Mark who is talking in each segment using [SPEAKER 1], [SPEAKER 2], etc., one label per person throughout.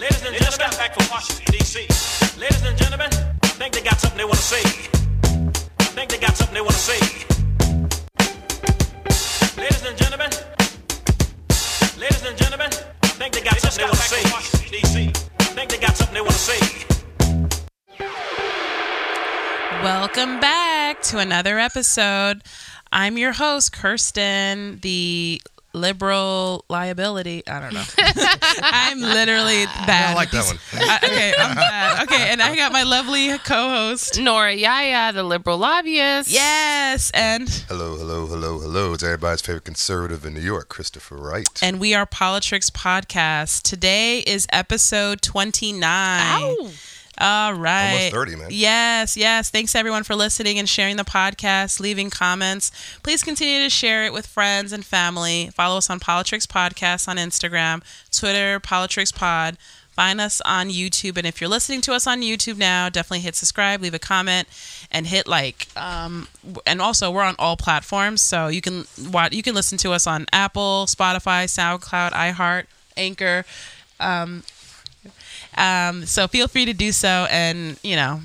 [SPEAKER 1] and they just got back from Washington, D.C. Ladies and gentlemen, I think they got something they want to say. I think they got something they want to say. Ladies and gentlemen, ladies and gentlemen, I think they got something they want to say. D.C. I think they got something they want to say.
[SPEAKER 2] Welcome back to another episode. I'm your host, Kirsten, the liberal liability. I don't know. I'm literally bad.
[SPEAKER 3] I like that one.
[SPEAKER 2] I- okay, I'm bad. Okay, and I got my lovely co-host.
[SPEAKER 4] Nora Yaya, the liberal lobbyist.
[SPEAKER 2] Yes, and
[SPEAKER 3] Hello, hello, hello, hello. It's everybody's favorite conservative in New York, Christopher Wright.
[SPEAKER 2] and we are Politrix Podcast. Today is episode 29. Oh.
[SPEAKER 4] Ow.
[SPEAKER 2] All right.
[SPEAKER 3] Almost 30, man.
[SPEAKER 2] Yes, yes. Thanks everyone for listening and sharing the podcast, leaving comments. Please continue to share it with friends and family. Follow us on Politrix Podcast on Instagram, Twitter, Politrix Pod. Find us on YouTube. And if you're listening to us on YouTube now, definitely hit subscribe, leave a comment, and hit like. Um, w- and also, we're on all platforms. So you can watch, you can listen to us on Apple, Spotify, SoundCloud, iHeart, Anchor, um, so feel free to do so and, you know,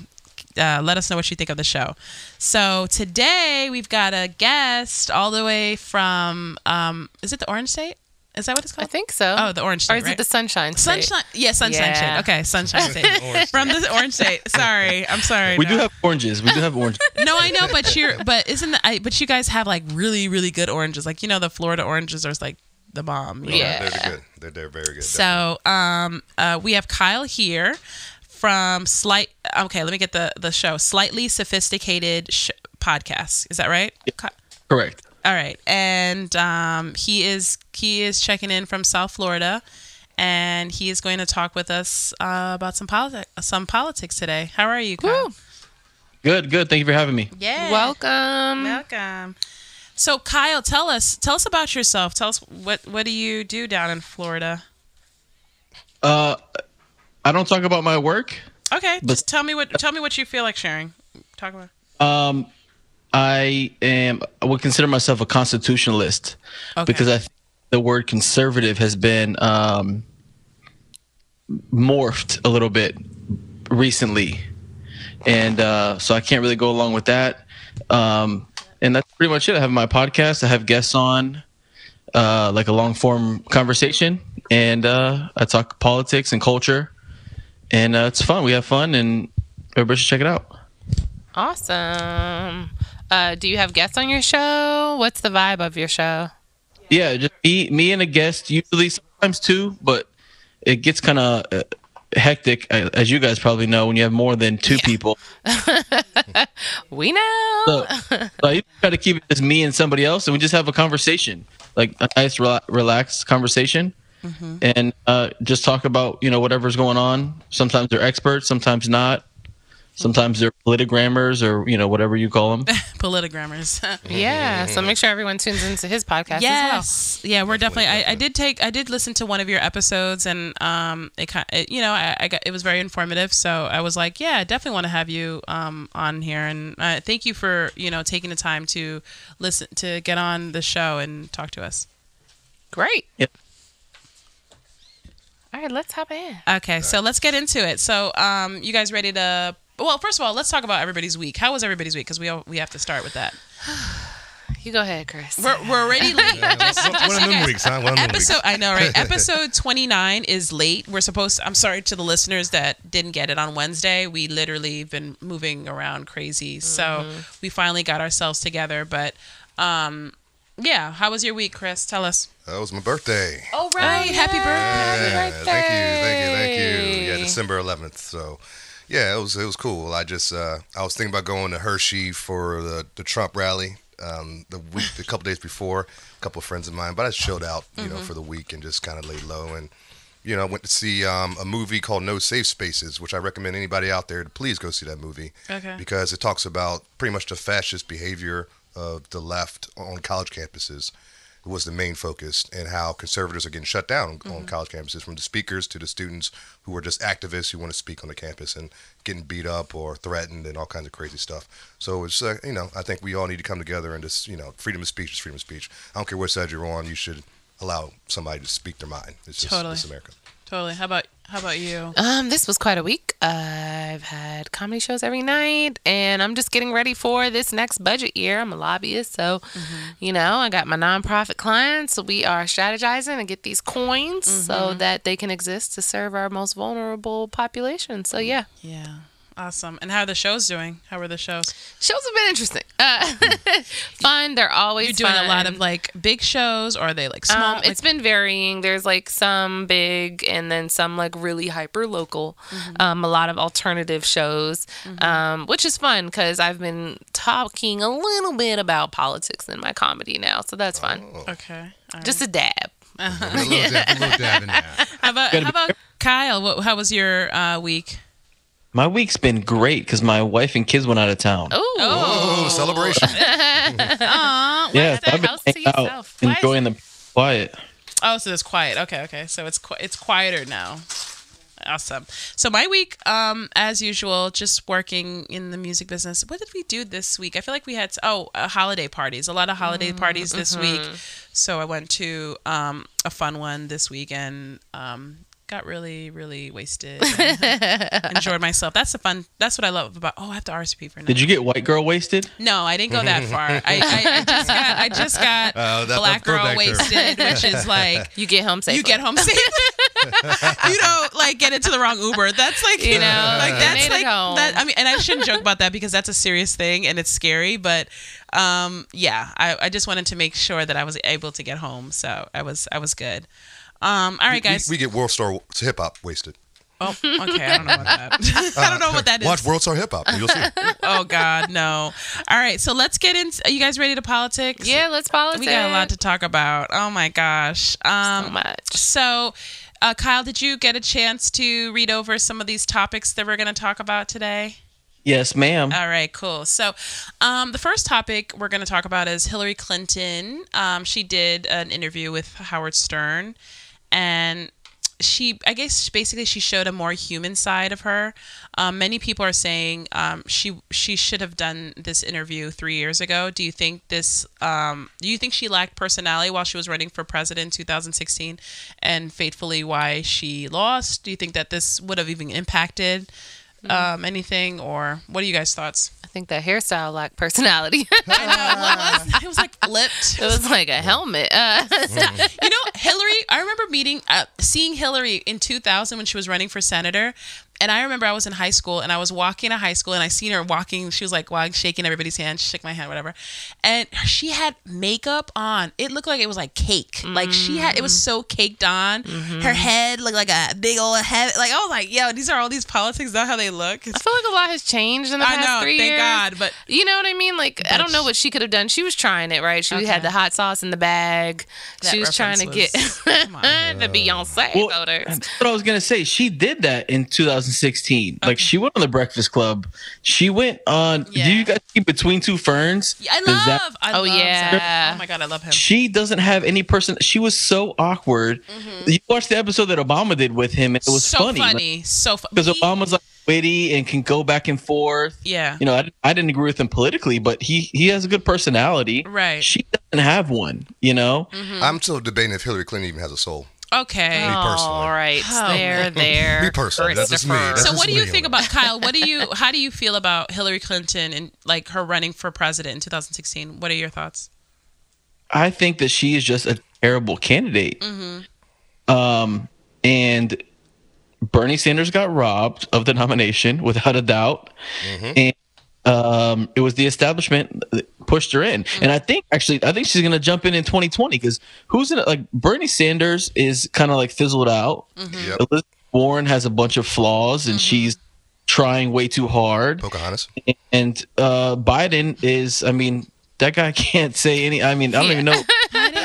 [SPEAKER 2] uh, let us know what you think of the show. So today we've got a guest all the way from, um, is it the Orange State? Is that what it's
[SPEAKER 4] I
[SPEAKER 2] called?
[SPEAKER 4] think so.
[SPEAKER 2] Oh, the Orange State.
[SPEAKER 4] or is
[SPEAKER 2] right?
[SPEAKER 4] it the Sunshine State?
[SPEAKER 2] Sunshine? Yeah, Sunshine
[SPEAKER 4] Yeah.
[SPEAKER 2] State. Okay, Sunshine State. from the Orange State. Sorry. I'm sorry.
[SPEAKER 5] We
[SPEAKER 2] no.
[SPEAKER 5] do have oranges. We do have oranges.
[SPEAKER 2] No, I know, but you're, but isn't the, I, but you guys have like really, really good oranges. Like, you know, the Florida oranges are like the bomb. you know?
[SPEAKER 4] Yeah.
[SPEAKER 3] They're good. They're, they're very good.
[SPEAKER 2] So um, uh, we have Kyle here from slight. Okay, let me get the the show. Slightly sophisticated sh- podcast. Is that right? Ki-
[SPEAKER 5] Correct.
[SPEAKER 2] All right, and um, he is he is checking in from South Florida, and he is going to talk with us uh, about some politics some politics today. How are you, Kyle?
[SPEAKER 4] Woo.
[SPEAKER 5] Good, good. Thank you for having me.
[SPEAKER 2] Yeah,
[SPEAKER 4] Welcome.
[SPEAKER 2] welcome. So, Kyle, tell us tell us about yourself. Tell us what what do you do down in Florida?
[SPEAKER 5] Uh, I don't talk about my work.
[SPEAKER 2] Okay,
[SPEAKER 5] But-
[SPEAKER 2] just tell me what tell me what you feel like sharing. Talk about.
[SPEAKER 5] Um, I am. I would consider myself a constitutionalist
[SPEAKER 2] Okay.
[SPEAKER 5] because I think the word conservative has been um, morphed a little bit recently, and uh, so I can't really go along with that. Um, and that's pretty much it. I have my podcast. I have guests on, uh, like a long form conversation, and uh, I talk politics and culture, and uh, it's fun. We have fun, and everybody should check it out.
[SPEAKER 4] Awesome. Uh, do you have guests on your show? What's the vibe of your show?
[SPEAKER 5] Yeah, just me, me and a guest. Usually, sometimes two, but it gets kind of uh, hectic, uh, as you guys probably know, when you have more than two people.
[SPEAKER 4] We know.
[SPEAKER 5] So, so I try to keep it as me and somebody else, and we just have a conversation, like a nice, rela- relaxed conversation, and uh, just talk about you know whatever's going on. Sometimes they're experts, sometimes not. Sometimes they're politigrammers or you know whatever you call them.
[SPEAKER 2] Politigrammers.
[SPEAKER 4] yeah. So make sure everyone tunes into his podcast as
[SPEAKER 2] yes. Yeah, we're definitely. I, I did take. I did listen to one of your episodes, and um, it kind. It, you know, I, I got. It was very informative. So I was like, yeah, I definitely want to have you um on here, and uh, thank you for you know taking the time to listen to get on the show and talk to us.
[SPEAKER 4] well. Great.
[SPEAKER 5] Yep.
[SPEAKER 4] All right, let's hop in.
[SPEAKER 2] Okay, so let's get into it. So um, you guys ready to? Well, first of all, let's talk about everybody's week. How was everybody's week? Because we all, we have to start with that.
[SPEAKER 4] You go ahead, Chris.
[SPEAKER 2] We're, we're already late.
[SPEAKER 3] One one of them weeks, huh? One of them
[SPEAKER 2] episode i know right episode 29 is late we're supposed i'm sorry to the listeners that didn't get it on wednesday we literally been moving around crazy
[SPEAKER 3] Mm-hmm.
[SPEAKER 2] so we finally got ourselves together but um yeah how was your week chris tell us
[SPEAKER 3] weeks. That was my birthday.
[SPEAKER 2] oh right happy birthday
[SPEAKER 3] Yeah,
[SPEAKER 4] birthday.
[SPEAKER 3] thank you, thank you, thank you. Yeah, December 11th. So, yeah, it was it was cool. I just uh, I was thinking about going to Hershey for the, the Trump rally um, the week, a couple days before. A couple of friends of mine, but I chilled out, you
[SPEAKER 2] Mm-hmm.
[SPEAKER 3] know, for the week and just kind of laid low and. You know, I went to see um, a movie called No Safe Spaces, which I recommend anybody out there to please go see that movie
[SPEAKER 2] Okay.
[SPEAKER 3] because it talks about pretty much the fascist behavior of the left on college campuses was the main focus and how conservatives are getting shut down on college campuses from the speakers to the students who are just activists who want to speak on the campus and getting beat up or threatened and all kinds of crazy stuff. So it's uh, you know I think we all need to come together and just you know freedom of speech is freedom of speech. I don't care what side you're on, you should allow somebody to speak their mind. It's just
[SPEAKER 2] Totally.
[SPEAKER 3] it's America.
[SPEAKER 2] Totally. How about how about you?
[SPEAKER 4] Um, this was quite a week. I've had comedy shows every night, and I'm just getting ready for this next budget year. I'm a lobbyist, so
[SPEAKER 2] Mm-hmm.
[SPEAKER 4] you know I got my nonprofit clients. So we are strategizing to get these coins so
[SPEAKER 2] Mm-hmm.
[SPEAKER 4] that they can exist to serve our most vulnerable population. So yeah,
[SPEAKER 2] Yeah. Awesome. And how are the shows doing? How are the shows?
[SPEAKER 4] shows have been interesting, uh, fun. They're always
[SPEAKER 2] You're doing a lot
[SPEAKER 4] fun.
[SPEAKER 2] of like big shows, or are they like small?
[SPEAKER 4] Um,
[SPEAKER 2] like,
[SPEAKER 4] it's been varying. There's like some big and then some like really hyper local.
[SPEAKER 2] Mm-hmm.
[SPEAKER 4] Um, a lot of alternative shows, um, which is fun because I've been talking a little bit about politics in my comedy now, so that's fun.
[SPEAKER 2] Oh. okay. all
[SPEAKER 4] Just a dab.
[SPEAKER 3] A little dab, a little dab in there.
[SPEAKER 2] right. How about
[SPEAKER 5] Gotta
[SPEAKER 2] how
[SPEAKER 5] be
[SPEAKER 2] about Kyle? What, how was your uh, week?
[SPEAKER 5] My week's been great because my wife and kids went out of town.
[SPEAKER 4] Oh,
[SPEAKER 3] Oh, celebration.
[SPEAKER 5] yeah,
[SPEAKER 4] the
[SPEAKER 5] I've been
[SPEAKER 4] house to
[SPEAKER 5] hanging out,
[SPEAKER 4] yourself? Why is-
[SPEAKER 5] enjoying the quiet.
[SPEAKER 2] Oh, so it's quiet. Okay, okay. So it's qui- it's quieter now. Awesome. So my week, um, as usual, just working in the music business. What did we do this week? I feel like we had oh uh, holiday parties, a lot of holiday parties this week. So I went to um, a fun one this weekend. Um, got really really wasted. and enjoyed myself. That's the fun. That's what I love about. Oh, I have to RSVP for now.
[SPEAKER 5] Did you get white girl wasted?
[SPEAKER 2] No, I didn't go that far. I, I, I just got I just got
[SPEAKER 3] Oh, that-
[SPEAKER 2] black
[SPEAKER 3] that
[SPEAKER 2] girl
[SPEAKER 3] throwback there.
[SPEAKER 2] wasted, which is like
[SPEAKER 4] you get home safe.
[SPEAKER 2] you get home safe. you don't like get into the wrong Uber. That's like you
[SPEAKER 4] You
[SPEAKER 2] know,
[SPEAKER 4] know,
[SPEAKER 2] like
[SPEAKER 4] you
[SPEAKER 2] that's
[SPEAKER 4] made it
[SPEAKER 2] like
[SPEAKER 4] home.
[SPEAKER 2] that. I mean, and I shouldn't joke about that because that's a serious thing and it's scary. But um, yeah, I, I just wanted to make sure that I was able to get home, so I was I was good. Um, all right, guys.
[SPEAKER 3] We, we get World Star Hip Hop wasted.
[SPEAKER 2] oh, okay. I don't know about that. I don't know what that is.
[SPEAKER 3] Watch World Star Hip Hop. and You'll see.
[SPEAKER 2] Oh God, no. All right, so let's get into. Are you guys ready to politics?
[SPEAKER 4] Yeah, let's politics.
[SPEAKER 2] We got a lot to talk about. Oh my gosh. Um,
[SPEAKER 4] so much.
[SPEAKER 2] So, uh, Kyle, did you get a chance to read over some of these topics that we're going to talk about today?
[SPEAKER 5] Yes, ma'am.
[SPEAKER 2] All right, cool. So, um, the first topic we're going to talk about is Hillary Clinton. Um, she did an interview with Howard Stern, and she, I guess, basically, she showed a more human side of her. Um, many people are saying um, she she should have done this interview three years ago. Do you think this? Um, do you think she lacked personality while she was running for president in 2016, and fatefully why she lost? Do you think that this would have even impacted? um, anything, or what are you guys' thoughts?
[SPEAKER 4] I think that hairstyle lacked personality.
[SPEAKER 2] I know what was it was like lipped.
[SPEAKER 4] it was like a helmet. Uh,
[SPEAKER 2] You know, Hillary. I remember meeting, uh, seeing Hillary in 2000 when she was running for senator, and I remember I was in high school and I was walking to high school and I seen her walking. She was like walking, shaking everybody's hand. She shook my hand, whatever, and she had makeup on. It looked like it was like cake. Like she had, it was so caked on. Her head looked like a big old head. Like I was like, yo, these are all these politics. Is that how they look?
[SPEAKER 4] I feel like a lot has changed in the
[SPEAKER 2] I
[SPEAKER 4] past
[SPEAKER 2] know.
[SPEAKER 4] three
[SPEAKER 2] Thank
[SPEAKER 4] years.
[SPEAKER 2] God, but
[SPEAKER 4] You know what I mean? Like I don't know what she could have done. She was trying it, right? She
[SPEAKER 2] Okay.
[SPEAKER 4] had the hot sauce in the bag.
[SPEAKER 2] That
[SPEAKER 4] she was trying
[SPEAKER 2] reference
[SPEAKER 4] to
[SPEAKER 2] was-
[SPEAKER 4] get
[SPEAKER 2] come on.
[SPEAKER 4] the Beyonce
[SPEAKER 5] Well,
[SPEAKER 4] voters.
[SPEAKER 5] That's what I was gonna say. She did that in 2016. Like she went on the Breakfast Club. She went on.
[SPEAKER 2] Yeah.
[SPEAKER 5] Do you guys see Between Two Ferns?
[SPEAKER 2] I
[SPEAKER 5] The Zap-
[SPEAKER 2] love. I
[SPEAKER 4] Oh,
[SPEAKER 2] love
[SPEAKER 4] yeah.
[SPEAKER 2] Zach. Oh my god, I love him.
[SPEAKER 5] she doesn't have any person. She was so awkward. You watched the episode that Obama did with him, and it was
[SPEAKER 2] so
[SPEAKER 5] funny.
[SPEAKER 2] so funny.
[SPEAKER 5] because Obama's like witty and can go back and forth.
[SPEAKER 2] Yeah.
[SPEAKER 5] You know, I, I didn't agree with him politically, but he he has a good personality.
[SPEAKER 2] Right.
[SPEAKER 5] She doesn't have one. You know.
[SPEAKER 3] I'm still debating if Hillary Clinton even has a soul.
[SPEAKER 2] Okay.
[SPEAKER 3] Me personally.
[SPEAKER 4] All right,
[SPEAKER 2] Oh,
[SPEAKER 4] there, there.
[SPEAKER 3] Me personally, that's just me.
[SPEAKER 4] Christopher.
[SPEAKER 3] That's
[SPEAKER 2] so
[SPEAKER 3] just
[SPEAKER 2] what do you
[SPEAKER 3] me.
[SPEAKER 2] think about Kyle? What do you how do you feel about Hillary Clinton and like her running for president in 2016? What are your thoughts?
[SPEAKER 5] I think that she is just a terrible candidate. Um, and Bernie Sanders got robbed of the nomination without a doubt, and um, it was the establishment that pushed her in. And I think actually, I think she's going to jump in in 2020 because who's in it? Like Bernie Sanders is kind of like fizzled out.
[SPEAKER 2] Mm-hmm.
[SPEAKER 3] Yep.
[SPEAKER 5] Elizabeth Warren has a bunch of flaws,
[SPEAKER 4] Mm-hmm.
[SPEAKER 5] and she's trying way too hard
[SPEAKER 3] Pocahontas.
[SPEAKER 5] and uh, Biden is, I mean, that guy can't say any. I mean, I don't even know.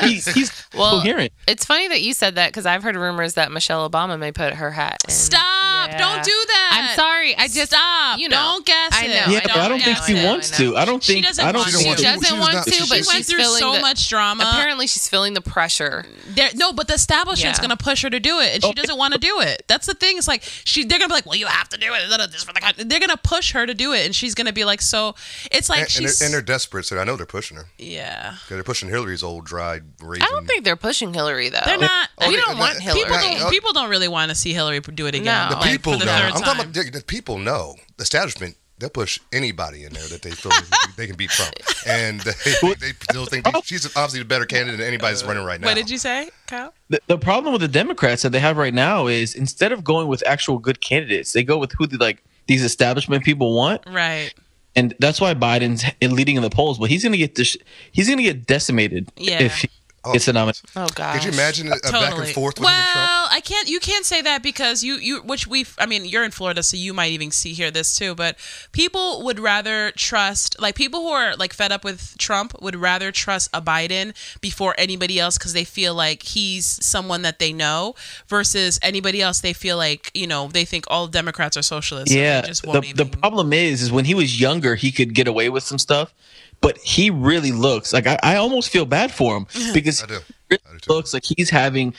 [SPEAKER 5] he's he's
[SPEAKER 4] Well,
[SPEAKER 5] coherent.
[SPEAKER 4] It's funny that you said that because I've heard rumors that Michelle Obama may put her hat. In.
[SPEAKER 2] Stop. Stop!
[SPEAKER 4] Yeah.
[SPEAKER 2] Don't do that.
[SPEAKER 4] I'm sorry. I just
[SPEAKER 2] Stop.
[SPEAKER 4] you know.
[SPEAKER 2] Don't guess
[SPEAKER 4] I
[SPEAKER 2] it.
[SPEAKER 4] know.
[SPEAKER 5] Yeah,
[SPEAKER 4] I
[SPEAKER 5] but I
[SPEAKER 4] don't
[SPEAKER 5] don't think
[SPEAKER 4] know,
[SPEAKER 5] she
[SPEAKER 4] I know,
[SPEAKER 5] wants
[SPEAKER 4] I know.
[SPEAKER 5] to. I don't
[SPEAKER 2] She
[SPEAKER 5] think.
[SPEAKER 2] doesn't
[SPEAKER 5] I don't.
[SPEAKER 2] want
[SPEAKER 3] She
[SPEAKER 5] think-
[SPEAKER 3] don't
[SPEAKER 4] She
[SPEAKER 3] She
[SPEAKER 4] doesn't
[SPEAKER 3] was
[SPEAKER 4] want
[SPEAKER 3] not-
[SPEAKER 4] to,
[SPEAKER 3] she-
[SPEAKER 4] but
[SPEAKER 3] she
[SPEAKER 4] she's
[SPEAKER 2] She went through
[SPEAKER 4] feeling
[SPEAKER 2] so
[SPEAKER 4] the-
[SPEAKER 2] much drama.
[SPEAKER 4] Apparently, she's feeling the pressure.
[SPEAKER 2] There- no, but the establishment's
[SPEAKER 4] Yeah.
[SPEAKER 2] gonna push her to do it, and she doesn't want to do it. That's the thing. It's like she they're gonna be like, "Well, you have to do it." da, da, This for the con-" They're gonna push her to do it, and she's gonna be like, "So it's like
[SPEAKER 3] And, and
[SPEAKER 2] she's
[SPEAKER 3] they're, and they're desperate, so I know they're pushing her.
[SPEAKER 2] yeah."
[SPEAKER 3] They're pushing Hillary's old dried raisin.
[SPEAKER 4] I don't think they're pushing Hillary though.
[SPEAKER 2] They're not.
[SPEAKER 3] Oh,
[SPEAKER 4] we
[SPEAKER 3] they-
[SPEAKER 4] don't
[SPEAKER 3] they-
[SPEAKER 4] want Hillary.
[SPEAKER 2] People
[SPEAKER 3] Right.
[SPEAKER 2] don't, people don't really want to see Hillary do it again.
[SPEAKER 4] No.
[SPEAKER 3] The
[SPEAKER 2] like,
[SPEAKER 3] people
[SPEAKER 2] for the
[SPEAKER 3] know.
[SPEAKER 2] third
[SPEAKER 3] I'm
[SPEAKER 2] time.
[SPEAKER 3] talking about the, the people know. The establishment, they'll push anybody in there that they feel they can beat Trump, and they, they still think she's obviously the better candidate than anybody's running right now.
[SPEAKER 2] What did you say, Kyle?
[SPEAKER 5] The, the problem with the Democrats that they have right now is instead of going with actual good candidates, they go with who the, like these establishment people want,
[SPEAKER 2] Right.
[SPEAKER 5] and that's why Biden's leading in the polls. But he's gonna get dis- he's gonna get decimated
[SPEAKER 2] Yeah.
[SPEAKER 5] if he
[SPEAKER 3] Oh.
[SPEAKER 5] gets a nomination.
[SPEAKER 4] Oh God.
[SPEAKER 3] Could you imagine a, a Uh, back and forth with him and Trump?
[SPEAKER 2] well, I can't. You can't say that because you you which we I mean you're in Florida, so you might even see here this too. But people would rather trust like people who are like fed up with Trump would rather trust a Biden before anybody else because they feel like he's someone that they know versus anybody else. They feel like you know they think all Democrats are socialists. so they
[SPEAKER 5] yeah,
[SPEAKER 2] just
[SPEAKER 5] the,
[SPEAKER 2] won't
[SPEAKER 5] the
[SPEAKER 2] even-
[SPEAKER 5] problem is is when he was younger, he could get away with some stuff, but he really looks like I, I almost feel bad for him because
[SPEAKER 3] I do.
[SPEAKER 5] he
[SPEAKER 3] I do too.
[SPEAKER 5] looks like he's having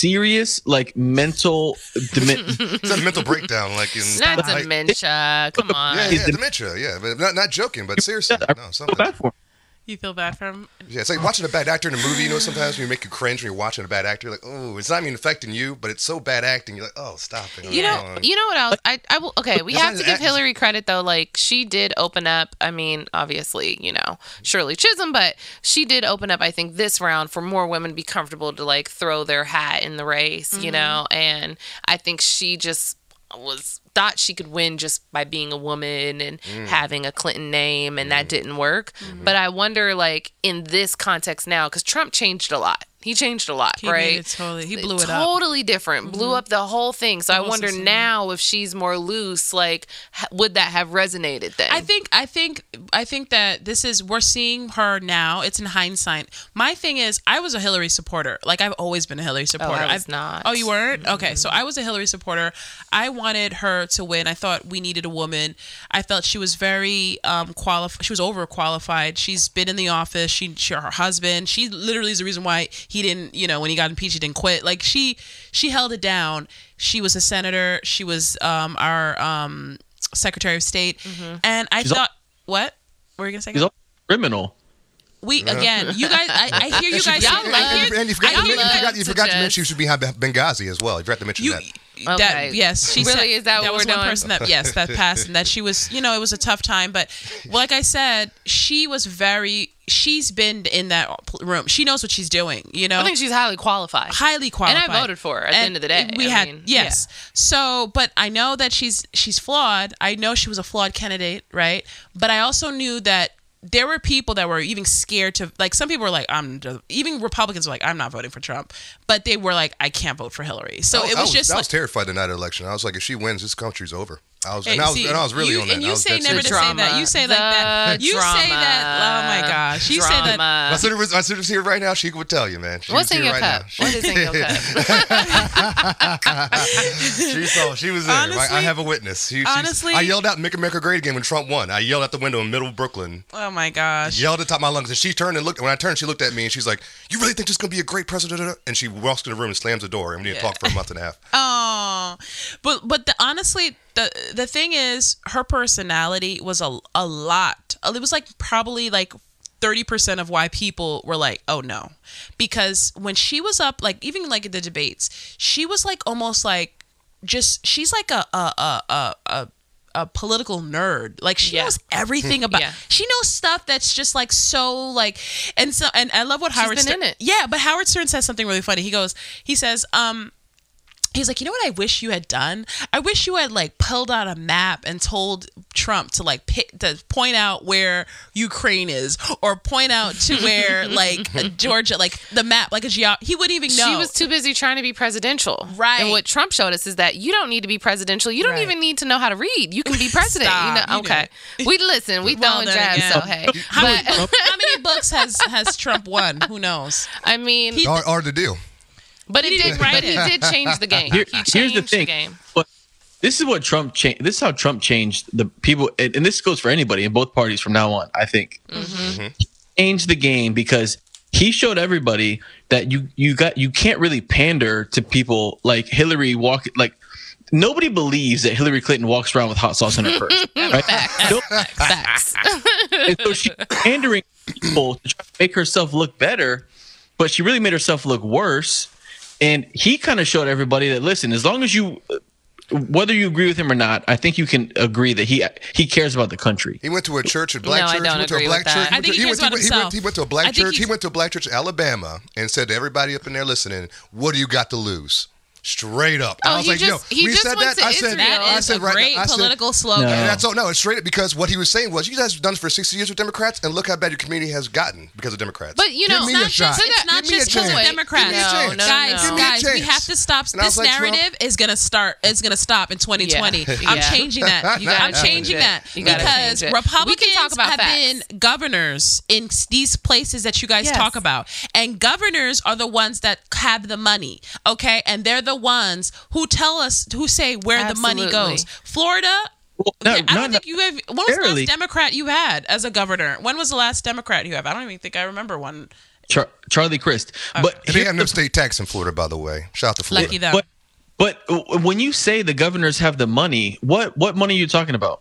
[SPEAKER 5] serious like mental. Demi-
[SPEAKER 3] It's a mental breakdown, like in
[SPEAKER 4] It's not
[SPEAKER 3] like-
[SPEAKER 4] dementia. Come on.
[SPEAKER 3] yeah, yeah, dementia. Yeah, but not not joking, but seriously,
[SPEAKER 5] I
[SPEAKER 3] no,
[SPEAKER 5] feel
[SPEAKER 3] something.
[SPEAKER 5] bad for him.
[SPEAKER 2] You feel bad for him.
[SPEAKER 3] Yeah, it's like watching a bad actor in a movie. You know, sometimes when you make you cringe when you're watching a bad actor. Like, oh, it's not even affecting you, but it's so bad acting. You're like, oh, stop it.
[SPEAKER 4] You know, you know what else? I, I will. Okay, we
[SPEAKER 3] It's
[SPEAKER 4] have
[SPEAKER 3] not
[SPEAKER 4] to
[SPEAKER 3] an
[SPEAKER 4] give
[SPEAKER 3] act-
[SPEAKER 4] Hillary credit though. Like she did open up. I mean, obviously, you know, Shirley Chisholm, but she did open up. I think this round for more women to be comfortable to like throw their hat in the race. You know, and I think she just was thought she could win just by being a woman and having a Clinton name, and that didn't work. But I wonder, like in this context now, because Trump changed a lot. He changed a lot,
[SPEAKER 2] He
[SPEAKER 4] right?
[SPEAKER 2] made it totally. He blew it
[SPEAKER 4] totally
[SPEAKER 2] up.
[SPEAKER 4] different. Blew up Mm-hmm. the whole thing. So I
[SPEAKER 2] whole
[SPEAKER 4] wonder
[SPEAKER 2] system.
[SPEAKER 4] now if she's more loose, like h- would that have resonated then?
[SPEAKER 2] I think I think I think that this is we're seeing her now. It's in hindsight. My thing is, I was a Hillary supporter. Like I've always been a Hillary supporter.
[SPEAKER 4] was
[SPEAKER 2] I've-
[SPEAKER 4] not.
[SPEAKER 2] Oh, you weren't? Okay, so I was a Hillary supporter. I wanted her to win. I thought we needed a woman. I felt she was very um, qualified. She was overqualified. She's been in the office. She, she, her husband. She literally is the reason why he didn't. You know, when he got impeached, he didn't quit. Like she, she held it down. She was a senator. She was um, our um, secretary of state. And I
[SPEAKER 5] al-
[SPEAKER 2] thought, what? What Were you gonna say?
[SPEAKER 5] He's a criminal.
[SPEAKER 2] We again, you guys. I, I hear you guys.
[SPEAKER 4] Y'all
[SPEAKER 2] I
[SPEAKER 4] love-
[SPEAKER 2] hear-
[SPEAKER 3] and, and you forgot,
[SPEAKER 2] I
[SPEAKER 3] you,
[SPEAKER 2] hear
[SPEAKER 4] love
[SPEAKER 3] forgot, you
[SPEAKER 4] to
[SPEAKER 3] forgot to
[SPEAKER 4] just-
[SPEAKER 3] mention you should be Benghazi as well. You forgot to mention
[SPEAKER 2] you.
[SPEAKER 3] that.
[SPEAKER 4] Okay.
[SPEAKER 2] That, yes, she
[SPEAKER 4] Really,
[SPEAKER 2] said-
[SPEAKER 4] is that what
[SPEAKER 2] was
[SPEAKER 4] we're
[SPEAKER 2] one
[SPEAKER 4] doing?
[SPEAKER 2] person that yes that passed and that she was you know it was a tough time but like I said she was very she's been in that room she knows what she's doing you know
[SPEAKER 4] I think she's highly qualified.
[SPEAKER 2] highly qualified.
[SPEAKER 4] And I voted for her at the
[SPEAKER 2] And
[SPEAKER 4] end of the day.
[SPEAKER 2] We
[SPEAKER 4] I
[SPEAKER 2] had
[SPEAKER 4] mean,
[SPEAKER 2] yes. So, but I know that she's she's flawed. I know she was a flawed candidate, right? But I also knew that there were people that were even scared to like some people were like I'm just- even Republicans were like I'm not voting for Trump, but they were like I can't vote for Hillary. So
[SPEAKER 3] I
[SPEAKER 2] it
[SPEAKER 3] I
[SPEAKER 2] was just
[SPEAKER 3] I
[SPEAKER 2] like
[SPEAKER 3] Oh, was terrified the night of the election. I was like, if she wins, this country's over. I was,
[SPEAKER 2] Hey,
[SPEAKER 3] and, I was,
[SPEAKER 2] see,
[SPEAKER 3] and I was really
[SPEAKER 2] you,
[SPEAKER 3] on that.
[SPEAKER 2] And
[SPEAKER 3] I
[SPEAKER 2] you
[SPEAKER 3] was
[SPEAKER 2] say
[SPEAKER 3] dead
[SPEAKER 2] never to
[SPEAKER 3] serious.
[SPEAKER 2] say that. You say like that.
[SPEAKER 4] The
[SPEAKER 2] You say
[SPEAKER 4] drama.
[SPEAKER 2] that. Oh my gosh. You say that.
[SPEAKER 4] Drama.
[SPEAKER 3] My sister was, my sister's here right now. She would tell you, man. She
[SPEAKER 4] What's
[SPEAKER 3] was
[SPEAKER 4] in
[SPEAKER 3] here
[SPEAKER 4] your
[SPEAKER 3] right
[SPEAKER 4] cup?
[SPEAKER 3] now. She,
[SPEAKER 4] What is in your cup?
[SPEAKER 3] she saw. She was there. I- I,
[SPEAKER 2] Honestly-
[SPEAKER 3] have a witness. She, she's-
[SPEAKER 2] honestly-
[SPEAKER 3] I yelled out "Make America Great Again" when Trump won. I yelled out the window in middle of Brooklyn.
[SPEAKER 2] Oh my gosh.
[SPEAKER 3] yelled at the top of my lungs. And she turned and looked. When I turned, she looked at me and she's like, "You really think this is gonna be a great president?" And she walks in the room and slams the door. And we didn't talk for a month and a half.
[SPEAKER 2] Oh, but but the, honestly, the the thing is, her personality was a a lot. It was like probably like. 30% of why people were like, oh no. Because when she was up, like even like at the debates, she was like almost like just, she's like a, a, a, a, a, a political nerd. Like she
[SPEAKER 4] Yeah.
[SPEAKER 2] knows everything about,
[SPEAKER 4] Yeah.
[SPEAKER 2] she knows stuff that's just like so like, and so, and I love what Howard
[SPEAKER 4] been
[SPEAKER 2] Stern-
[SPEAKER 4] in it.
[SPEAKER 2] Yeah, but Howard Stern says something really funny. He goes, he says, um, He's like, you know what I wish you had done? I wish you had like pulled out a map and told Trump to like pick, to point out where Ukraine is, or point out to where like Georgia, like the map, like a geo. He wouldn't even know.
[SPEAKER 4] She was too busy trying to be presidential.
[SPEAKER 2] Right.
[SPEAKER 4] And what Trump showed us is that you don't need to be presidential. You don't
[SPEAKER 2] Right.
[SPEAKER 4] even need to know how to read. You can be president.
[SPEAKER 2] Stop.
[SPEAKER 4] You know,
[SPEAKER 2] You do
[SPEAKER 4] okay. We listen. We
[SPEAKER 2] Well
[SPEAKER 4] throwing
[SPEAKER 2] done
[SPEAKER 4] jabs.
[SPEAKER 2] again.
[SPEAKER 4] So hey.
[SPEAKER 2] how, many,
[SPEAKER 4] But
[SPEAKER 2] how many books has has Trump won? Who knows?
[SPEAKER 4] I mean,
[SPEAKER 3] Or, or the deal.
[SPEAKER 4] but it
[SPEAKER 2] didn't
[SPEAKER 4] did.
[SPEAKER 2] write
[SPEAKER 4] But he
[SPEAKER 2] it.
[SPEAKER 4] did change the game.
[SPEAKER 5] Here-
[SPEAKER 4] he changed
[SPEAKER 5] here's the
[SPEAKER 4] the
[SPEAKER 5] thing.
[SPEAKER 4] game.
[SPEAKER 5] But This is what Trump changed. This is how Trump changed the people, and, and this goes for anybody in both parties from now on. I think
[SPEAKER 4] Mm-hmm.
[SPEAKER 5] change the game because he showed everybody that you you got you can't really pander to people like Hillary walk like nobody believes that Hillary Clinton walks around with hot sauce in her purse. right? No-
[SPEAKER 4] Facts.
[SPEAKER 5] and so she's pandering to people to try to make herself look better, but she really made herself look worse. And he kind of showed everybody that listen, as long as you, whether you agree with him or not, I think you can agree that he he cares about the country.
[SPEAKER 3] He went to a church, a black
[SPEAKER 4] No, I
[SPEAKER 3] church.
[SPEAKER 4] don't
[SPEAKER 3] he went to
[SPEAKER 4] agree
[SPEAKER 3] a black
[SPEAKER 4] with that.
[SPEAKER 3] church. he
[SPEAKER 2] I think
[SPEAKER 3] went to-
[SPEAKER 2] he
[SPEAKER 3] he
[SPEAKER 2] cares
[SPEAKER 3] went
[SPEAKER 2] about
[SPEAKER 3] to- he went-
[SPEAKER 2] himself.
[SPEAKER 3] He went to a
[SPEAKER 2] I
[SPEAKER 3] black
[SPEAKER 2] think
[SPEAKER 3] church. He
[SPEAKER 2] he's-
[SPEAKER 3] went to a black church, in Alabama, and said to everybody up in there listening, "What do you got to lose?" Straight up.
[SPEAKER 4] Oh,
[SPEAKER 3] I was
[SPEAKER 4] he
[SPEAKER 3] like, "Yo,
[SPEAKER 4] just- he
[SPEAKER 3] we
[SPEAKER 4] just
[SPEAKER 3] said
[SPEAKER 4] went
[SPEAKER 3] that."
[SPEAKER 4] to
[SPEAKER 3] I said,
[SPEAKER 4] Israel.
[SPEAKER 2] That
[SPEAKER 3] I
[SPEAKER 2] is
[SPEAKER 3] said
[SPEAKER 2] a
[SPEAKER 3] right-
[SPEAKER 2] great
[SPEAKER 3] I said-
[SPEAKER 2] political slogan.
[SPEAKER 5] No.
[SPEAKER 3] And that's all. No, it's straight up because what he was saying was, "You guys have done this for sixty years with Democrats, and look how bad your community has gotten because of Democrats."
[SPEAKER 4] But, you know,
[SPEAKER 3] Give me
[SPEAKER 4] it's
[SPEAKER 3] a
[SPEAKER 4] not
[SPEAKER 3] shot.
[SPEAKER 4] just-
[SPEAKER 2] It's not
[SPEAKER 3] Give me a
[SPEAKER 2] just because of
[SPEAKER 3] chance.
[SPEAKER 2] Democrats.
[SPEAKER 3] Give me a
[SPEAKER 4] No,
[SPEAKER 3] chance.
[SPEAKER 4] no,
[SPEAKER 2] guys,
[SPEAKER 4] no.
[SPEAKER 2] guys,
[SPEAKER 3] Give me
[SPEAKER 2] we
[SPEAKER 3] a
[SPEAKER 2] have
[SPEAKER 3] chance.
[SPEAKER 2] to stop.
[SPEAKER 3] And I
[SPEAKER 2] This
[SPEAKER 3] was like, Trump-
[SPEAKER 2] narrative is gonna start. Is gonna stop in 2020.
[SPEAKER 4] Yeah.
[SPEAKER 2] I'm
[SPEAKER 4] Yeah.
[SPEAKER 2] changing that.
[SPEAKER 4] You gotta
[SPEAKER 2] I'm
[SPEAKER 4] change
[SPEAKER 2] changing
[SPEAKER 4] it.
[SPEAKER 2] that
[SPEAKER 4] You gotta
[SPEAKER 2] because
[SPEAKER 4] change it. We
[SPEAKER 2] Republicans
[SPEAKER 4] can talk about
[SPEAKER 2] have
[SPEAKER 4] facts.
[SPEAKER 2] been governors in s- these places that you guys
[SPEAKER 4] Yes.
[SPEAKER 2] talk about, and governors are the ones that have the money. Okay, and they're the ones who tell us who say where the money
[SPEAKER 4] Absolutely.
[SPEAKER 2] goes. Florida.
[SPEAKER 5] Well, no,
[SPEAKER 2] I don't
[SPEAKER 5] not-
[SPEAKER 2] think you have. When was the
[SPEAKER 5] barely.
[SPEAKER 2] last Democrat you had as a governor? When was the last Democrat you have? I don't even think I remember one.
[SPEAKER 5] Char- Charlie Crist. But
[SPEAKER 3] And they have no state tax in Florida, by the way. Shout out to Florida.
[SPEAKER 2] Lucky them.
[SPEAKER 5] but but w- when you say the governors have the money, what what money are you talking about?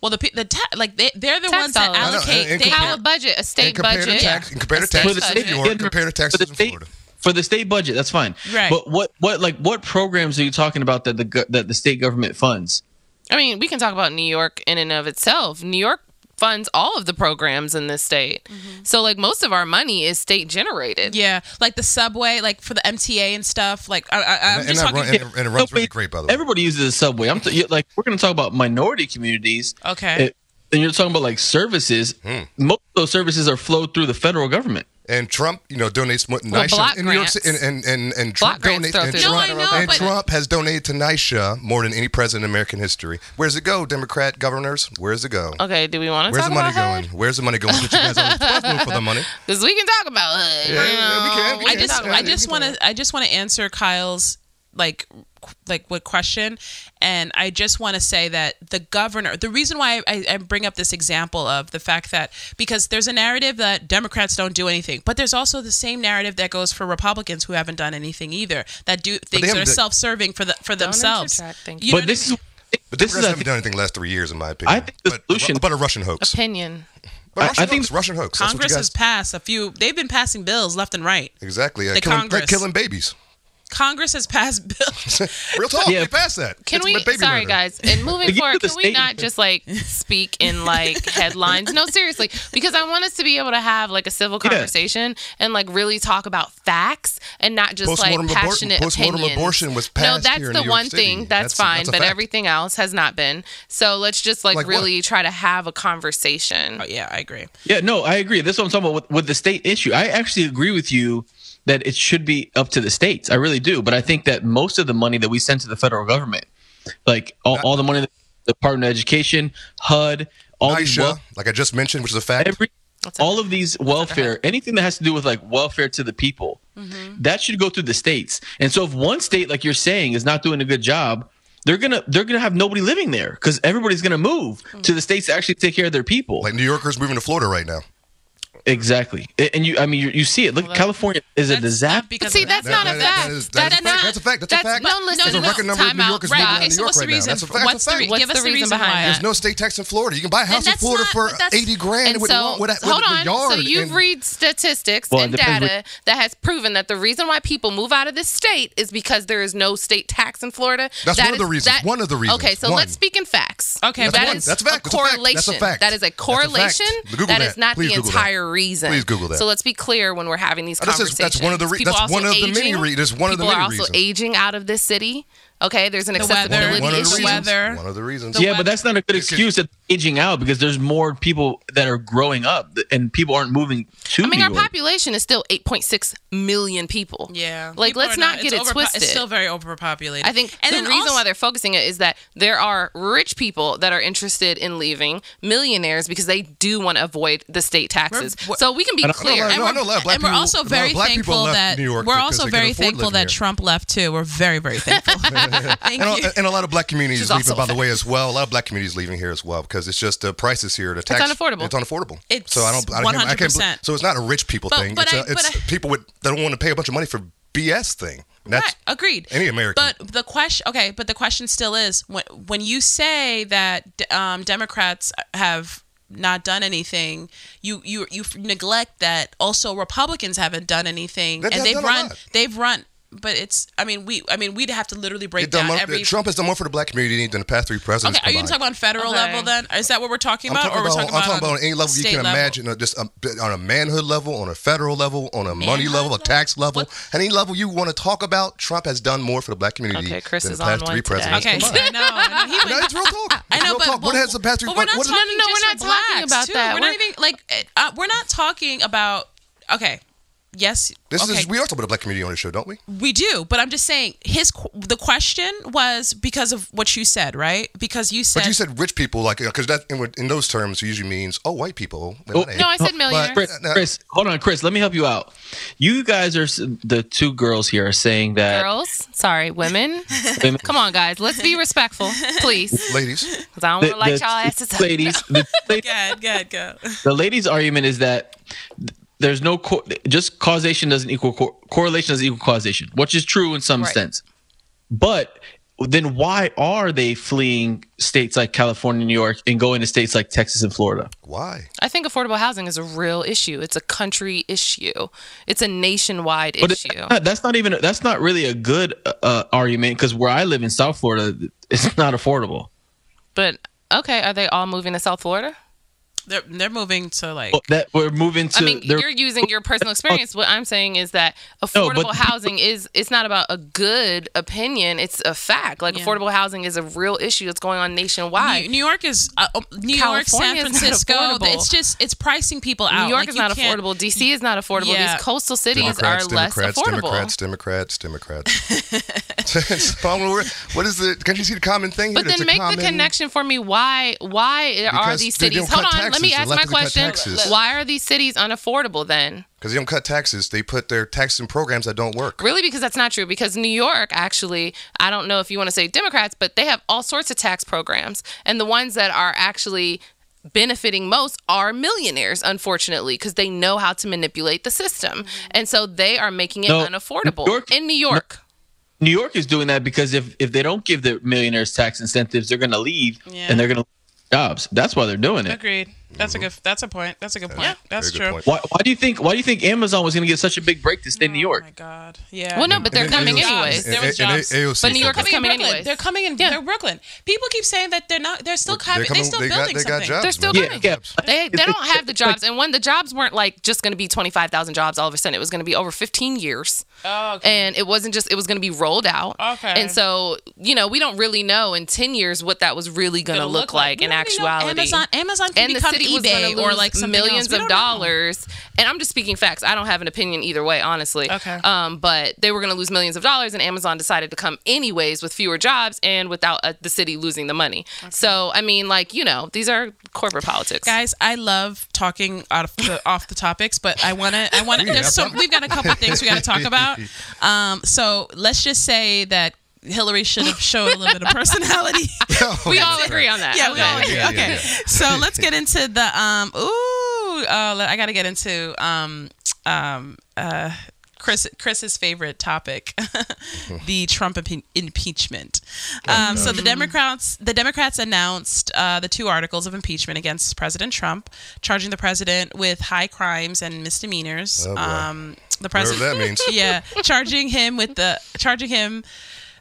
[SPEAKER 2] Well, the pe- the ta- like they they're the
[SPEAKER 4] Tax
[SPEAKER 2] ones that
[SPEAKER 4] dollars. I
[SPEAKER 3] know,
[SPEAKER 2] allocate.
[SPEAKER 3] and
[SPEAKER 2] they
[SPEAKER 4] How a
[SPEAKER 2] have,
[SPEAKER 4] budget, a state
[SPEAKER 3] And compare
[SPEAKER 4] budget.
[SPEAKER 3] the tax, and compare the
[SPEAKER 4] A state
[SPEAKER 3] taxes in
[SPEAKER 4] budget.
[SPEAKER 3] New York, compare the taxes
[SPEAKER 5] for the
[SPEAKER 3] in
[SPEAKER 5] state,
[SPEAKER 3] Florida.
[SPEAKER 5] for the state budget. That's fine.
[SPEAKER 2] Right.
[SPEAKER 5] But what what like what programs are you talking about that the go- that the state government funds?
[SPEAKER 4] I mean, we can talk about New York in and of itself. New York funds all of the programs in this state. So like most of our money is state generated.
[SPEAKER 2] yeah, like the subway, like for the MTA and stuff. Like I, I, I'm
[SPEAKER 3] And,
[SPEAKER 2] just
[SPEAKER 3] that
[SPEAKER 2] talking.
[SPEAKER 3] run- and, and it runs
[SPEAKER 5] Nobody-
[SPEAKER 3] really great, by the way.
[SPEAKER 5] Everybody uses the subway. I'm t- you- like we're going to talk about minority communities.
[SPEAKER 2] Okay.
[SPEAKER 5] Uh, and you're talking about like services.
[SPEAKER 3] Hmm.
[SPEAKER 5] Most of those services are flowed through the federal government.
[SPEAKER 3] And Trump, you know, donates what NYSHA
[SPEAKER 4] block
[SPEAKER 3] in New York
[SPEAKER 4] grants.
[SPEAKER 3] City, and and and, and
[SPEAKER 4] Block
[SPEAKER 3] Trump
[SPEAKER 4] grants
[SPEAKER 3] donates.
[SPEAKER 4] throw
[SPEAKER 3] And,
[SPEAKER 4] through the
[SPEAKER 3] Trump,
[SPEAKER 2] federal No, I know,
[SPEAKER 3] and
[SPEAKER 2] but-
[SPEAKER 3] Trump has donated to NYSHA more than any president in American history. Where's it go, Democrat governors? Where's it go?
[SPEAKER 4] Okay, do we want to
[SPEAKER 3] Where's
[SPEAKER 4] Oh, talk
[SPEAKER 3] the money
[SPEAKER 4] about HUD?
[SPEAKER 3] going? Where's the money going? Since you guys are responsible for the money.
[SPEAKER 4] Because we can talk about HUD.
[SPEAKER 3] Yeah, yeah, we can, we
[SPEAKER 2] I
[SPEAKER 3] can.
[SPEAKER 2] just
[SPEAKER 3] Yeah,
[SPEAKER 2] I
[SPEAKER 3] you
[SPEAKER 2] just
[SPEAKER 3] can
[SPEAKER 2] want
[SPEAKER 3] do
[SPEAKER 2] to I just want to answer Kyle's like qu- like what question and i just want to say that the governor the reason why I, I bring up this example of the fact that because there's a narrative that democrats don't do anything but there's also the same narrative that goes for republicans who haven't done anything either that do things that
[SPEAKER 3] haven't
[SPEAKER 2] are
[SPEAKER 3] done-
[SPEAKER 2] self-serving for the, for themselves
[SPEAKER 4] interject, thank
[SPEAKER 2] You
[SPEAKER 4] you.
[SPEAKER 2] know
[SPEAKER 5] but
[SPEAKER 2] what
[SPEAKER 5] this
[SPEAKER 2] I mean?
[SPEAKER 5] is
[SPEAKER 3] But
[SPEAKER 5] this is
[SPEAKER 3] Democrats
[SPEAKER 5] I
[SPEAKER 3] haven't
[SPEAKER 5] think,
[SPEAKER 3] done anything the last three years, in my opinion.
[SPEAKER 5] I think the
[SPEAKER 3] but,
[SPEAKER 5] solution-
[SPEAKER 3] But a Russian hoax.
[SPEAKER 4] Opinion.
[SPEAKER 3] But
[SPEAKER 5] I-
[SPEAKER 3] Russian
[SPEAKER 5] I think
[SPEAKER 3] hoax. Russian hoax. That's what you
[SPEAKER 2] Congress has
[SPEAKER 3] guys-
[SPEAKER 2] passed a few. They've been passing bills left and right.
[SPEAKER 3] Exactly. uh,
[SPEAKER 2] the
[SPEAKER 3] killing,
[SPEAKER 2] Congress.
[SPEAKER 3] Like killing babies.
[SPEAKER 2] Congress has passed bills.
[SPEAKER 3] Real talk.
[SPEAKER 5] Yeah.
[SPEAKER 3] We passed that.
[SPEAKER 4] Can
[SPEAKER 3] It's
[SPEAKER 4] we?
[SPEAKER 3] baby
[SPEAKER 4] Sorry,
[SPEAKER 3] murder.
[SPEAKER 4] guys. And moving
[SPEAKER 5] Give you
[SPEAKER 4] forward,
[SPEAKER 5] the
[SPEAKER 4] can we
[SPEAKER 5] state-
[SPEAKER 4] not just like speak in like headlines? No, seriously, because I want us to be able to have like a civil
[SPEAKER 5] Yeah.
[SPEAKER 4] conversation and like really talk about facts and not just
[SPEAKER 3] Postmortem
[SPEAKER 4] like
[SPEAKER 3] abor-
[SPEAKER 4] passionate
[SPEAKER 3] postmortem
[SPEAKER 4] opinions.
[SPEAKER 3] abortion was
[SPEAKER 4] no,
[SPEAKER 3] passed
[SPEAKER 4] that's
[SPEAKER 3] here in
[SPEAKER 4] the
[SPEAKER 3] New York
[SPEAKER 4] one
[SPEAKER 3] City.
[SPEAKER 4] thing that's,
[SPEAKER 3] That's-
[SPEAKER 4] fine,
[SPEAKER 3] that's a
[SPEAKER 4] but
[SPEAKER 3] fact.
[SPEAKER 4] everything else has not been. So let's just like,
[SPEAKER 3] Like what?
[SPEAKER 4] really try to have a conversation.
[SPEAKER 2] Oh, yeah, I agree.
[SPEAKER 5] yeah, no, I agree. This is what I'm talking about with, with the state issue. I actually agree with you that it should be up to the states. I really do. But I think that most of the money that we send to the federal government, like all, all the money that the Department of Education, HUD, all these
[SPEAKER 3] Aisha,
[SPEAKER 5] wealth-
[SPEAKER 3] like I just mentioned, which is a fact.
[SPEAKER 5] every all of these welfare anything that has to do with like welfare to the people
[SPEAKER 2] Mm-hmm.
[SPEAKER 5] that should go through the states and so if one state like you're saying is not doing a good job they're gonna they're gonna have nobody living there because everybody's gonna move
[SPEAKER 2] Mm.
[SPEAKER 5] to the states to actually take care of their people
[SPEAKER 3] like New Yorkers moving to Florida right now.
[SPEAKER 5] exactly A- and you i mean you, you see it look california is a
[SPEAKER 2] That's
[SPEAKER 5] disaster
[SPEAKER 2] not because
[SPEAKER 4] See,
[SPEAKER 2] of that.
[SPEAKER 4] that's not a
[SPEAKER 3] that-
[SPEAKER 4] fact.
[SPEAKER 3] that is- that is a fact. That's a fact. That's a fact.
[SPEAKER 4] No,
[SPEAKER 2] There's
[SPEAKER 4] listen.
[SPEAKER 2] a record
[SPEAKER 3] number of
[SPEAKER 4] time
[SPEAKER 3] New
[SPEAKER 4] out.
[SPEAKER 3] Yorkers
[SPEAKER 4] Right.
[SPEAKER 2] Right.
[SPEAKER 3] moving around
[SPEAKER 2] Okay.
[SPEAKER 3] New
[SPEAKER 2] So
[SPEAKER 3] York
[SPEAKER 2] what's the
[SPEAKER 3] right now.
[SPEAKER 2] reason?
[SPEAKER 3] That's a fact.
[SPEAKER 2] What's
[SPEAKER 3] That's a
[SPEAKER 2] the re-
[SPEAKER 3] fact.
[SPEAKER 2] give us
[SPEAKER 4] What's
[SPEAKER 2] the
[SPEAKER 4] the
[SPEAKER 2] reason
[SPEAKER 4] reason
[SPEAKER 2] behind
[SPEAKER 4] behind
[SPEAKER 2] that?
[SPEAKER 3] There's no state tax in Florida. You can buy a house in
[SPEAKER 4] that's
[SPEAKER 3] Florida
[SPEAKER 4] not-
[SPEAKER 3] for
[SPEAKER 4] but that's-
[SPEAKER 3] eighty grand
[SPEAKER 4] and
[SPEAKER 3] with,
[SPEAKER 4] so,
[SPEAKER 3] one, with, a-
[SPEAKER 4] hold
[SPEAKER 3] with
[SPEAKER 4] on.
[SPEAKER 3] a yard.
[SPEAKER 4] so you've
[SPEAKER 3] and-
[SPEAKER 4] read statistics
[SPEAKER 5] Well, it
[SPEAKER 4] and
[SPEAKER 5] depends
[SPEAKER 4] data that has proven that the reason why people move out of this state is because there is no state tax in Florida.
[SPEAKER 3] That's
[SPEAKER 4] That
[SPEAKER 3] one of the
[SPEAKER 4] is-
[SPEAKER 3] reasons.
[SPEAKER 4] that-
[SPEAKER 3] One of the reasons.
[SPEAKER 4] Okay, so
[SPEAKER 3] One.
[SPEAKER 4] let's speak in facts.
[SPEAKER 2] Okay,
[SPEAKER 4] that
[SPEAKER 2] That's
[SPEAKER 4] is
[SPEAKER 2] one.
[SPEAKER 3] That's a fact.
[SPEAKER 4] a
[SPEAKER 3] That's a fact.
[SPEAKER 4] correlation.
[SPEAKER 3] That's a fact.
[SPEAKER 4] That is a
[SPEAKER 3] That's a fact.
[SPEAKER 4] correlation.
[SPEAKER 3] Google
[SPEAKER 4] that
[SPEAKER 3] that.
[SPEAKER 4] is not
[SPEAKER 3] Please
[SPEAKER 4] the
[SPEAKER 3] Google that.
[SPEAKER 4] entire reason.
[SPEAKER 3] Please Google that.
[SPEAKER 4] So let's be clear when we're having these
[SPEAKER 3] Oh, that's just-
[SPEAKER 4] conversations.
[SPEAKER 3] that's one of the re-
[SPEAKER 4] People
[SPEAKER 3] that's
[SPEAKER 4] also
[SPEAKER 3] one of the many
[SPEAKER 4] aging.
[SPEAKER 3] re- that's one of the
[SPEAKER 4] People are
[SPEAKER 3] many
[SPEAKER 4] also
[SPEAKER 3] reasons.
[SPEAKER 4] aging out of this city. Okay, there's an
[SPEAKER 2] The weather.
[SPEAKER 3] one, of-
[SPEAKER 4] accessibility
[SPEAKER 3] one of the
[SPEAKER 4] issue.
[SPEAKER 3] reasons.
[SPEAKER 2] weather.
[SPEAKER 3] One of the reasons.
[SPEAKER 5] yeah,
[SPEAKER 2] weather.
[SPEAKER 5] but that's not a good excuse that aging out because there's more people that are growing up th- and people aren't moving to
[SPEAKER 4] I mean,
[SPEAKER 5] New
[SPEAKER 4] our
[SPEAKER 5] York.
[SPEAKER 4] population is still 8.6 million people.
[SPEAKER 2] Yeah.
[SPEAKER 4] Like,
[SPEAKER 2] People
[SPEAKER 4] let's
[SPEAKER 2] are
[SPEAKER 4] not,
[SPEAKER 2] it's
[SPEAKER 4] get it
[SPEAKER 2] overpo-
[SPEAKER 4] twisted.
[SPEAKER 2] It's still very overpopulated.
[SPEAKER 4] I think
[SPEAKER 2] And
[SPEAKER 4] the
[SPEAKER 2] then
[SPEAKER 4] reason
[SPEAKER 2] also-
[SPEAKER 4] why they're focusing it is that there are rich people that are interested in leaving, millionaires, because they do want to avoid the state taxes.
[SPEAKER 2] We're-
[SPEAKER 4] so we can be
[SPEAKER 5] don't-
[SPEAKER 4] clear.
[SPEAKER 3] I
[SPEAKER 2] and
[SPEAKER 3] know- I
[SPEAKER 2] we're,
[SPEAKER 3] know a lot of black
[SPEAKER 2] and we're
[SPEAKER 3] people-
[SPEAKER 2] also
[SPEAKER 3] a lot of
[SPEAKER 2] very
[SPEAKER 3] black people
[SPEAKER 2] thankful
[SPEAKER 3] left
[SPEAKER 2] that
[SPEAKER 3] New York
[SPEAKER 2] we're
[SPEAKER 3] because
[SPEAKER 2] also
[SPEAKER 3] they can
[SPEAKER 2] very
[SPEAKER 3] afford
[SPEAKER 2] thankful
[SPEAKER 3] living
[SPEAKER 2] that
[SPEAKER 3] here.
[SPEAKER 2] Trump left too. We're very very thankful. Thank
[SPEAKER 3] and,
[SPEAKER 2] you.
[SPEAKER 3] a, and a lot of black communities
[SPEAKER 4] She's
[SPEAKER 3] leaving,
[SPEAKER 4] also
[SPEAKER 3] by the way, as well. A lot of black communities leaving here as well because it's just the prices here. The tax,
[SPEAKER 4] unaffordable.
[SPEAKER 3] It's unaffordable.
[SPEAKER 2] It's
[SPEAKER 3] so I don't. I can't- I can't,
[SPEAKER 2] 100%.
[SPEAKER 3] so it's not a rich people
[SPEAKER 2] But-
[SPEAKER 3] thing.
[SPEAKER 2] but
[SPEAKER 3] it's a,
[SPEAKER 2] I-
[SPEAKER 3] it's
[SPEAKER 2] but I-
[SPEAKER 3] people with that don't want to pay a bunch of money for BS thing. And That's
[SPEAKER 2] Right, agreed.
[SPEAKER 3] any American.
[SPEAKER 2] But the question, okay, but the question still is when when you say that d- um, Democrats have not done anything, you you you neglect that also Republicans haven't done anything,
[SPEAKER 3] They-
[SPEAKER 2] and
[SPEAKER 3] they've
[SPEAKER 2] they've
[SPEAKER 3] done a
[SPEAKER 2] run
[SPEAKER 3] lot.
[SPEAKER 2] they've run. But it's I mean we I mean we'd have to literally break
[SPEAKER 3] They've done
[SPEAKER 2] down
[SPEAKER 3] more-
[SPEAKER 2] every.
[SPEAKER 3] Trump has done more for the black community than the past three presidents.
[SPEAKER 2] okay, are you talking
[SPEAKER 3] combined.
[SPEAKER 2] about on federal
[SPEAKER 4] Okay.
[SPEAKER 2] level then? Is that what we're talking about, or we're talking
[SPEAKER 3] I'm
[SPEAKER 2] about,
[SPEAKER 3] talking about on any level you
[SPEAKER 2] state
[SPEAKER 3] can
[SPEAKER 2] level?
[SPEAKER 3] imagine, uh, just a, on a manhood level, on a federal level, on a money
[SPEAKER 2] Manhood
[SPEAKER 3] level, a tax level,
[SPEAKER 2] What?
[SPEAKER 3] any level you want to talk about. Trump has done more for the black community
[SPEAKER 4] Okay, Chris
[SPEAKER 3] than
[SPEAKER 4] is
[SPEAKER 3] the
[SPEAKER 4] on
[SPEAKER 3] past
[SPEAKER 4] one
[SPEAKER 3] three
[SPEAKER 4] today.
[SPEAKER 3] presidents
[SPEAKER 2] Okay,
[SPEAKER 3] combined.
[SPEAKER 2] I know, I know. He
[SPEAKER 3] No,
[SPEAKER 2] was-
[SPEAKER 3] it's real talk.
[SPEAKER 2] I
[SPEAKER 3] It's
[SPEAKER 2] know,
[SPEAKER 3] real
[SPEAKER 2] but,
[SPEAKER 3] talk.
[SPEAKER 2] but-
[SPEAKER 3] What has the past three?
[SPEAKER 2] But we're
[SPEAKER 3] what-
[SPEAKER 2] not
[SPEAKER 3] what-
[SPEAKER 2] talking.
[SPEAKER 4] No, no, no,
[SPEAKER 2] just for
[SPEAKER 4] we're not talking
[SPEAKER 2] blacks,
[SPEAKER 4] about
[SPEAKER 2] too.
[SPEAKER 4] that.
[SPEAKER 2] We're, not
[SPEAKER 4] We're-
[SPEAKER 2] even like uh, we're not talking about. Okay, yes.
[SPEAKER 3] This
[SPEAKER 2] okay.
[SPEAKER 3] is we are talking about the black community on the show, don't we?
[SPEAKER 2] We do, but I'm just saying his qu- the question was because of what you said, right? Because you said,
[SPEAKER 3] But you said rich people, like because that in, in those terms usually means oh white people.
[SPEAKER 5] Oh,
[SPEAKER 4] No, I said millionaire.
[SPEAKER 3] But-
[SPEAKER 5] Chris,
[SPEAKER 3] No.
[SPEAKER 5] Chris, hold on, Chris. Let me help you out. You guys are s- the two girls here are saying that
[SPEAKER 4] Girls, sorry, women.
[SPEAKER 5] women-
[SPEAKER 4] Come on, guys. Let's be respectful, please.
[SPEAKER 3] ladies.
[SPEAKER 4] Because I
[SPEAKER 5] the,
[SPEAKER 4] don't want to light
[SPEAKER 5] the
[SPEAKER 4] y'all asses up.
[SPEAKER 5] ladies, the, ladies
[SPEAKER 2] "Good, good, go."
[SPEAKER 5] the ladies' argument is that th- there's no co- just causation doesn't equal cor- correlation doesn't equal causation, which is true in some
[SPEAKER 4] Right.
[SPEAKER 5] sense. But then why are they fleeing states like California, New York, and going to states like Texas and Florida?
[SPEAKER 3] Why?
[SPEAKER 4] I think affordable housing is a real issue. It's a country issue. It's a nationwide
[SPEAKER 5] But
[SPEAKER 4] issue.
[SPEAKER 5] it's not- that's not even that's not really a good uh, argument because where I live in South Florida, it's not affordable.
[SPEAKER 4] But okay, are they all moving to South Florida?
[SPEAKER 2] They're they're moving to like
[SPEAKER 5] Well, that we're moving to.
[SPEAKER 4] I mean,
[SPEAKER 5] they're-
[SPEAKER 4] you're using your personal experience. What I'm saying is that affordable
[SPEAKER 5] but-
[SPEAKER 4] housing is it's not about a good opinion, it's a fact. Like
[SPEAKER 2] Yeah.
[SPEAKER 4] affordable housing is a real issue that's going on nationwide.
[SPEAKER 2] New, New York is uh, um, New York, San
[SPEAKER 4] California is not
[SPEAKER 2] Francisco.
[SPEAKER 4] affordable.
[SPEAKER 2] It's just it's pricing people out.
[SPEAKER 4] New York
[SPEAKER 2] Like,
[SPEAKER 4] is
[SPEAKER 2] you
[SPEAKER 4] not
[SPEAKER 2] can't-
[SPEAKER 4] affordable. DC is not affordable.
[SPEAKER 2] Yeah.
[SPEAKER 4] These coastal cities
[SPEAKER 3] Democrats,
[SPEAKER 4] are less
[SPEAKER 3] Democrats,
[SPEAKER 4] affordable.
[SPEAKER 3] Democrats, Democrats, Democrats, So I'm aware- what is the? Can you see the common thing? here?
[SPEAKER 4] But
[SPEAKER 3] That's
[SPEAKER 4] then
[SPEAKER 3] a
[SPEAKER 4] make
[SPEAKER 3] common-
[SPEAKER 4] the connection for me. Why? Why are
[SPEAKER 3] Because
[SPEAKER 4] these
[SPEAKER 3] they don't
[SPEAKER 4] cities? Hold
[SPEAKER 3] cut
[SPEAKER 4] on. Let me
[SPEAKER 3] taxes.
[SPEAKER 4] ask
[SPEAKER 3] They're
[SPEAKER 4] my
[SPEAKER 3] left to cut
[SPEAKER 4] question.
[SPEAKER 3] taxes.
[SPEAKER 4] Why are these cities unaffordable then?
[SPEAKER 3] Because they don't cut taxes. They put their taxes in programs that don't work.
[SPEAKER 4] Really, because that's not true. Because New York, actually, I don't know if you want to say Democrats, but they have all sorts of tax programs, and the ones that are actually benefiting most are millionaires, unfortunately, because they know how to manipulate the system, and so they are making it
[SPEAKER 5] No,
[SPEAKER 4] unaffordable
[SPEAKER 5] New York-
[SPEAKER 4] in New York.
[SPEAKER 5] New York is doing that because if if they don't give the millionaires tax incentives, they're going to leave
[SPEAKER 2] Yeah.
[SPEAKER 5] and they're going to lose jobs. That's why they're doing it.
[SPEAKER 2] Agreed. That's a good. That's a point. That's a good point. that's
[SPEAKER 3] Very
[SPEAKER 2] true.
[SPEAKER 3] good point.
[SPEAKER 5] Why, why do you think why do you think Amazon was going to get such a big break to stay in New
[SPEAKER 2] Oh
[SPEAKER 5] York?
[SPEAKER 2] my God. Yeah.
[SPEAKER 4] Well, no, but they're
[SPEAKER 3] And
[SPEAKER 4] coming
[SPEAKER 3] AOC
[SPEAKER 4] anyways.
[SPEAKER 3] and-
[SPEAKER 2] There was
[SPEAKER 3] and- and
[SPEAKER 2] jobs.
[SPEAKER 3] AOC
[SPEAKER 4] But New York
[SPEAKER 3] focused.
[SPEAKER 4] is coming
[SPEAKER 2] in Brooklyn.
[SPEAKER 4] anyways.
[SPEAKER 2] They're coming in. They're Brooklyn. People keep saying that they're not. They're still
[SPEAKER 3] They're
[SPEAKER 2] having. They're,
[SPEAKER 3] coming-
[SPEAKER 2] still
[SPEAKER 3] they got-
[SPEAKER 2] building
[SPEAKER 3] they got
[SPEAKER 2] something.
[SPEAKER 3] jobs,
[SPEAKER 4] They're still
[SPEAKER 3] man.
[SPEAKER 4] coming.
[SPEAKER 5] Yeah, yeah.
[SPEAKER 4] They, they don't have the
[SPEAKER 5] Like-
[SPEAKER 4] jobs. And when the jobs weren't like just going to be 25,000 jobs all of a sudden, it was going to be over 15 years.
[SPEAKER 2] Oh, okay.
[SPEAKER 4] And it wasn't just, it was going to be rolled out.
[SPEAKER 2] Okay.
[SPEAKER 4] And so, you know, we don't really know in 10 years what that was really going to
[SPEAKER 2] Gonna
[SPEAKER 4] look, like
[SPEAKER 2] We
[SPEAKER 4] in
[SPEAKER 2] don't even know.
[SPEAKER 4] actuality.
[SPEAKER 2] Amazon, Amazon can
[SPEAKER 4] and the
[SPEAKER 2] become
[SPEAKER 4] city
[SPEAKER 2] eBay
[SPEAKER 4] was going to lose
[SPEAKER 2] or like something else.
[SPEAKER 4] millions
[SPEAKER 2] We
[SPEAKER 4] of
[SPEAKER 2] don't know.
[SPEAKER 4] dollars. And I'm just speaking facts. I don't have an opinion either way, honestly.
[SPEAKER 2] Okay.
[SPEAKER 4] Um, but they were going to lose millions of dollars, and Amazon decided to come anyways with fewer jobs and without uh, the city losing the money. So I mean, like you know, these are corporate politics.
[SPEAKER 2] Guys, I love talking out of the, off the topics, but I want to. I want to. There's so we've got a couple things we got to talk about. Um, so let's just say that Hillary should have showed a little bit of personality.
[SPEAKER 3] Oh,
[SPEAKER 4] we
[SPEAKER 3] yeah,
[SPEAKER 4] all
[SPEAKER 3] that's
[SPEAKER 4] agree
[SPEAKER 3] right.
[SPEAKER 4] on that.
[SPEAKER 2] yeah, we
[SPEAKER 4] Okay.
[SPEAKER 2] all agree.
[SPEAKER 3] Yeah, yeah,
[SPEAKER 2] okay, so let's get into the um. Ooh, uh, let- I got to get into um um uh. Chris, Chris's favorite topic, the Trump impe- impeachment.
[SPEAKER 3] Oh,
[SPEAKER 2] Um, so the Democrats, the Democrats announced uh, the two articles of impeachment against President Trump, charging the president with high crimes and misdemeanors.
[SPEAKER 3] Oh, boy.
[SPEAKER 2] um, the
[SPEAKER 3] Whatever
[SPEAKER 2] president,
[SPEAKER 3] that means.
[SPEAKER 2] yeah, charging him with the charging him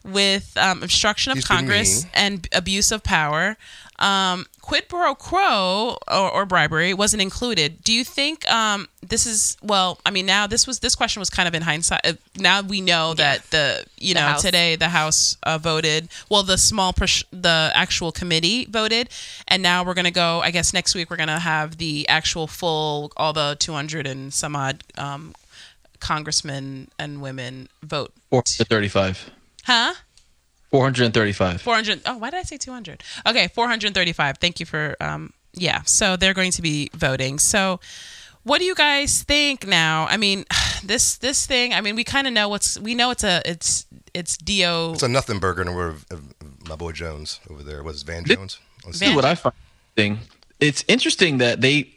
[SPEAKER 2] with um, obstruction of
[SPEAKER 3] He's been
[SPEAKER 2] Congress
[SPEAKER 3] mean.
[SPEAKER 2] and abuse of power. Um, quid pro quo or, or bribery wasn't included. Do you think um, this is well? I mean, now this was this question was kind of in hindsight. Uh, Now we know that the you know
[SPEAKER 4] House.
[SPEAKER 2] today the House uh, voted. Well, the small pers- the actual committee voted, and now we're gonna go. I guess next week we're gonna have the actual full all the two hundred and some odd um, congressmen and women vote.
[SPEAKER 5] Four hundred thirty-five.
[SPEAKER 2] Huh?
[SPEAKER 5] Four hundred thirty-five.
[SPEAKER 2] 400 oh why did i say 200 okay 435 thank you for um yeah so they're going to be voting so what do you guys think now? I mean, this this thing. I mean, we kind of know what's we know it's a it's it's do
[SPEAKER 3] It's a nothing burger, and we're uh, my boy Jones over there. Was Van
[SPEAKER 5] Thi-
[SPEAKER 3] Jones? Oh, Let's
[SPEAKER 5] This is
[SPEAKER 2] Van-
[SPEAKER 5] what I find interesting. It's interesting that they,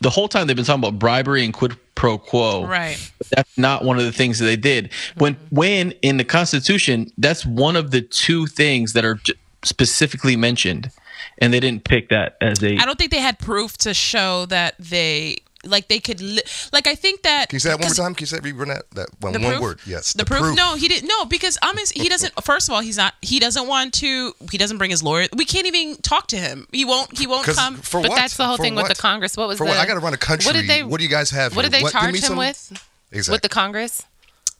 [SPEAKER 5] the whole time they've been talking about bribery and quid pro quo.
[SPEAKER 2] right.
[SPEAKER 5] But That's not one of the things that they did. When, when in the Constitution, that's one of the two things that are j- specifically mentioned, and they didn't pick that as a.
[SPEAKER 2] I don't think they had proof to show that they like they could li- like I think that
[SPEAKER 3] Can you say that one more
[SPEAKER 2] 'cause
[SPEAKER 3] time? Can you say run that that one,
[SPEAKER 2] the
[SPEAKER 3] one
[SPEAKER 2] proof-
[SPEAKER 3] word? Yes.
[SPEAKER 2] The, proof? No, he didn't. No, because Amis, he doesn't. First of all, he's not. He doesn't want to. He doesn't bring his lawyer. We can't even talk to him. He won't. He won't
[SPEAKER 3] 'Cause
[SPEAKER 2] come.
[SPEAKER 3] for
[SPEAKER 4] But
[SPEAKER 3] what?
[SPEAKER 4] that's the whole
[SPEAKER 3] For
[SPEAKER 4] thing
[SPEAKER 3] what?
[SPEAKER 4] with the Congress. What was
[SPEAKER 3] For
[SPEAKER 4] the,
[SPEAKER 3] what? I gotta run a country.
[SPEAKER 4] What did they?
[SPEAKER 3] What do you guys have
[SPEAKER 4] What
[SPEAKER 3] here?
[SPEAKER 4] did they
[SPEAKER 3] What- give
[SPEAKER 4] charge
[SPEAKER 3] me
[SPEAKER 4] him
[SPEAKER 3] some-
[SPEAKER 4] with?
[SPEAKER 3] Exactly.
[SPEAKER 4] With the Congress?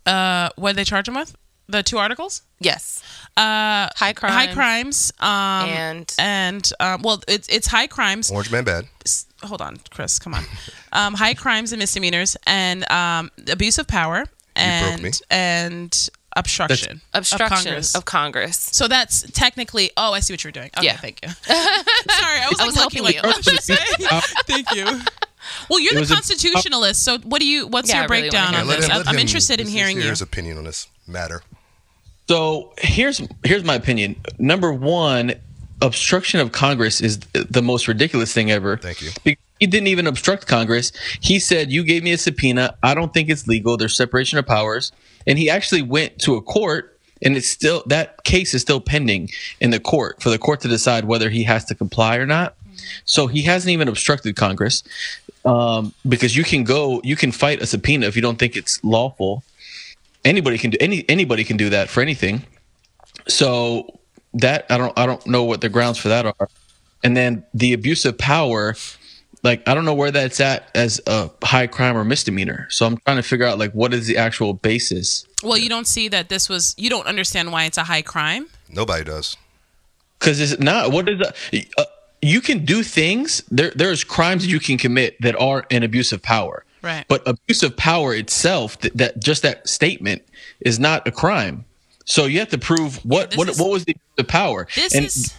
[SPEAKER 2] uh, what did they charge him with? The two articles.
[SPEAKER 4] Yes.
[SPEAKER 2] Uh,
[SPEAKER 4] High crime.
[SPEAKER 2] high crimes. Um,
[SPEAKER 4] And-
[SPEAKER 2] and um, well, it's it's high crimes.
[SPEAKER 3] Orange Man Bad.
[SPEAKER 2] s- hold on, Chris, come on. Um, high crimes and misdemeanors and um, abuse of power and
[SPEAKER 3] me.
[SPEAKER 2] and obstruction
[SPEAKER 4] Obstruction
[SPEAKER 2] of Congress.
[SPEAKER 4] Of Congress.
[SPEAKER 2] so that's technically. Oh, I see what you were doing. Okay,
[SPEAKER 4] Yeah.
[SPEAKER 2] thank you. Sorry, I was, like,
[SPEAKER 4] was
[SPEAKER 2] looking
[SPEAKER 4] helping
[SPEAKER 2] like,
[SPEAKER 4] you.
[SPEAKER 2] what did she say? thank you. Well, you're
[SPEAKER 5] It was
[SPEAKER 2] the
[SPEAKER 5] a- uh,
[SPEAKER 2] constitutionalist, so what do you? What's
[SPEAKER 4] Yeah, I
[SPEAKER 2] your
[SPEAKER 4] really wanna
[SPEAKER 2] breakdown
[SPEAKER 4] hear
[SPEAKER 2] on
[SPEAKER 4] that.
[SPEAKER 2] this?
[SPEAKER 4] Let
[SPEAKER 2] I'm, I'm interested in
[SPEAKER 3] let's
[SPEAKER 2] hearing
[SPEAKER 3] hear
[SPEAKER 2] you.
[SPEAKER 3] his opinion on this matter.
[SPEAKER 5] So here's here's my opinion. Number one, obstruction of Congress is the most ridiculous thing ever.
[SPEAKER 3] Thank you.
[SPEAKER 5] Be- He didn't even obstruct Congress. He said, "You gave me a subpoena. I don't think it's legal. There's separation of powers." And he actually went to a court, and it's still that case is still pending in the court for the court to decide whether he has to comply or not. So he hasn't even obstructed Congress um, because you can go, you can fight a subpoena if you don't think it's lawful anybody can do any anybody can do that for anything. So that I don't I don't know what the grounds for that are. And then the abuse of power, like I don't know where that's at as a high crime or misdemeanor. So I'm trying to figure out like what is the actual basis.
[SPEAKER 2] Well, you don't see that this was. You don't understand why it's a high crime.
[SPEAKER 3] Nobody does.
[SPEAKER 5] Because it's not what is the, uh, you can do things. There there's crimes you can commit that are an abuse of power.
[SPEAKER 2] Right.
[SPEAKER 5] But abuse of power itself, th- that just that statement is not a crime. So you have to prove what
[SPEAKER 2] this
[SPEAKER 5] what,
[SPEAKER 2] is-
[SPEAKER 5] what was the abuse of power.
[SPEAKER 2] This
[SPEAKER 5] And-
[SPEAKER 2] is.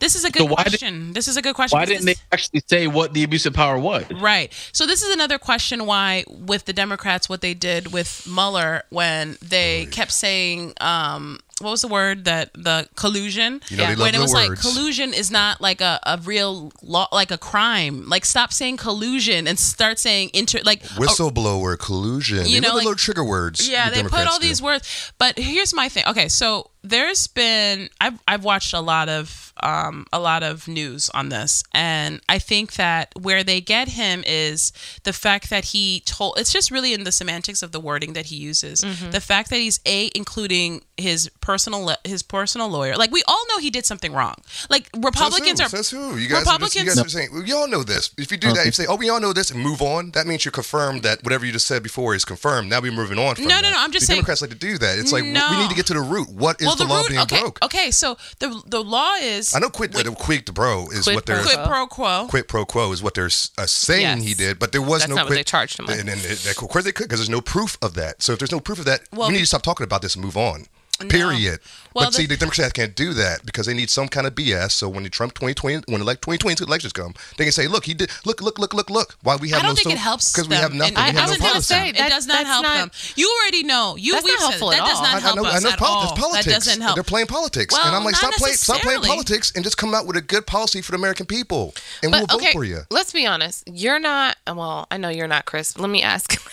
[SPEAKER 2] This is a good
[SPEAKER 5] So why did-
[SPEAKER 2] question. this is a good question.
[SPEAKER 5] Why
[SPEAKER 2] because
[SPEAKER 5] didn't
[SPEAKER 2] this-
[SPEAKER 5] they actually say what the abuse of power was?
[SPEAKER 2] Right. So this is another question why with the Democrats what they did with Mueller when they kept saying um what was the word that the collusion?
[SPEAKER 3] You know, they love
[SPEAKER 2] when it
[SPEAKER 3] the
[SPEAKER 2] was like
[SPEAKER 3] words.
[SPEAKER 2] collusion is not like a, a real law like a crime. Like stop saying collusion and start saying inter like a-
[SPEAKER 3] Whistleblower, collusion.
[SPEAKER 2] Oh. You
[SPEAKER 3] You
[SPEAKER 2] know,
[SPEAKER 3] know,
[SPEAKER 2] like-
[SPEAKER 3] little trigger words.
[SPEAKER 2] yeah,
[SPEAKER 3] the
[SPEAKER 2] they put
[SPEAKER 3] Democrats
[SPEAKER 2] all
[SPEAKER 3] do.
[SPEAKER 2] these words. But here's my thing. Okay, so there's been I've I've watched a lot of um a lot of news on this, and I think that where they get him is the fact that he told. It's just really in the semantics of the wording that he uses. The fact that he's a including his personal le- his personal lawyer. Like we all know he did something wrong. Like
[SPEAKER 3] Says
[SPEAKER 2] Republicans
[SPEAKER 3] who?
[SPEAKER 2] are
[SPEAKER 3] Says who? You guys, Republicans. Are just, you guys are saying well, you all know this. If you do that, you say, "Oh, we all know this," and move on. That means you confirm that whatever you just said before is confirmed. Now we're moving on. From
[SPEAKER 2] No, no,
[SPEAKER 3] that.
[SPEAKER 2] no, I'm just
[SPEAKER 3] the
[SPEAKER 2] saying-
[SPEAKER 3] Democrats like to do that. It's like w-
[SPEAKER 2] No.
[SPEAKER 3] we need to get to the root. What is
[SPEAKER 2] well
[SPEAKER 3] the,
[SPEAKER 2] the,
[SPEAKER 3] law
[SPEAKER 2] root.
[SPEAKER 3] being
[SPEAKER 2] Okay,
[SPEAKER 3] broke?
[SPEAKER 2] okay. So the the law is
[SPEAKER 3] I know quid, uh, quid pro is
[SPEAKER 4] Quid
[SPEAKER 3] what they're
[SPEAKER 4] pro
[SPEAKER 2] quid
[SPEAKER 4] quo.
[SPEAKER 2] pro quo.
[SPEAKER 3] quid pro quo is what they're s- uh, saying
[SPEAKER 4] Yes.
[SPEAKER 3] he did, but there was
[SPEAKER 4] That's
[SPEAKER 3] no
[SPEAKER 4] not what
[SPEAKER 3] quid,
[SPEAKER 4] they charged him with.
[SPEAKER 3] And, and it- of course they could because there's no proof of that. So if there's no proof of that,
[SPEAKER 2] Well,
[SPEAKER 3] we need to stop talking about this and move on. Period.
[SPEAKER 2] Well,
[SPEAKER 3] but
[SPEAKER 2] the-
[SPEAKER 3] see, the Democrats can't do that because they need some kind of BS. So when the Trump 2020, when elect 2022 elections come, they can say, "Look, he did. Look, look, look, look, look. Why we have
[SPEAKER 2] I don't
[SPEAKER 3] no
[SPEAKER 2] think it helps
[SPEAKER 3] because we
[SPEAKER 2] them.
[SPEAKER 3] have nothing.
[SPEAKER 2] And I,
[SPEAKER 3] we
[SPEAKER 2] I
[SPEAKER 3] have
[SPEAKER 2] was
[SPEAKER 3] no
[SPEAKER 2] gonna
[SPEAKER 3] policy.
[SPEAKER 2] say,
[SPEAKER 4] Right, that-
[SPEAKER 2] it does not
[SPEAKER 4] that's
[SPEAKER 2] help
[SPEAKER 4] not-
[SPEAKER 2] them. You already know. You
[SPEAKER 4] That's
[SPEAKER 2] we've
[SPEAKER 4] not
[SPEAKER 2] said
[SPEAKER 4] helpful
[SPEAKER 2] that
[SPEAKER 4] at
[SPEAKER 2] does
[SPEAKER 4] all.
[SPEAKER 2] not
[SPEAKER 3] I, I
[SPEAKER 2] help
[SPEAKER 3] know,
[SPEAKER 2] us
[SPEAKER 3] I know
[SPEAKER 2] at
[SPEAKER 3] poli-
[SPEAKER 2] all.
[SPEAKER 3] That's politics.
[SPEAKER 2] That doesn't help.
[SPEAKER 3] They're playing politics,
[SPEAKER 2] Well,
[SPEAKER 3] and I'm like,
[SPEAKER 2] not
[SPEAKER 3] stop playing, stop playing
[SPEAKER 2] necessarily.
[SPEAKER 3] politics, and just come out with a good policy for the American people, and
[SPEAKER 4] But
[SPEAKER 3] we will
[SPEAKER 4] okay,
[SPEAKER 3] vote for you.
[SPEAKER 4] let's be honest. You're not. Well, I know you're not, Chris. Let me ask.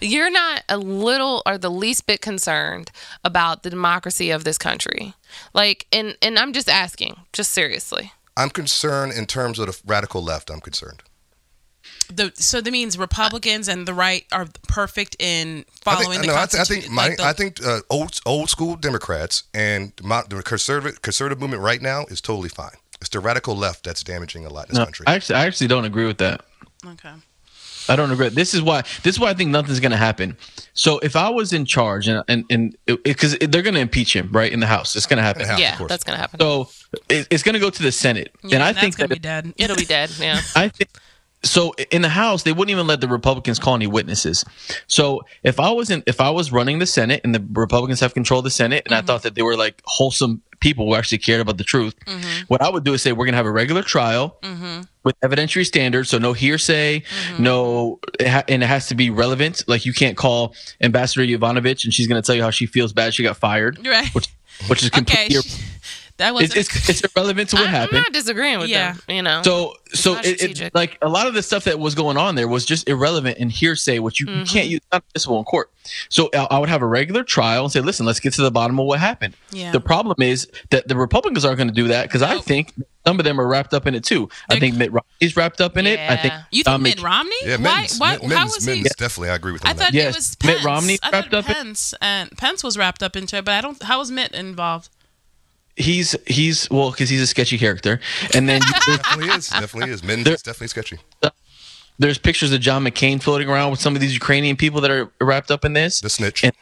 [SPEAKER 4] You're not a little or the least bit concerned about the democracy of this country. Like, and and I'm just asking, just seriously.
[SPEAKER 3] I'm concerned in terms of the radical left. I'm concerned.
[SPEAKER 2] The, so that means Republicans and the right are perfect in following the
[SPEAKER 3] I think, no, I thi-
[SPEAKER 2] Constitution.
[SPEAKER 3] I think, my,
[SPEAKER 2] like the-
[SPEAKER 3] I think uh, old old school Democrats and my, the conservative conservative movement right now is totally fine. It's the radical left that's damaging a lot in this
[SPEAKER 5] No,
[SPEAKER 3] country.
[SPEAKER 5] I actually, I actually don't agree with that.
[SPEAKER 2] okay.
[SPEAKER 5] I don't agree. This is why. This is why I think nothing's going to happen. So if I was in charge, and and and because they're going to impeach him right in the House, it's going to happen.
[SPEAKER 3] Yeah. Of
[SPEAKER 4] yeah,
[SPEAKER 3] course.
[SPEAKER 4] that's gonna happen.
[SPEAKER 5] So it, it's going to go to the Senate,
[SPEAKER 2] Yeah,
[SPEAKER 5] and I
[SPEAKER 2] that's
[SPEAKER 5] think
[SPEAKER 2] gonna
[SPEAKER 5] that
[SPEAKER 2] be dead.
[SPEAKER 4] It'll be dead. Yeah.
[SPEAKER 5] I think so. In the House, they wouldn't even let the Republicans call any witnesses. So
[SPEAKER 2] Mm-hmm.
[SPEAKER 5] if I wasn't, if I was running the Senate and the Republicans have control of the Senate, and I thought that they were like wholesome people who actually cared about the truth.
[SPEAKER 2] Mm-hmm.
[SPEAKER 5] What I would do is say we're going to have a regular trial with evidentiary standards, so no hearsay,
[SPEAKER 2] Mm-hmm.
[SPEAKER 5] no, it ha- and it has to be relevant. Like you can't call Ambassador Yovanovitch and she's going to tell you how she feels bad she got fired,
[SPEAKER 2] Right.
[SPEAKER 5] which which is
[SPEAKER 2] Okay.
[SPEAKER 5] completely
[SPEAKER 2] sh- That
[SPEAKER 5] it's,
[SPEAKER 2] wasn't.
[SPEAKER 5] it's, it's irrelevant to what
[SPEAKER 4] I'm
[SPEAKER 5] happened.
[SPEAKER 4] not disagreeing with
[SPEAKER 2] Yeah.
[SPEAKER 4] them. You know.
[SPEAKER 5] So so
[SPEAKER 4] not
[SPEAKER 5] it,
[SPEAKER 4] strategic.
[SPEAKER 5] it, like a lot of the stuff that was going on there was just irrelevant and hearsay, which you, you
[SPEAKER 2] Mm-hmm.
[SPEAKER 5] can't use it's not admissible in court. So I, I would have a regular trial and say, listen, let's get to the bottom of what happened.
[SPEAKER 2] Yeah.
[SPEAKER 5] The problem is that the Republicans aren't going to do that because I
[SPEAKER 2] Nope.
[SPEAKER 5] think some of them are wrapped up in it too. I
[SPEAKER 2] They're-
[SPEAKER 5] think Mitt Romney's wrapped up in it. I think
[SPEAKER 4] Yeah.
[SPEAKER 2] you think
[SPEAKER 5] Don
[SPEAKER 2] Mitt
[SPEAKER 5] Mc-
[SPEAKER 2] Romney?
[SPEAKER 3] Yeah,
[SPEAKER 2] why?
[SPEAKER 3] Mittens,
[SPEAKER 2] why?
[SPEAKER 3] Mitt-
[SPEAKER 2] how
[SPEAKER 3] Mittens,
[SPEAKER 2] was he?
[SPEAKER 3] Mittens, definitely. I agree with him.
[SPEAKER 2] I
[SPEAKER 3] on that.
[SPEAKER 2] thought
[SPEAKER 5] Yes,
[SPEAKER 2] it was Pence.
[SPEAKER 5] Mitt Romney
[SPEAKER 2] I
[SPEAKER 5] wrapped
[SPEAKER 2] thought
[SPEAKER 5] up in-
[SPEAKER 2] Pence and Pence was wrapped up into it, but I don't. How was Mitt involved?
[SPEAKER 5] he's he's well because he's a sketchy character. And then you,
[SPEAKER 3] definitely is. Definitely is. Mittens
[SPEAKER 5] There-
[SPEAKER 3] is definitely sketchy.
[SPEAKER 5] there's pictures of John McCain floating around with some of these Ukrainian people that are wrapped up in this.
[SPEAKER 3] The snitch.
[SPEAKER 5] And-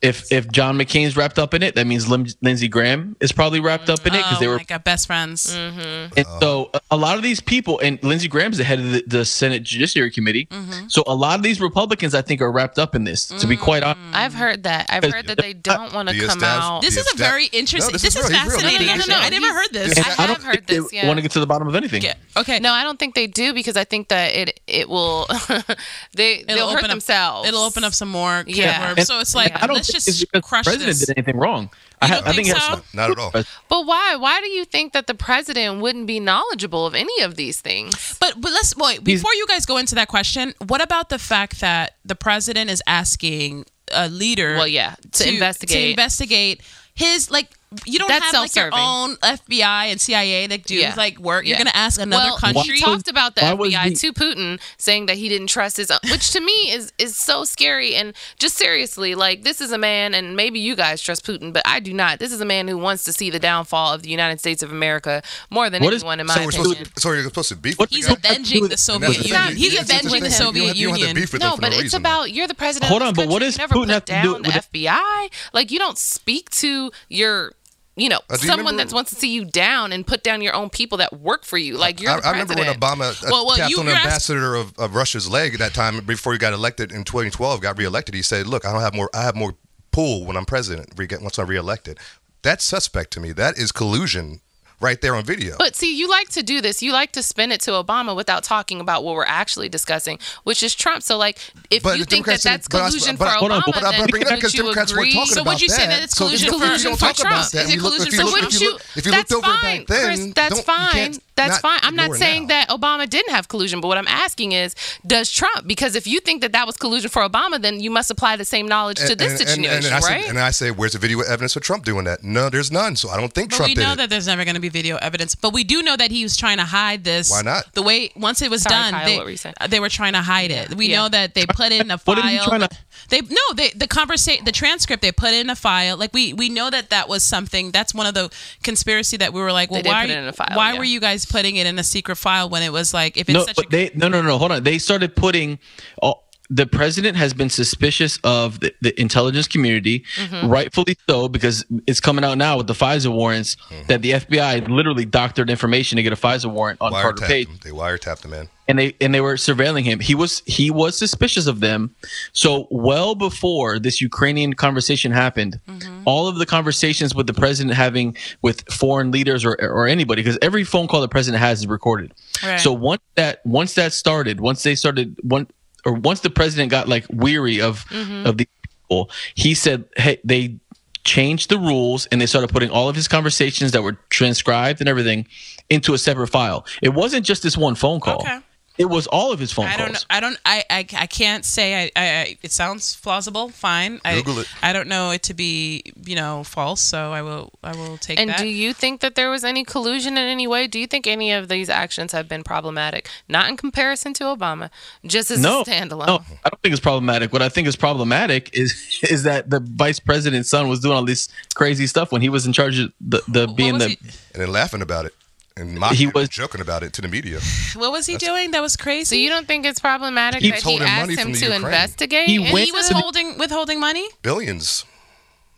[SPEAKER 5] if if John McCain's wrapped up in it, that means Lim- Lindsey Graham is probably wrapped up in it because
[SPEAKER 2] oh
[SPEAKER 5] they were. Mm.
[SPEAKER 2] my God, best friends.
[SPEAKER 5] And so a- a lot of these people, and Lindsey Graham's the head of the, the Senate Judiciary Committee.
[SPEAKER 2] Mm-hmm.
[SPEAKER 5] So a lot of these Republicans, I think, are wrapped up in this. To be quite
[SPEAKER 2] Mm.
[SPEAKER 5] honest,
[SPEAKER 4] I've heard that. I've heard that they don't want to
[SPEAKER 3] The
[SPEAKER 4] come
[SPEAKER 3] estab-
[SPEAKER 4] out.
[SPEAKER 2] This
[SPEAKER 3] Yeah,
[SPEAKER 2] is a
[SPEAKER 3] that-
[SPEAKER 2] very
[SPEAKER 3] no,
[SPEAKER 2] interesting.
[SPEAKER 3] this
[SPEAKER 2] this,
[SPEAKER 3] is
[SPEAKER 2] is,
[SPEAKER 3] real, he's real.
[SPEAKER 2] fascinating.
[SPEAKER 4] No, no, no,
[SPEAKER 2] I
[SPEAKER 4] no,
[SPEAKER 2] never
[SPEAKER 4] he's-
[SPEAKER 2] heard this.
[SPEAKER 4] I
[SPEAKER 5] And
[SPEAKER 2] I,
[SPEAKER 4] have
[SPEAKER 5] don't
[SPEAKER 4] heard
[SPEAKER 5] think they
[SPEAKER 4] this, yeah.
[SPEAKER 5] want to get to the bottom of anything.
[SPEAKER 2] yeah. Okay.
[SPEAKER 4] No, I don't think they do because I think that it it will they they'll hurt
[SPEAKER 2] up,
[SPEAKER 4] thems.
[SPEAKER 2] It'll open up some more.
[SPEAKER 4] Yeah.
[SPEAKER 2] Yeah.
[SPEAKER 5] And-
[SPEAKER 2] So it's like
[SPEAKER 5] and I don't
[SPEAKER 2] let's
[SPEAKER 5] think it's
[SPEAKER 2] just
[SPEAKER 5] because the
[SPEAKER 2] crush
[SPEAKER 5] president
[SPEAKER 2] this.
[SPEAKER 5] did anything wrong. I, ha-
[SPEAKER 2] don't
[SPEAKER 5] I think
[SPEAKER 2] think
[SPEAKER 5] it
[SPEAKER 2] so?
[SPEAKER 5] has
[SPEAKER 3] Not at all.
[SPEAKER 4] But why? Why do you think that the president wouldn't be knowledgeable of any of these things?
[SPEAKER 2] But but let's wait before you guys go into that question. What about the fact that the president is asking a leader?
[SPEAKER 4] Well, yeah, to,
[SPEAKER 2] to
[SPEAKER 4] investigate.
[SPEAKER 2] investigate his like. You don't
[SPEAKER 4] That's
[SPEAKER 2] have like your
[SPEAKER 4] self-serving.
[SPEAKER 2] own FBI and CIA to do
[SPEAKER 4] Yeah.
[SPEAKER 2] like work. You're
[SPEAKER 4] Yeah.
[SPEAKER 2] gonna ask another
[SPEAKER 4] well,
[SPEAKER 2] country.
[SPEAKER 4] He talked about the
[SPEAKER 5] why was
[SPEAKER 4] FBI
[SPEAKER 5] the-
[SPEAKER 4] to Putin, saying that he didn't trust his, which to me is is so scary and just seriously, like this is a man, and maybe you guys trust Putin, but I do not. This is a man who wants to see the downfall of the United States of America more than
[SPEAKER 5] What is-
[SPEAKER 4] anyone, in my
[SPEAKER 3] So we're supposed
[SPEAKER 4] opinion.
[SPEAKER 3] to. So you're supposed to beef.
[SPEAKER 5] What-
[SPEAKER 3] with
[SPEAKER 2] He's
[SPEAKER 3] the guy?
[SPEAKER 2] avenging the
[SPEAKER 3] And that's
[SPEAKER 2] Soviet
[SPEAKER 3] the
[SPEAKER 2] Union.
[SPEAKER 3] thing.
[SPEAKER 2] He's
[SPEAKER 3] It's- it's
[SPEAKER 2] avenging the
[SPEAKER 3] thing. You don't
[SPEAKER 2] Soviet
[SPEAKER 3] have- you don't have to
[SPEAKER 2] Union.
[SPEAKER 3] beef with them
[SPEAKER 4] No,
[SPEAKER 3] for
[SPEAKER 4] but
[SPEAKER 3] no
[SPEAKER 4] it's
[SPEAKER 3] reason, though.
[SPEAKER 4] about you're the president.
[SPEAKER 5] Hold
[SPEAKER 4] of this
[SPEAKER 5] on, but what
[SPEAKER 4] country.
[SPEAKER 5] does
[SPEAKER 4] you never
[SPEAKER 5] Putin
[SPEAKER 4] put
[SPEAKER 5] have to do
[SPEAKER 4] down
[SPEAKER 5] with it?
[SPEAKER 4] the FBI? Like you don't speak to your. You know,
[SPEAKER 3] Uh, do you
[SPEAKER 4] someone
[SPEAKER 3] remember-
[SPEAKER 4] that wants to see you down and put down your own people that work for you. Like you're
[SPEAKER 3] I,
[SPEAKER 4] the
[SPEAKER 3] I remember when
[SPEAKER 4] president.
[SPEAKER 3] Obama uh,
[SPEAKER 2] Well, well,
[SPEAKER 3] tapped
[SPEAKER 2] you-
[SPEAKER 3] on the
[SPEAKER 2] you're ask-
[SPEAKER 3] ambassador of, of Russia's leg at that time before he got elected in 2012, got reelected. He said, "Look, I don't have more. I have more pull when I'm president. re- Once I'm reelected, that's suspect to me. That is collusion, right there on video.
[SPEAKER 4] But see, you like to do this. You like to spin it to Obama without talking about what we're actually discussing, which is Trump. So, like, if
[SPEAKER 3] But
[SPEAKER 4] you
[SPEAKER 3] the
[SPEAKER 4] think that
[SPEAKER 3] Democrats
[SPEAKER 4] that's
[SPEAKER 3] didn't- but I-
[SPEAKER 4] collusion
[SPEAKER 3] but I-
[SPEAKER 4] for
[SPEAKER 5] hold on,
[SPEAKER 4] Obama,
[SPEAKER 5] but-
[SPEAKER 3] But I- but I
[SPEAKER 4] then
[SPEAKER 3] bring it up
[SPEAKER 4] would
[SPEAKER 3] because
[SPEAKER 4] you
[SPEAKER 3] Democrats
[SPEAKER 4] agree?
[SPEAKER 3] were talking
[SPEAKER 2] So
[SPEAKER 3] about
[SPEAKER 2] would you
[SPEAKER 3] that.
[SPEAKER 2] say that it's
[SPEAKER 3] So if you
[SPEAKER 2] collusion
[SPEAKER 3] don't- if
[SPEAKER 2] for-
[SPEAKER 3] you don't
[SPEAKER 2] for
[SPEAKER 3] talk
[SPEAKER 2] Trump?
[SPEAKER 3] about that,
[SPEAKER 2] Is
[SPEAKER 3] if
[SPEAKER 2] it
[SPEAKER 3] you look- if
[SPEAKER 2] collusion for
[SPEAKER 3] you look-
[SPEAKER 2] Trump?
[SPEAKER 3] if you look- if you
[SPEAKER 4] that's
[SPEAKER 3] looked over
[SPEAKER 4] fine,
[SPEAKER 3] back then,
[SPEAKER 4] Chris. That's
[SPEAKER 3] don't- you
[SPEAKER 4] fine.
[SPEAKER 3] can't
[SPEAKER 4] That's
[SPEAKER 3] not
[SPEAKER 4] fine. I'm not
[SPEAKER 3] ignore
[SPEAKER 4] saying
[SPEAKER 3] now.
[SPEAKER 4] that Obama didn't have collusion, but what I'm asking is, does Trump? Because if you think that that was collusion for Obama, then you must apply the same knowledge to this situation,
[SPEAKER 3] I say-
[SPEAKER 4] right?
[SPEAKER 3] and I say, where's the video evidence of Trump doing that? No, there's none. So I don't think
[SPEAKER 2] But
[SPEAKER 3] Trump
[SPEAKER 2] we
[SPEAKER 3] did
[SPEAKER 2] know
[SPEAKER 3] it.
[SPEAKER 2] that there's never going to be video evidence. But we do know that he was trying to hide this.
[SPEAKER 3] Why not?
[SPEAKER 2] The way once it was
[SPEAKER 4] Sorry,
[SPEAKER 2] done,
[SPEAKER 4] Kyle,
[SPEAKER 2] they,
[SPEAKER 4] what were you saying?
[SPEAKER 2] they were trying to hide it. We
[SPEAKER 4] Yeah.
[SPEAKER 2] know that they put it in a file.
[SPEAKER 5] What are you trying to-
[SPEAKER 2] They no, they the conversation, the transcript they put in a file. Like we we know that that was something. That's one of the conspiracy that we were like, well,
[SPEAKER 4] did
[SPEAKER 2] why
[SPEAKER 4] put it in a file,
[SPEAKER 2] why
[SPEAKER 4] yeah.
[SPEAKER 2] were you guys putting it in a secret file when it was like if it's
[SPEAKER 5] no,
[SPEAKER 2] such
[SPEAKER 5] but
[SPEAKER 2] a
[SPEAKER 5] they no no no. Hold on. They started putting all. The president has been suspicious of the, the intelligence community,
[SPEAKER 2] Mm-hmm.
[SPEAKER 5] rightfully so, because it's coming out now with the FISA warrants that the FBI literally doctored information to get a FISA warrant on Carter
[SPEAKER 3] wiretapped
[SPEAKER 5] Page,
[SPEAKER 3] him. They wiretapped the man.
[SPEAKER 5] and they and they were surveilling him. He was he was suspicious of them. So well before this Ukrainian conversation happened,
[SPEAKER 2] Mm-hmm.
[SPEAKER 5] all of the conversations with the president having with foreign leaders or or anybody, because every phone call the president has is recorded.
[SPEAKER 2] Right.
[SPEAKER 5] So once that once that started, once they started one or once the president got like weary of
[SPEAKER 2] Mm-hmm.
[SPEAKER 5] of these people, he said, "Hey, they changed the rules and they started putting all of his conversations that were transcribed and everything into a separate file. It wasn't just this one phone call.
[SPEAKER 2] Okay.
[SPEAKER 5] It was all of his phone
[SPEAKER 2] I
[SPEAKER 5] calls.
[SPEAKER 2] don't know. I don't. I. I, I can't say. I, I. I. It sounds plausible. Fine.
[SPEAKER 3] Google
[SPEAKER 2] I,
[SPEAKER 3] it.
[SPEAKER 2] I don't know it to be you know false. So I will. I will take
[SPEAKER 4] And
[SPEAKER 2] that.
[SPEAKER 4] do you think that there was any collusion in any way? Do you think any of these actions have been problematic? Not in comparison to Obama, just as
[SPEAKER 5] No,
[SPEAKER 4] a standalone.
[SPEAKER 5] no, I don't think it's problematic. What I think is problematic is is that the vice president's son was doing all this crazy stuff when he was in charge of the, the being
[SPEAKER 2] was
[SPEAKER 5] the.
[SPEAKER 3] And then laughing about it. And mocking
[SPEAKER 5] He
[SPEAKER 3] it and
[SPEAKER 5] was-
[SPEAKER 3] joking about it to the media.
[SPEAKER 2] What was he doing that was
[SPEAKER 4] So
[SPEAKER 2] crazy?
[SPEAKER 4] you don't think it's problematic
[SPEAKER 5] He
[SPEAKER 4] that
[SPEAKER 3] was
[SPEAKER 4] he
[SPEAKER 3] holding
[SPEAKER 4] asked
[SPEAKER 3] money
[SPEAKER 4] him
[SPEAKER 3] from the
[SPEAKER 4] to
[SPEAKER 3] Ukraine.
[SPEAKER 4] investigate?
[SPEAKER 5] He
[SPEAKER 4] and
[SPEAKER 5] went-
[SPEAKER 2] he was
[SPEAKER 5] to the-
[SPEAKER 2] holding withholding money.
[SPEAKER 3] Billions.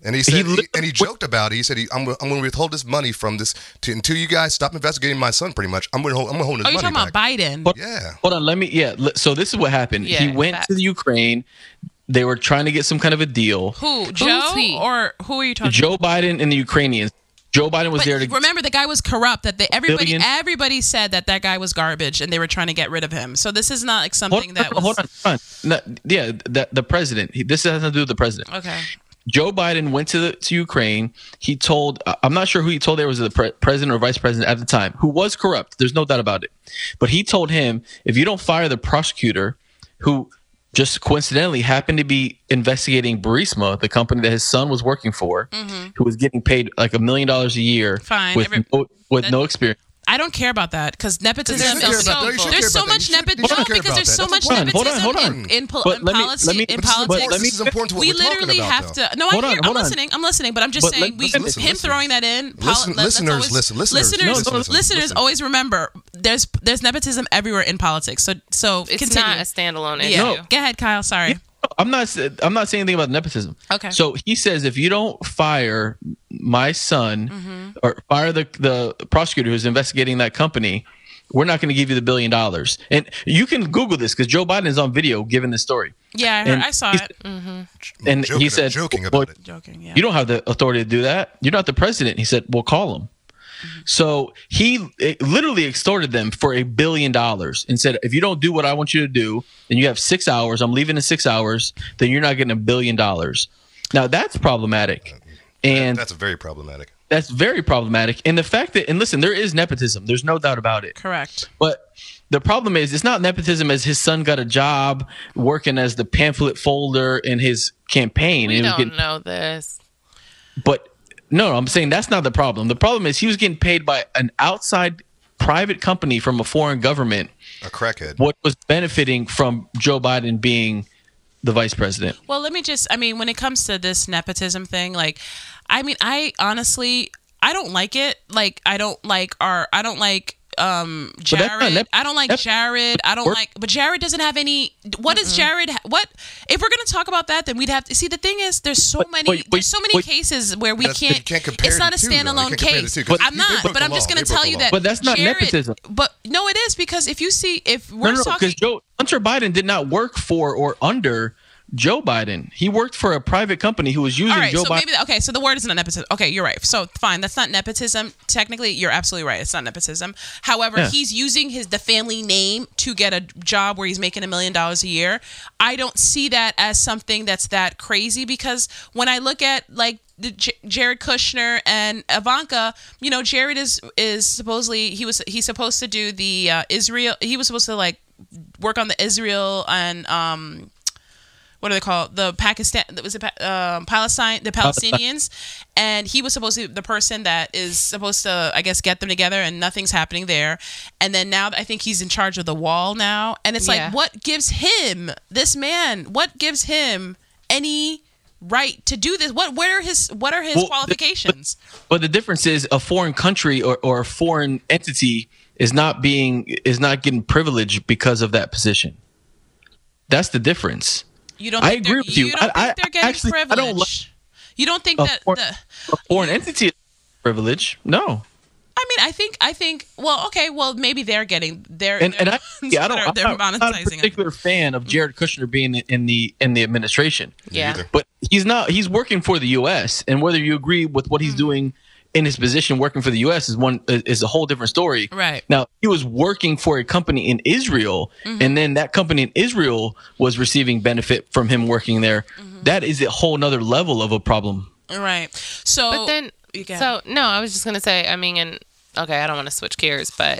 [SPEAKER 3] And he said,
[SPEAKER 5] literally-
[SPEAKER 3] and he joked about it. He said, he, "I'm, gonna- I'm going to withhold this money from this to, until you guys stop investigating my son." Pretty much, I'm going to hold. I'm going to hold his
[SPEAKER 2] Oh, you're
[SPEAKER 3] money
[SPEAKER 2] talking about Biden.
[SPEAKER 3] back. yeah,
[SPEAKER 5] Hold on, let me. Yeah, l- so this is what happened.
[SPEAKER 4] Yeah,
[SPEAKER 5] he went
[SPEAKER 4] facts.
[SPEAKER 5] to the Ukraine. They were trying to get some kind of a deal.
[SPEAKER 2] Who? Joe
[SPEAKER 4] he?
[SPEAKER 2] or who are you talking?
[SPEAKER 5] Joe Biden and the Ukrainians Joe Biden was
[SPEAKER 2] But
[SPEAKER 5] there to
[SPEAKER 2] remember, the guy was corrupt. That they, everybody
[SPEAKER 5] Billion.
[SPEAKER 2] everybody said that that guy was garbage, and they were trying to get rid of him. So this is not like
[SPEAKER 5] hold
[SPEAKER 2] something
[SPEAKER 5] on,
[SPEAKER 2] that was
[SPEAKER 5] hold on, hold on. No, yeah, the, the president. He, this has nothing to do with the president.
[SPEAKER 2] okay.
[SPEAKER 5] Joe Biden went to the, to Ukraine. He told I- I'm not sure who he told there was the pre- president or vice president at the time who was corrupt. There's no doubt about it. But he told him if you don't fire the prosecutor who just coincidentally happened to be investigating Burisma, the company that his son was working for, who was getting paid like a million dollars a year
[SPEAKER 2] Mm-hmm. Fine,
[SPEAKER 5] with
[SPEAKER 2] every-
[SPEAKER 5] no, with
[SPEAKER 2] that-
[SPEAKER 5] no experience.
[SPEAKER 2] I don't care about that because nepotism
[SPEAKER 3] shouldn't
[SPEAKER 2] is
[SPEAKER 3] care about
[SPEAKER 2] so
[SPEAKER 3] that. You shouldn't care
[SPEAKER 2] there's so
[SPEAKER 3] about
[SPEAKER 2] much
[SPEAKER 3] that. You should- you
[SPEAKER 2] nepotism. No,
[SPEAKER 3] shouldn't care
[SPEAKER 2] because
[SPEAKER 3] about
[SPEAKER 2] there's
[SPEAKER 3] that.
[SPEAKER 2] so much
[SPEAKER 3] That's
[SPEAKER 5] important. Hold on,
[SPEAKER 2] nepotism
[SPEAKER 5] hold
[SPEAKER 2] in,
[SPEAKER 5] on.
[SPEAKER 2] in, pol-
[SPEAKER 5] But
[SPEAKER 2] in
[SPEAKER 5] let me-
[SPEAKER 2] policy.
[SPEAKER 5] let me-
[SPEAKER 2] in
[SPEAKER 5] But this is
[SPEAKER 2] politics,
[SPEAKER 5] important- let me-
[SPEAKER 3] This is important to what
[SPEAKER 2] we
[SPEAKER 3] we're talking
[SPEAKER 2] literally
[SPEAKER 3] about,
[SPEAKER 2] have
[SPEAKER 3] though.
[SPEAKER 2] to. No, I
[SPEAKER 5] Hold
[SPEAKER 2] hear,
[SPEAKER 5] on,
[SPEAKER 2] I'm
[SPEAKER 5] hold on.
[SPEAKER 2] listening. I'm listening, but I'm just
[SPEAKER 5] But
[SPEAKER 2] saying
[SPEAKER 5] let-
[SPEAKER 2] we,
[SPEAKER 5] listen,
[SPEAKER 2] him
[SPEAKER 5] listen,
[SPEAKER 3] listen.
[SPEAKER 2] throwing that in. poli- let-
[SPEAKER 3] Listen-
[SPEAKER 2] let's
[SPEAKER 3] listeners,
[SPEAKER 2] always-
[SPEAKER 3] listen, listeners,
[SPEAKER 2] listeners,
[SPEAKER 3] listen,
[SPEAKER 5] listen, listen.
[SPEAKER 2] listeners always remember there's there's nepotism everywhere in politics. So so
[SPEAKER 4] It's
[SPEAKER 2] continue.
[SPEAKER 4] not a standalone issue.
[SPEAKER 2] yeah. Go ahead, Kyle. Sorry.
[SPEAKER 5] I'm not. s- I'm not saying anything about nepotism.
[SPEAKER 2] Okay.
[SPEAKER 5] So he says if you don't fire my son or fire the the prosecutor who's investigating that company, we're not going to give you the billion dollars. And you can Google this because Joe Biden is on video giving this story.
[SPEAKER 2] Yeah, I, heard,
[SPEAKER 5] And
[SPEAKER 2] I saw
[SPEAKER 5] he's-
[SPEAKER 2] it.
[SPEAKER 5] And
[SPEAKER 3] joking,
[SPEAKER 5] he said,
[SPEAKER 3] joking
[SPEAKER 5] "Well,
[SPEAKER 3] about it.
[SPEAKER 2] Joking. Yeah.
[SPEAKER 5] You don't have the authority to do that. You're not the president." He said, "Well, call him." So he eh, literally extorted them for a billion dollars and said, "If you don't do what I want you to do, and you have six hours, I'm leaving in six hours, then you're not getting a billion dollars." Now that's problematic, and
[SPEAKER 3] That's very problematic.
[SPEAKER 5] that's very problematic. And the fact that and listen, there is nepotism. There's no doubt about it.
[SPEAKER 2] Correct.
[SPEAKER 5] But the problem is, it's not nepotism as his son got a job working as the pamphlet folder in his campaign.
[SPEAKER 4] We
[SPEAKER 5] and he was
[SPEAKER 4] don't
[SPEAKER 5] getting-
[SPEAKER 4] know this.
[SPEAKER 5] but no, no, I'm saying that's not the problem. The problem is he was getting paid by an outside private company from a foreign government,
[SPEAKER 3] A crackhead.
[SPEAKER 5] what was benefiting from Joe Biden being the vice president.
[SPEAKER 2] Well, let me just, I mean, when it comes to this nepotism thing, like, I mean, I honestly, I don't like it. Like, I don't like our, I don't like, um,
[SPEAKER 5] that's
[SPEAKER 2] Jared.
[SPEAKER 5] not nep-
[SPEAKER 2] I don't like
[SPEAKER 5] nep-
[SPEAKER 2] Jared. I don't
[SPEAKER 5] Work-
[SPEAKER 2] like, but Jared doesn't have any. What does Jared? ha- What if we're gonna talk about that? Then we'd have to see. The thing is, there's so many,
[SPEAKER 5] but-
[SPEAKER 2] there's so many
[SPEAKER 5] but-
[SPEAKER 2] cases where we
[SPEAKER 3] That's- you
[SPEAKER 2] can't.
[SPEAKER 3] can't compare
[SPEAKER 2] it's not a
[SPEAKER 3] the two, though. You
[SPEAKER 2] standalone
[SPEAKER 3] can't compare the
[SPEAKER 2] case.
[SPEAKER 3] two, 'cause
[SPEAKER 2] I'm
[SPEAKER 3] they
[SPEAKER 2] not,
[SPEAKER 3] broke
[SPEAKER 2] but
[SPEAKER 3] the
[SPEAKER 2] I'm just
[SPEAKER 3] law.
[SPEAKER 2] gonna
[SPEAKER 3] They broke
[SPEAKER 2] tell
[SPEAKER 3] the
[SPEAKER 2] you
[SPEAKER 3] law.
[SPEAKER 2] that.
[SPEAKER 5] But that's not
[SPEAKER 2] Jared-
[SPEAKER 5] nepotism.
[SPEAKER 2] But no, it is because if you see, if
[SPEAKER 5] No,
[SPEAKER 2] we're
[SPEAKER 5] no,
[SPEAKER 2] talking,
[SPEAKER 5] because Joe Hunter Biden did not work for or under Joe Biden. He worked for a private company who was using
[SPEAKER 2] All right,
[SPEAKER 5] Joe
[SPEAKER 2] so
[SPEAKER 5] Biden.
[SPEAKER 2] maybe okay. So the word is not nepotism. Okay, you're right. So fine, that's not nepotism. Technically, you're absolutely right. It's not nepotism. However,
[SPEAKER 5] Yeah.
[SPEAKER 2] he's using his the family name to get a job where he's making a million dollars a year. I don't see that as something that's that crazy because when I look at like the J- Jared Kushner and Ivanka, you know, Jared is is supposedly he was he's supposed to do the uh, Israel. He was supposed to like work on the Israel and um what are they called? The Pakistan that was the Pa- um, Palestine, the Palestinians, and he was supposed to be the person that is supposed to, I guess, get them together, and nothing's happening there. And then now I think he's in charge of the wall now, and it's
[SPEAKER 4] Yeah.
[SPEAKER 2] like, what gives him this man? What gives him any right to do this? What what are his what are his
[SPEAKER 5] Well, the-
[SPEAKER 2] qualifications?
[SPEAKER 5] But the difference is a foreign country or, or a foreign entity is not being is not getting privilege because of that position. That's the difference.
[SPEAKER 2] you don't.
[SPEAKER 5] I
[SPEAKER 2] think they're-
[SPEAKER 5] agree with you.
[SPEAKER 2] don't
[SPEAKER 5] I-
[SPEAKER 2] think
[SPEAKER 5] I-
[SPEAKER 2] they're getting
[SPEAKER 5] actually, I
[SPEAKER 2] privilege.
[SPEAKER 5] don't
[SPEAKER 2] you don't think
[SPEAKER 5] A
[SPEAKER 2] that
[SPEAKER 5] foreign-
[SPEAKER 2] the
[SPEAKER 5] A foreign entity is privilege. No.
[SPEAKER 2] I mean, I think, I think. Well, okay, well, maybe they're getting their
[SPEAKER 5] And and I,
[SPEAKER 2] their-
[SPEAKER 5] yeah, I don't
[SPEAKER 2] they're-
[SPEAKER 5] I'm
[SPEAKER 2] they're
[SPEAKER 5] not, I'm not a
[SPEAKER 2] monetizing it.
[SPEAKER 5] particular fan of Jared Kushner being in the in the administration.
[SPEAKER 4] Yeah.
[SPEAKER 3] either.
[SPEAKER 5] But he's not he's working for the US and whether you agree with what he's
[SPEAKER 2] Mm-hmm.
[SPEAKER 5] doing in his position working for the US is one is a whole different story.
[SPEAKER 2] Right. Mm-hmm.
[SPEAKER 5] Now, he was working for a company in Israel and then that company in Israel was receiving benefit from him working there.
[SPEAKER 2] Mm-hmm.
[SPEAKER 5] That is a whole nother level of a problem.
[SPEAKER 2] Right. So,
[SPEAKER 4] But then,
[SPEAKER 2] Oh, you got-
[SPEAKER 4] so no, I was just gonna say. I mean, and okay, I don't want to switch gears, but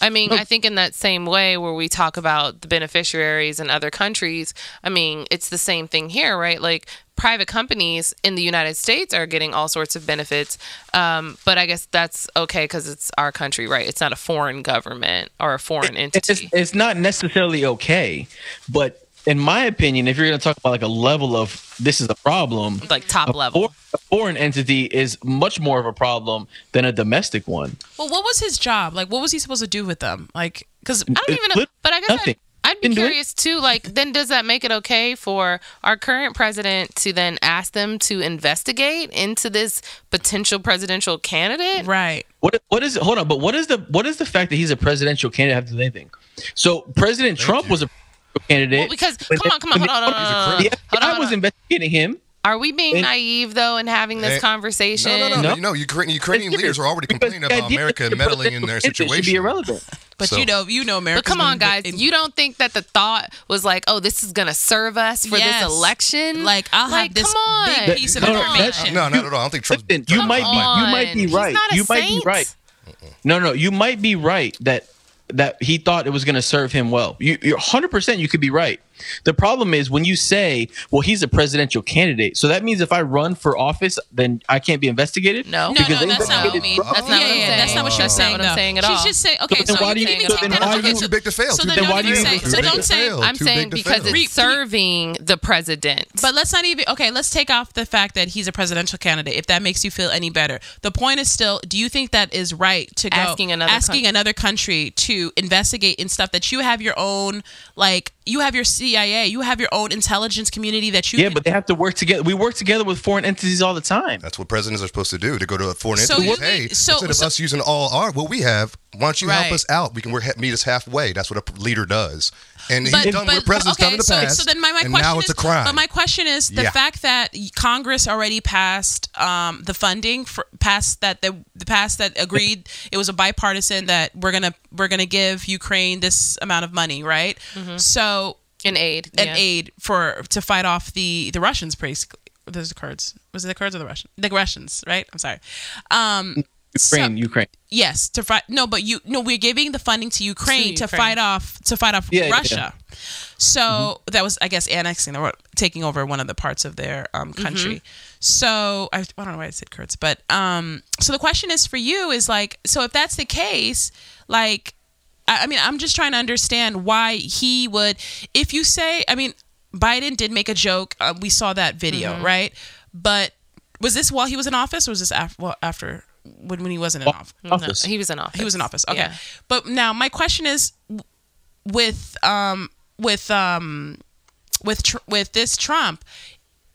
[SPEAKER 4] I
[SPEAKER 5] Oh.
[SPEAKER 4] mean, I think in that same way where we talk about the beneficiaries in other countries, I mean, it's the same thing here, right? Like private companies in the United States are getting all sorts of benefits, um, but I guess that's okay because it's our country, right? It's not a foreign government or a foreign
[SPEAKER 5] It's,
[SPEAKER 4] entity.
[SPEAKER 5] just- it's not necessarily okay, but in my opinion, if you're going to talk about like a level of this is a problem,
[SPEAKER 4] like top level.
[SPEAKER 5] for- a foreign entity is much more of a problem than a domestic one.
[SPEAKER 2] well, what was his job? Like, what was he supposed to do with them? Like, because
[SPEAKER 4] I don't
[SPEAKER 5] It's
[SPEAKER 4] even know.
[SPEAKER 5] lit-
[SPEAKER 4] But I guess
[SPEAKER 5] nothing.
[SPEAKER 4] I'd, I'd be
[SPEAKER 5] Didn't do it.
[SPEAKER 4] curious too. Like, then does that make it okay for our current president to then ask them to investigate into this potential presidential candidate?
[SPEAKER 2] right.
[SPEAKER 5] What what is hold on? But what is the what is the fact that he's a presidential candidate have to do with anything? So President Trump was a presidential candidate
[SPEAKER 4] Well, because
[SPEAKER 5] when
[SPEAKER 4] come on,
[SPEAKER 5] the-
[SPEAKER 4] come on,
[SPEAKER 5] when
[SPEAKER 4] hold on, hold on, hold
[SPEAKER 5] The
[SPEAKER 4] on, hold on,
[SPEAKER 5] FBI
[SPEAKER 4] hold
[SPEAKER 5] was
[SPEAKER 4] on.
[SPEAKER 5] investigating him.
[SPEAKER 4] Are we being
[SPEAKER 5] And-
[SPEAKER 4] naive though in having this
[SPEAKER 3] Eh,
[SPEAKER 4] conversation?
[SPEAKER 3] No, no, no,
[SPEAKER 5] No.
[SPEAKER 3] no. no Ukrainian, Ukrainian
[SPEAKER 5] It's
[SPEAKER 3] leaders
[SPEAKER 5] serious,
[SPEAKER 3] are already
[SPEAKER 5] because
[SPEAKER 3] complaining
[SPEAKER 5] the
[SPEAKER 3] about
[SPEAKER 5] idea
[SPEAKER 3] America
[SPEAKER 5] that the
[SPEAKER 3] meddling in their
[SPEAKER 5] political interest
[SPEAKER 3] situation.
[SPEAKER 5] Should be irrelevant.
[SPEAKER 2] But
[SPEAKER 3] So-
[SPEAKER 2] you know, you know, America.
[SPEAKER 4] But come on, guys, you don't think that the thought was like, oh, this is gonna serve us for
[SPEAKER 2] Yes.
[SPEAKER 4] this election?
[SPEAKER 2] Like, I'll have this big piece
[SPEAKER 5] of No, no, information.
[SPEAKER 3] No, not at all. I don't think Trump's
[SPEAKER 5] Listen, you
[SPEAKER 4] Come
[SPEAKER 5] might be you might
[SPEAKER 4] on.
[SPEAKER 5] be
[SPEAKER 4] He's
[SPEAKER 5] right.
[SPEAKER 4] not a
[SPEAKER 5] You might be
[SPEAKER 4] saint.
[SPEAKER 5] right. No, no, you might be right that that he thought it was going to serve him well. You, you're 100% you could be right. The problem is when you say, well, he's a presidential candidate. So that means if I run for office, then I can't be investigated?
[SPEAKER 4] No. No,
[SPEAKER 2] No,
[SPEAKER 5] Because
[SPEAKER 2] no,
[SPEAKER 5] they
[SPEAKER 2] that's not what I
[SPEAKER 5] investigated
[SPEAKER 2] mean.
[SPEAKER 5] Trump?
[SPEAKER 4] That's not
[SPEAKER 2] yeah,
[SPEAKER 4] what I'm
[SPEAKER 2] yeah,
[SPEAKER 4] saying.
[SPEAKER 2] That's not what she's
[SPEAKER 4] That's not
[SPEAKER 2] saying.
[SPEAKER 4] what I'm
[SPEAKER 2] though.
[SPEAKER 4] saying at
[SPEAKER 2] She's
[SPEAKER 4] all.
[SPEAKER 2] just saying, okay,
[SPEAKER 5] then
[SPEAKER 2] so
[SPEAKER 5] why do
[SPEAKER 2] you
[SPEAKER 5] you-
[SPEAKER 2] can even
[SPEAKER 5] so
[SPEAKER 2] take
[SPEAKER 5] then
[SPEAKER 2] that.
[SPEAKER 5] why
[SPEAKER 2] okay,
[SPEAKER 5] do-
[SPEAKER 2] so-
[SPEAKER 3] too big to fail.
[SPEAKER 2] So
[SPEAKER 3] Too
[SPEAKER 2] then
[SPEAKER 3] big
[SPEAKER 5] don't
[SPEAKER 3] to
[SPEAKER 2] don't even
[SPEAKER 5] do
[SPEAKER 2] say.
[SPEAKER 3] fail.
[SPEAKER 2] So
[SPEAKER 3] Too big
[SPEAKER 2] don't
[SPEAKER 3] to
[SPEAKER 2] say.
[SPEAKER 3] fail.
[SPEAKER 4] I'm
[SPEAKER 3] Too
[SPEAKER 4] saying
[SPEAKER 3] big to
[SPEAKER 4] because
[SPEAKER 3] fail.
[SPEAKER 4] it's serving the president.
[SPEAKER 2] But let's not even okay. Let's take off the fact that he's a presidential candidate. If that makes you feel any better, the point is still: Do you think that is right to go
[SPEAKER 4] Asking another
[SPEAKER 2] asking
[SPEAKER 4] coun-
[SPEAKER 2] another country to investigate in stuff that you have your own like you have your CIA, you have your own intelligence community that you
[SPEAKER 5] Yeah,
[SPEAKER 2] can-
[SPEAKER 5] but they have to work together. We work together with foreign entities all the time.
[SPEAKER 3] That's what presidents are supposed to do. To go to a foreign
[SPEAKER 2] So
[SPEAKER 3] entity.
[SPEAKER 2] what-
[SPEAKER 3] Hey,
[SPEAKER 2] so-
[SPEAKER 3] instead of
[SPEAKER 2] so-
[SPEAKER 3] us using all our what we have, why don't you
[SPEAKER 2] Right.
[SPEAKER 3] help us out? We can work, meet us halfway. That's what a p- leader does. And
[SPEAKER 2] But-
[SPEAKER 3] he's done
[SPEAKER 2] but-
[SPEAKER 3] what presidents done in the
[SPEAKER 2] so,
[SPEAKER 3] past.
[SPEAKER 2] So then my, my
[SPEAKER 3] and
[SPEAKER 2] question
[SPEAKER 3] now
[SPEAKER 2] is,
[SPEAKER 3] it's a crime.
[SPEAKER 2] But my question is the
[SPEAKER 3] Yeah.
[SPEAKER 2] fact that Congress already passed um, the funding for passed that the, the passed that agreed it was a bipartisan that we're gonna we're gonna give Ukraine this amount of money, right? So
[SPEAKER 4] An aid.
[SPEAKER 2] an
[SPEAKER 4] yeah.
[SPEAKER 2] aid for to fight off the the Russians basically. Those are Kurds. Was it the Kurds or the Russians? The Russians, right? I'm sorry. Um,
[SPEAKER 5] Ukraine,
[SPEAKER 2] so-
[SPEAKER 5] Ukraine.
[SPEAKER 2] Yes, to fight. No, but you. No, we're giving the funding to Ukraine to,
[SPEAKER 4] Ukraine.
[SPEAKER 2] fight off to fight off
[SPEAKER 5] Yeah, Mm-hmm. yeah,
[SPEAKER 2] Russia. So that was, I guess, annexing or taking over one of the parts of their um, country. So I, I don't know why I said Kurds, but um, so the question is for you is like, so if that's the case, like, I, I mean, I'm just trying to understand why he would, if you say, I mean, Biden did make a joke. Uh, we saw that video, right? But was this while he was in office, or was this after? Well, after when, when he wasn't in office?
[SPEAKER 4] No,
[SPEAKER 5] Office.
[SPEAKER 4] he was in office.
[SPEAKER 2] He was in office. Okay.
[SPEAKER 4] Yeah.
[SPEAKER 2] But now my question is w- with um with um with tr- with this Trump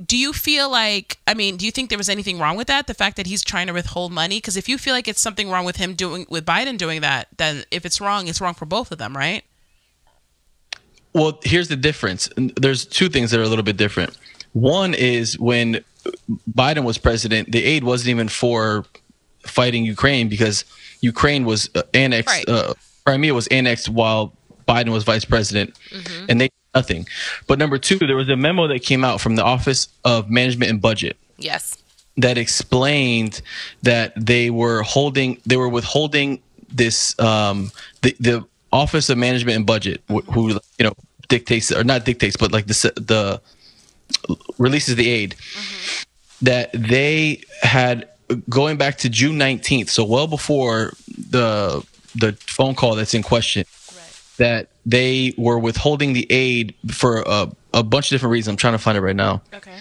[SPEAKER 2] do you feel like I mean, do you think there was anything wrong with that? The fact that he's trying to withhold money because if you feel like it's something wrong with him doing with Biden doing that, then if it's wrong, it's wrong for both of them, right?
[SPEAKER 5] Well, here's the difference. There's two things that are a little bit different. One is when Biden was president, the aid wasn't even for fighting Ukraine because Ukraine was uh, annexed.
[SPEAKER 4] Right.
[SPEAKER 5] Uh, Crimea was annexed while Biden was vice president, and they did nothing. But number two, there was a memo that came out from the Office of Management and Budget
[SPEAKER 4] Yes.
[SPEAKER 5] that explained that they were holding they were withholding this um the, the office of management and budget wh- who you know dictates or not dictates but like the s- the releases the aid that they had going back to June 19th so well before the the phone call that's in question that they were withholding the aid for a, a bunch of different reasons I'm trying to find it right now
[SPEAKER 2] Okay.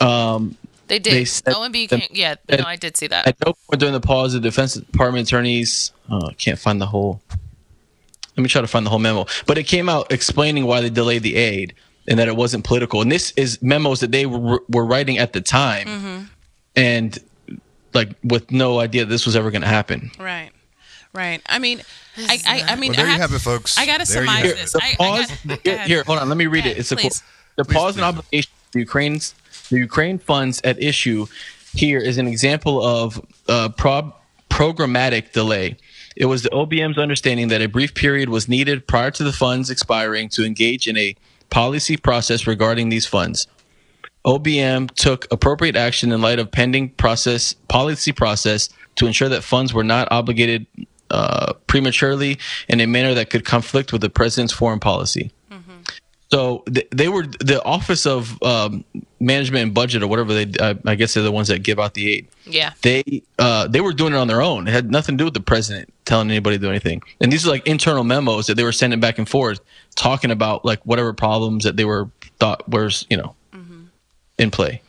[SPEAKER 4] They did.
[SPEAKER 5] They said-
[SPEAKER 4] OMB came, yeah, no, I did see that.
[SPEAKER 5] at no point during the pause, the Defense Department attorneys uh, can't find the whole. Let me try to find the whole memo. But it came out explaining why they delayed the aid and that it wasn't political. And this is memos that they were, were writing at the time, and like with no idea this was ever going to happen.
[SPEAKER 2] Right. Right. I mean, I, I, I mean,
[SPEAKER 3] well, there
[SPEAKER 2] I
[SPEAKER 3] you
[SPEAKER 2] have-
[SPEAKER 3] have it, folks.
[SPEAKER 2] I gotta
[SPEAKER 3] There you
[SPEAKER 2] surmise
[SPEAKER 3] have it.
[SPEAKER 2] this.
[SPEAKER 5] The
[SPEAKER 2] I- I
[SPEAKER 5] pause.
[SPEAKER 2] got- go
[SPEAKER 5] here,
[SPEAKER 2] ahead.
[SPEAKER 5] here, hold on. Let me read
[SPEAKER 2] Go
[SPEAKER 5] it.
[SPEAKER 2] ahead,
[SPEAKER 5] It's a
[SPEAKER 2] please.
[SPEAKER 5] The
[SPEAKER 3] Please,
[SPEAKER 5] pause and
[SPEAKER 3] please.
[SPEAKER 5] obligation. The Ukraine's the Ukraine funds at issue here is an example of uh, prob- programmatic delay. It was the OBM's understanding that a brief period was needed prior to the funds expiring to engage in a policy process regarding these funds. OBM took appropriate action in light of pending process policy process to ensure that funds were not obligated uh, prematurely in a manner that could conflict with the president's foreign policy. So th- they were the Office of um, Management and Budget or whatever they I, I guess they're the ones that give out the aid.
[SPEAKER 4] Yeah.
[SPEAKER 5] They uh, they were doing it on their own. It had nothing to do with the president telling anybody to do anything. And these are like internal memos that they were sending back and forth, talking about like whatever problems that they were thought was you know in play.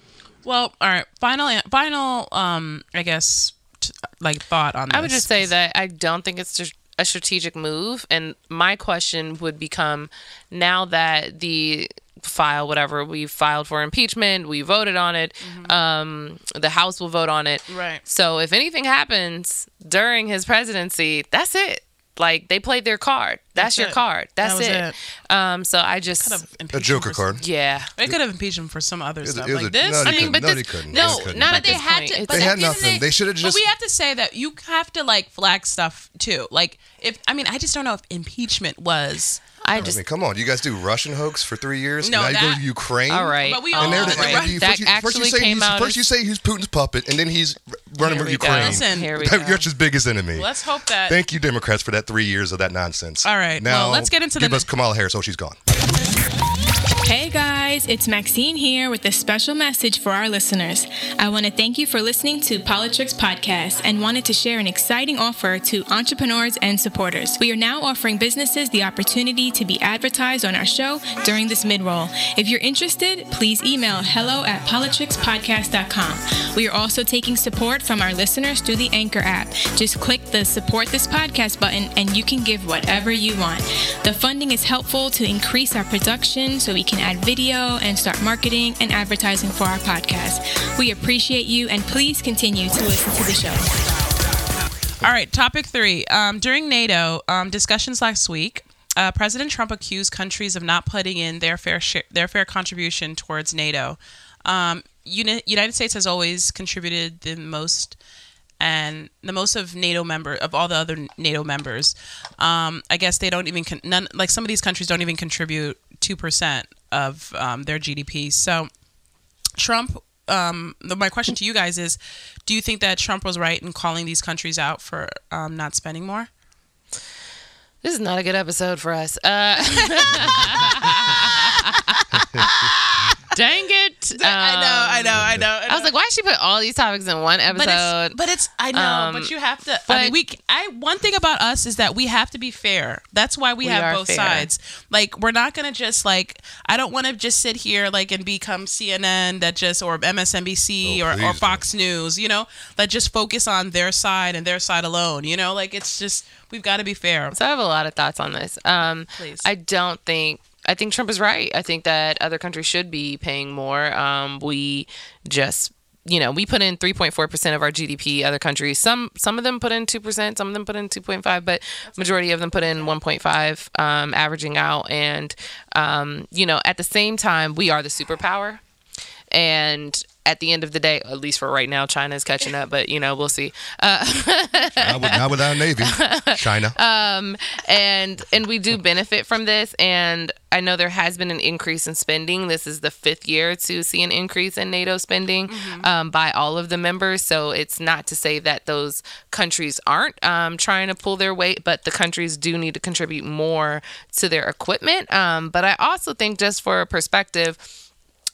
[SPEAKER 2] Well, all right. Final, uh, final. Um, I guess, t- like thought on. This.
[SPEAKER 4] I would just say that I don't think it's just a strategic move. And my question would become now that the file, whatever we filed for impeachment, we voted on it, um, the House will vote on it.
[SPEAKER 2] Mm-hmm. Right.
[SPEAKER 4] So if anything happens during his presidency, that's it. Like they played their card. That's,
[SPEAKER 2] That's
[SPEAKER 4] your
[SPEAKER 2] it.
[SPEAKER 4] card. That's
[SPEAKER 2] was
[SPEAKER 4] it. Um, so I just
[SPEAKER 3] A Joker card.
[SPEAKER 4] yeah.
[SPEAKER 2] They could have impeached him for some other
[SPEAKER 3] was a-
[SPEAKER 2] stuff.
[SPEAKER 3] it was
[SPEAKER 2] like
[SPEAKER 3] a-
[SPEAKER 2] this,
[SPEAKER 3] no,
[SPEAKER 2] I
[SPEAKER 3] they
[SPEAKER 2] mean,
[SPEAKER 3] couldn't.
[SPEAKER 2] but
[SPEAKER 3] No,
[SPEAKER 2] this,
[SPEAKER 3] they couldn't.
[SPEAKER 4] no,
[SPEAKER 3] They couldn't.
[SPEAKER 4] not
[SPEAKER 3] They
[SPEAKER 4] at this
[SPEAKER 6] They had
[SPEAKER 4] point.
[SPEAKER 6] to-
[SPEAKER 4] It's-
[SPEAKER 6] but
[SPEAKER 3] They
[SPEAKER 6] at
[SPEAKER 3] had
[SPEAKER 6] the end of the
[SPEAKER 3] nothing.
[SPEAKER 6] day-
[SPEAKER 3] They should have
[SPEAKER 2] but
[SPEAKER 3] just.
[SPEAKER 2] we have to say that you have to like flag stuff too. Like if I mean, I just don't know if impeachment was.
[SPEAKER 4] I
[SPEAKER 3] I
[SPEAKER 4] just
[SPEAKER 3] mean, come on, you guys do Russian hoax for three years.
[SPEAKER 2] No,
[SPEAKER 3] now you go
[SPEAKER 2] that-
[SPEAKER 3] to Ukraine.
[SPEAKER 4] all right.
[SPEAKER 2] But we all-
[SPEAKER 4] all
[SPEAKER 3] And there,
[SPEAKER 2] Oh,
[SPEAKER 3] and
[SPEAKER 2] right.
[SPEAKER 3] you,
[SPEAKER 4] That
[SPEAKER 3] first you, first you
[SPEAKER 4] actually
[SPEAKER 3] say
[SPEAKER 4] came
[SPEAKER 3] he's,
[SPEAKER 4] out.
[SPEAKER 3] first you
[SPEAKER 4] as-
[SPEAKER 3] say he's Putin's puppet, and then he's r- running
[SPEAKER 4] Here
[SPEAKER 3] for
[SPEAKER 4] we go.
[SPEAKER 3] Ukraine.
[SPEAKER 2] Listen,
[SPEAKER 4] Here we go.
[SPEAKER 3] That's his biggest enemy.
[SPEAKER 2] Let's hope that.
[SPEAKER 3] Thank you, Democrats, for that three years of that nonsense.
[SPEAKER 2] All right,
[SPEAKER 3] Now
[SPEAKER 2] well, let's get into the
[SPEAKER 3] give
[SPEAKER 2] ne-
[SPEAKER 3] us Kamala Harris. Oh, she's gone.
[SPEAKER 7] Hey guys, it's Maxine here with a special message for our listeners. I want to thank you for listening to Politrix Podcast and wanted to share an exciting offer to entrepreneurs and supporters. We are now offering businesses the opportunity to be advertised on our show during this mid-roll. If you're interested, please email hello at politrixpodcast.com. We are also taking support from our listeners through the Anchor app. Just click the support this podcast button and you can give whatever you want. The funding is helpful to increase our production so we can add video and start marketing and advertising for our podcast. We appreciate you and please continue to listen to the show.
[SPEAKER 2] All right, topic three. Um, during NATO um, discussions last week, uh, President Trump accused countries of not putting in their fair share, their fair contribution towards NATO. Um, Uni- United States has always contributed the most and the most of NATO member of all the other NATO members. Um, I guess they don't even con- none like some of these countries don't even contribute two percent of um, their GDP. So. Trump. Um, the, my question to you guys is: Do you think that Trump was right in calling these countries out for um, not spending more?
[SPEAKER 4] This is not a good episode for us. Uh, Dang it! Um,
[SPEAKER 2] know, I know.
[SPEAKER 4] I was like, why did she put all these topics in one episode?
[SPEAKER 2] but it's, but it's, I know,
[SPEAKER 4] um,
[SPEAKER 2] but you have to.
[SPEAKER 4] but-
[SPEAKER 2] I mean, we, c- I one thing about us is that we have to be fair. That's why we,
[SPEAKER 4] are
[SPEAKER 2] have both
[SPEAKER 4] fair.
[SPEAKER 2] sides. Like, we're not gonna just like. I don't want to just sit here like and become CNN that just or MSNBC
[SPEAKER 3] Oh,
[SPEAKER 2] or,
[SPEAKER 3] please
[SPEAKER 2] or
[SPEAKER 3] don't.
[SPEAKER 2] Fox News. You know, that just focus on their side and their side alone. You know, like it's just we've got to be fair.
[SPEAKER 4] So I have a lot of thoughts on this. Um,
[SPEAKER 2] Please.
[SPEAKER 4] I don't think. I think Trump is right. I think that other countries should be paying more. Um, we just, you know, we put in 3.4 percent of our GDP. Other countries, some some of them put in two percent, some of them put in 2.5, but majority of them put in 1.5, um, averaging out. And um, you know, at the same time, we are the superpower. And at the end of the day, at least for right now, China is catching up. But you know, we'll see.
[SPEAKER 3] Not with, not with our navy, China.
[SPEAKER 2] Uh,
[SPEAKER 4] and and we do benefit from this and i know there has been an increase in spending this is the fifth year to see an increase in nato spending
[SPEAKER 2] Mm-hmm.
[SPEAKER 4] um, by all of the members so it's not to say that those countries aren't um, trying to pull their weight but the countries do need to contribute more to their equipment um, but i also think just for perspective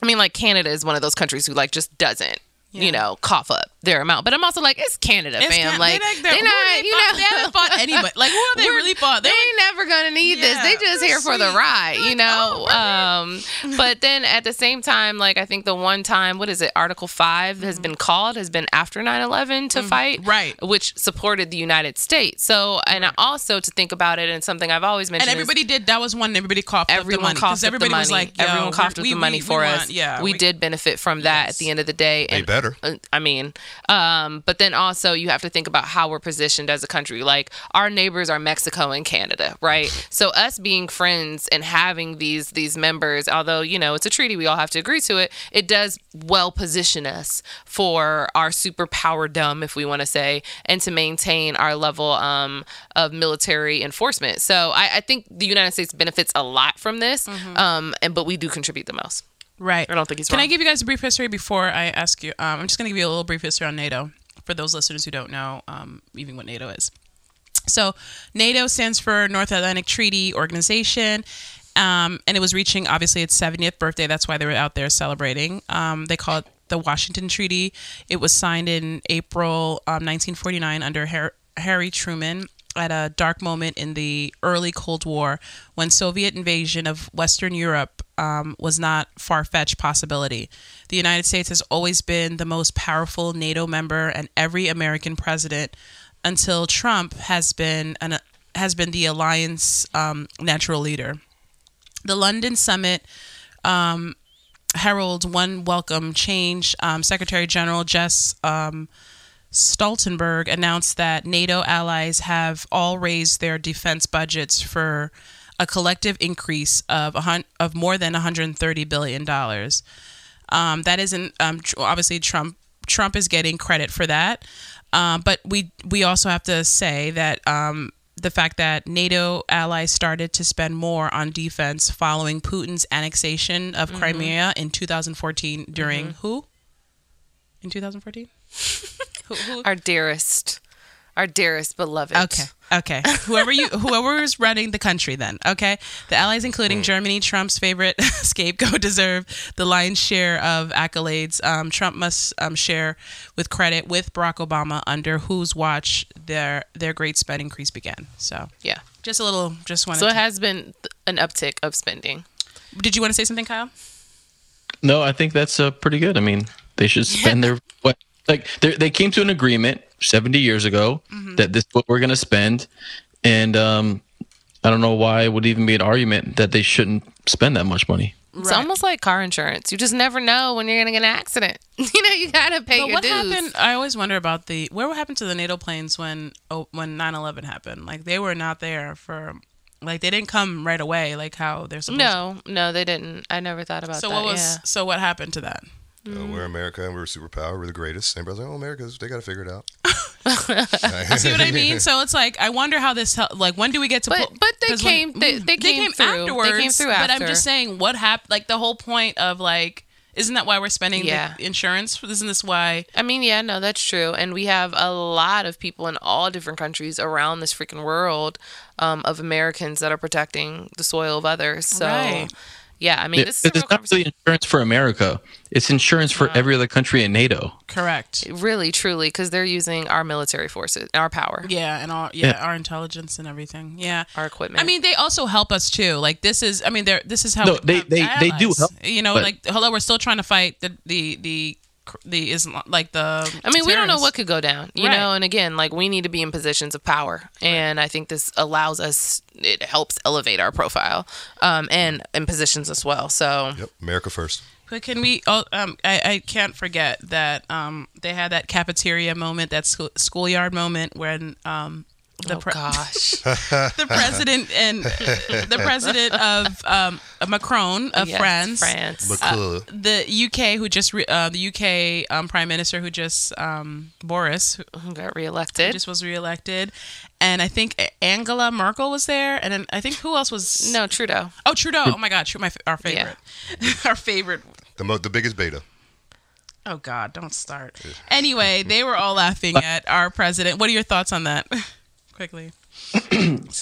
[SPEAKER 4] I mean, like Canada is one of those countries who like just doesn't. You know, cough up their amount, but I'm also like, it's Canada,
[SPEAKER 2] It's
[SPEAKER 4] fam.
[SPEAKER 2] Can-
[SPEAKER 4] like,
[SPEAKER 2] they,
[SPEAKER 4] they're not, you know,
[SPEAKER 2] they haven't fought anybody. Like, who have they
[SPEAKER 4] we're-
[SPEAKER 2] really fought?
[SPEAKER 4] They
[SPEAKER 2] They
[SPEAKER 4] ain't never gonna need
[SPEAKER 2] Yeah,
[SPEAKER 4] this. They just
[SPEAKER 2] they're
[SPEAKER 4] here for the
[SPEAKER 2] sweet.
[SPEAKER 4] ride,
[SPEAKER 2] They're
[SPEAKER 4] you
[SPEAKER 2] like,
[SPEAKER 4] know.
[SPEAKER 2] "Oh, we're
[SPEAKER 4] um, but then at the same time, like I think the one time, what is it? Article Five has been called, has been after 9/11 to fight,
[SPEAKER 2] Mm-hmm. Mm, right.
[SPEAKER 4] Which supported the United States. So, and also to think about it, and something I've always mentioned,
[SPEAKER 2] and
[SPEAKER 4] is-
[SPEAKER 2] everybody did. That was one. Everybody coughed
[SPEAKER 4] everyone
[SPEAKER 2] up the money
[SPEAKER 4] coughed
[SPEAKER 2] because
[SPEAKER 4] up
[SPEAKER 2] everybody
[SPEAKER 4] the money.
[SPEAKER 2] was like, yo,
[SPEAKER 4] everyone coughed up
[SPEAKER 2] we-
[SPEAKER 4] the
[SPEAKER 2] we-
[SPEAKER 4] money
[SPEAKER 2] we
[SPEAKER 4] for
[SPEAKER 2] want-
[SPEAKER 4] us.
[SPEAKER 2] yeah,
[SPEAKER 4] we, did benefit from that at the end of the day.
[SPEAKER 3] They
[SPEAKER 4] and-
[SPEAKER 3] better.
[SPEAKER 4] uh, I mean, um, but then also you have to think about how we're positioned as a country. Like our neighbors are Mexico and Canada, right? So us being friends and having these these members, although you know it's a treaty, we all have to agree to it. It does well position us for our superpower dumb, if we want to say, and to maintain our level um, of military enforcement. So I, I think the United States benefits a lot from this, um, and but we do contribute the most.
[SPEAKER 2] Right.
[SPEAKER 4] I don't think he's
[SPEAKER 2] Can I
[SPEAKER 4] wrong.
[SPEAKER 2] give you guys a brief history before I ask you? Um, I'm just going to give you a little brief history on NATO for those listeners who don't know um, even what NATO is. So, NATO stands for North Atlantic Treaty Organization. Um, and it was reaching obviously its 70th birthday. That's why they were out there celebrating. Um, they call it the Washington Treaty. It was signed in April um, 1949 under Har- Harry Truman at a dark moment in the early Cold War when Soviet invasion of Western Europe um, was not far fetched possibility. The United States has always been the most powerful NATO member, and every American president until Trump has been an has been the alliance um, natural leader. The London summit um, heralds one welcome change. Um, Secretary General Jess um, Stoltenberg announced that NATO allies have all raised their defense budgets for a collective increase of a hun- of more than 130 billion dollars. Um, that isn't um, tr- obviously Trump. Trump is getting credit for that, uh, but we we also have to say that um, the fact that NATO allies started to spend more on defense following Putin's annexation of Crimea in 2014 during who? In 2014. Who- who-
[SPEAKER 4] Our dearest, our dearest beloved.
[SPEAKER 2] Okay. Okay. Whoever you whoever is running the country then, okay? The allies including Germany, Trump's favorite scapegoat deserve the lion's share of accolades. Um, Trump must um, share with credit with Barack Obama under whose watch their their great spend increase began. So,
[SPEAKER 4] Yeah.
[SPEAKER 2] just a little just wanted
[SPEAKER 4] So it
[SPEAKER 2] to-
[SPEAKER 4] has been th- an uptick of spending.
[SPEAKER 2] Did you want to say something, Kyle?
[SPEAKER 5] No, I think that's uh, pretty good. I mean, they should spend their what like they they came to an agreement 70 years ago that this is what we're going to spend and um I don't know why it would even be an argument that they shouldn't spend that much money.
[SPEAKER 4] It's almost like car insurance. You just never know when you're going to get in an accident. you know, you got to pay
[SPEAKER 2] But
[SPEAKER 4] your
[SPEAKER 2] what
[SPEAKER 4] dues.
[SPEAKER 2] happened? I always wonder about the where what happened to the NATO planes when oh, when 9/11 happened. Like they were not there for like they didn't come right away like how they're supposed to.
[SPEAKER 4] No, no, they didn't. I never thought about
[SPEAKER 2] So
[SPEAKER 4] that.
[SPEAKER 2] what was
[SPEAKER 4] yeah.
[SPEAKER 2] so what happened to that?
[SPEAKER 3] Uh, we're America and we're a superpower. We're the greatest. And everybody's like, oh, America's, they got to figure it out.
[SPEAKER 2] See what I mean? So it's like I wonder how this hel- like when do we get to?
[SPEAKER 4] But- but they
[SPEAKER 2] 'cause
[SPEAKER 4] came- they-
[SPEAKER 2] mm,
[SPEAKER 4] they came through. They came through
[SPEAKER 2] But I'm
[SPEAKER 4] after.
[SPEAKER 2] just saying what happened. Like the whole point of like isn't that why we're spending
[SPEAKER 4] Yeah.
[SPEAKER 2] the insurance? Isn't this why?
[SPEAKER 4] I mean, yeah, no, that's true. And we have a lot of people in all different countries around this freaking world um, of Americans that are protecting the soil of others. So,
[SPEAKER 2] Right.
[SPEAKER 4] yeah, I mean, this is a
[SPEAKER 5] it's
[SPEAKER 4] real
[SPEAKER 5] not really
[SPEAKER 4] conversation.
[SPEAKER 5] insurance for America. It's insurance for every other country in NATO.
[SPEAKER 2] Correct.
[SPEAKER 4] Really, truly, because they're using our military forces, our power,
[SPEAKER 2] Yeah, and all yeah,
[SPEAKER 5] Yeah.
[SPEAKER 2] our intelligence and everything. Yeah.
[SPEAKER 4] our equipment.
[SPEAKER 2] I mean, they also help us too. Like this is, I mean, they're this is how
[SPEAKER 5] No,
[SPEAKER 2] we
[SPEAKER 5] they-
[SPEAKER 2] become
[SPEAKER 5] they- they do
[SPEAKER 2] allies.
[SPEAKER 5] help,
[SPEAKER 2] You know,
[SPEAKER 5] but-
[SPEAKER 2] like hello, we're still trying to fight the the the the Islam, like the.
[SPEAKER 4] I mean, we don't know
[SPEAKER 2] terrorists.
[SPEAKER 4] what could go down, you
[SPEAKER 2] Right.
[SPEAKER 4] know. And again, like we need to be in positions of power, and I think this allows us. It helps elevate our profile, um, and in positions as well. So
[SPEAKER 3] Yep, America first.
[SPEAKER 2] But can we? Oh, um, I, I can't forget that um, they had that cafeteria moment, that school, schoolyard moment when um, the
[SPEAKER 4] oh
[SPEAKER 2] pre-
[SPEAKER 4] gosh,
[SPEAKER 2] the president and the president of um, Macron of
[SPEAKER 4] Yes,
[SPEAKER 2] France,
[SPEAKER 4] France.
[SPEAKER 2] uh,
[SPEAKER 3] McClure.
[SPEAKER 2] the UK who just re- uh, the UK um, prime minister who just um, Boris who
[SPEAKER 4] who got reelected.
[SPEAKER 2] just was reelected, and I think A- Angela Merkel was there, and then I think who else was
[SPEAKER 4] No, Trudeau.
[SPEAKER 2] Oh, Trudeau! Oh my God, Tru- my fa- our favorite, our favorite
[SPEAKER 3] the, mo- the biggest beta.
[SPEAKER 2] Oh God, don't start. Anyway, they were all laughing at our president. What are your thoughts on that? Quickly.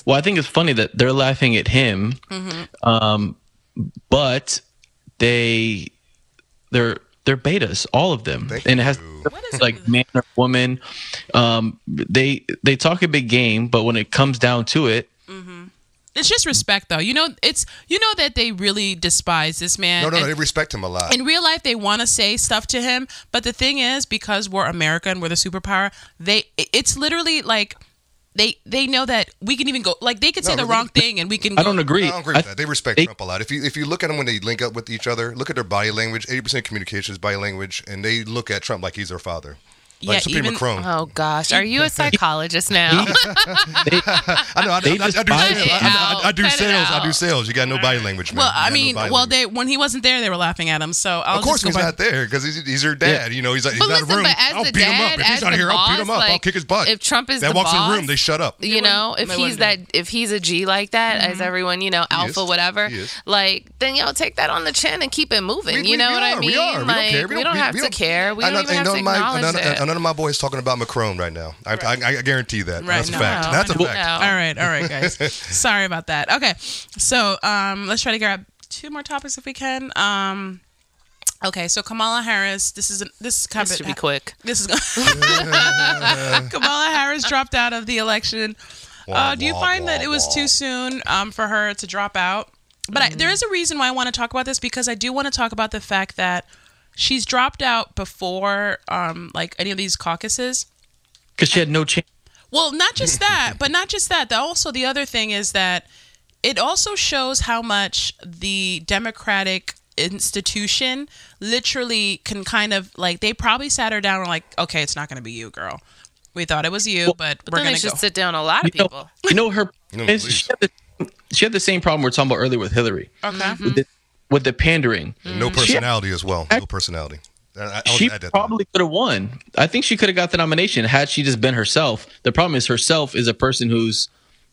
[SPEAKER 5] Well, I think it's funny that they're laughing at him,
[SPEAKER 4] Mm-hmm.
[SPEAKER 5] um, but they they're they're betas, all of them, and it has
[SPEAKER 2] What is
[SPEAKER 5] like man or woman. Um, they they talk a big game, but when it comes down to it,
[SPEAKER 2] It's just respect, though. You know, it's you know that they really despise this man.
[SPEAKER 3] No, no,
[SPEAKER 2] and-
[SPEAKER 3] no, they respect him a lot.
[SPEAKER 2] in real life, they want to say stuff to him, but the thing is, because we're America and we're the superpower, they it's literally like they they know that we can even go like they could say
[SPEAKER 3] No,
[SPEAKER 2] the
[SPEAKER 3] but-
[SPEAKER 2] wrong thing and we can.
[SPEAKER 5] I
[SPEAKER 2] go-
[SPEAKER 5] don't agree.
[SPEAKER 3] I don't agree with
[SPEAKER 5] I-
[SPEAKER 3] that. They respect Trump a lot. If you if you look at them when they link up with each other, look at their body language. Eighty percent communication is body language, and they look at Trump like he's their father. Like
[SPEAKER 2] Yeah,
[SPEAKER 3] Supreme
[SPEAKER 2] even-
[SPEAKER 3] Macron.
[SPEAKER 4] Oh gosh, are you a psychologist now?
[SPEAKER 3] I know. I, I, I, I do
[SPEAKER 5] despise
[SPEAKER 3] sales.
[SPEAKER 4] it.
[SPEAKER 3] I, I, I do
[SPEAKER 4] Cut it
[SPEAKER 3] sales. I
[SPEAKER 4] out.
[SPEAKER 3] do sales. You got no body language, man.
[SPEAKER 2] Well,
[SPEAKER 3] You
[SPEAKER 2] I
[SPEAKER 3] got no
[SPEAKER 2] mean,
[SPEAKER 3] body
[SPEAKER 2] well,
[SPEAKER 3] language.
[SPEAKER 2] they when he wasn't there, they were laughing at him. So I'll
[SPEAKER 3] Of
[SPEAKER 2] just
[SPEAKER 3] course,
[SPEAKER 2] go
[SPEAKER 3] he's
[SPEAKER 2] by-
[SPEAKER 3] not there because he's, he's your dad. You know, he's, he's
[SPEAKER 4] But
[SPEAKER 3] out
[SPEAKER 4] listen,
[SPEAKER 3] of room.
[SPEAKER 4] but as
[SPEAKER 3] I'll
[SPEAKER 4] the
[SPEAKER 3] beat
[SPEAKER 4] dad,
[SPEAKER 3] him up. If
[SPEAKER 4] as
[SPEAKER 3] he's out
[SPEAKER 4] the
[SPEAKER 3] here, I'll beat him
[SPEAKER 4] boss,
[SPEAKER 3] up. I'll
[SPEAKER 4] like,
[SPEAKER 3] kick his butt.
[SPEAKER 4] if Trump is
[SPEAKER 3] that
[SPEAKER 4] the
[SPEAKER 3] walks in
[SPEAKER 4] boss-
[SPEAKER 3] the room, they shut up.
[SPEAKER 4] you know, if
[SPEAKER 2] they
[SPEAKER 4] he's
[SPEAKER 2] wouldn't Mm-hmm.
[SPEAKER 4] that, if he's a G like that, as everyone, you know, alpha,
[SPEAKER 3] is.
[SPEAKER 4] whatever,
[SPEAKER 3] He is.
[SPEAKER 4] like, then yo, take that on the chin and keep it moving.
[SPEAKER 3] We-
[SPEAKER 4] you
[SPEAKER 3] we-
[SPEAKER 4] know
[SPEAKER 3] we
[SPEAKER 4] what I
[SPEAKER 3] are,
[SPEAKER 4] mean?
[SPEAKER 3] We are.
[SPEAKER 4] Like, We
[SPEAKER 3] we don't care.
[SPEAKER 4] don't have to care. We don't
[SPEAKER 3] Another-
[SPEAKER 4] even have to
[SPEAKER 3] another- my-
[SPEAKER 4] acknowledge
[SPEAKER 3] another,
[SPEAKER 4] it.
[SPEAKER 3] None of my boys talking about Macron right now. I, I, I guarantee that.
[SPEAKER 2] Right,
[SPEAKER 3] That's a
[SPEAKER 2] no,
[SPEAKER 3] fact.
[SPEAKER 2] no,
[SPEAKER 3] That's a
[SPEAKER 2] no.
[SPEAKER 3] fact.
[SPEAKER 2] All right, all right, guys. Sorry about that. Okay, so um, let's try to grab two more topics if we can. Um, okay, so Kamala Harris. This is this is
[SPEAKER 4] This should be quick.
[SPEAKER 2] This is Kamala Harris dropped out of the election. Uh, do you
[SPEAKER 3] wah,
[SPEAKER 2] find
[SPEAKER 3] wah,
[SPEAKER 2] that it was
[SPEAKER 3] wah.
[SPEAKER 2] too soon um, for her to drop out? But I, there is a reason why I want to talk about this because I do want to talk about the fact that she's dropped out before um, like any of these caucuses.
[SPEAKER 5] because she had no chance.
[SPEAKER 2] Well, not just that, but not just that. The, also, the other thing is that it also shows how much the Democratic institution literally can kind of like they probably sat her down and were like, okay, it's not going to be you, girl. We thought it was you, but,
[SPEAKER 4] But
[SPEAKER 2] we're going
[SPEAKER 4] then they
[SPEAKER 2] to
[SPEAKER 4] should
[SPEAKER 2] go.
[SPEAKER 4] sit down a lot of
[SPEAKER 5] You know-
[SPEAKER 4] people.
[SPEAKER 5] You know her.
[SPEAKER 3] No,
[SPEAKER 5] is-
[SPEAKER 3] please.
[SPEAKER 5] she, had the, she had the same problem we are talking about earlier with Hillary.
[SPEAKER 4] Mm-hmm.
[SPEAKER 2] okay.
[SPEAKER 5] With, the, with the pandering,
[SPEAKER 3] No personality as well. No personality. I, I- I was
[SPEAKER 5] she
[SPEAKER 3] at that
[SPEAKER 5] probably could have won. I think she could have got the nomination had she just been herself. The problem is herself is a person who's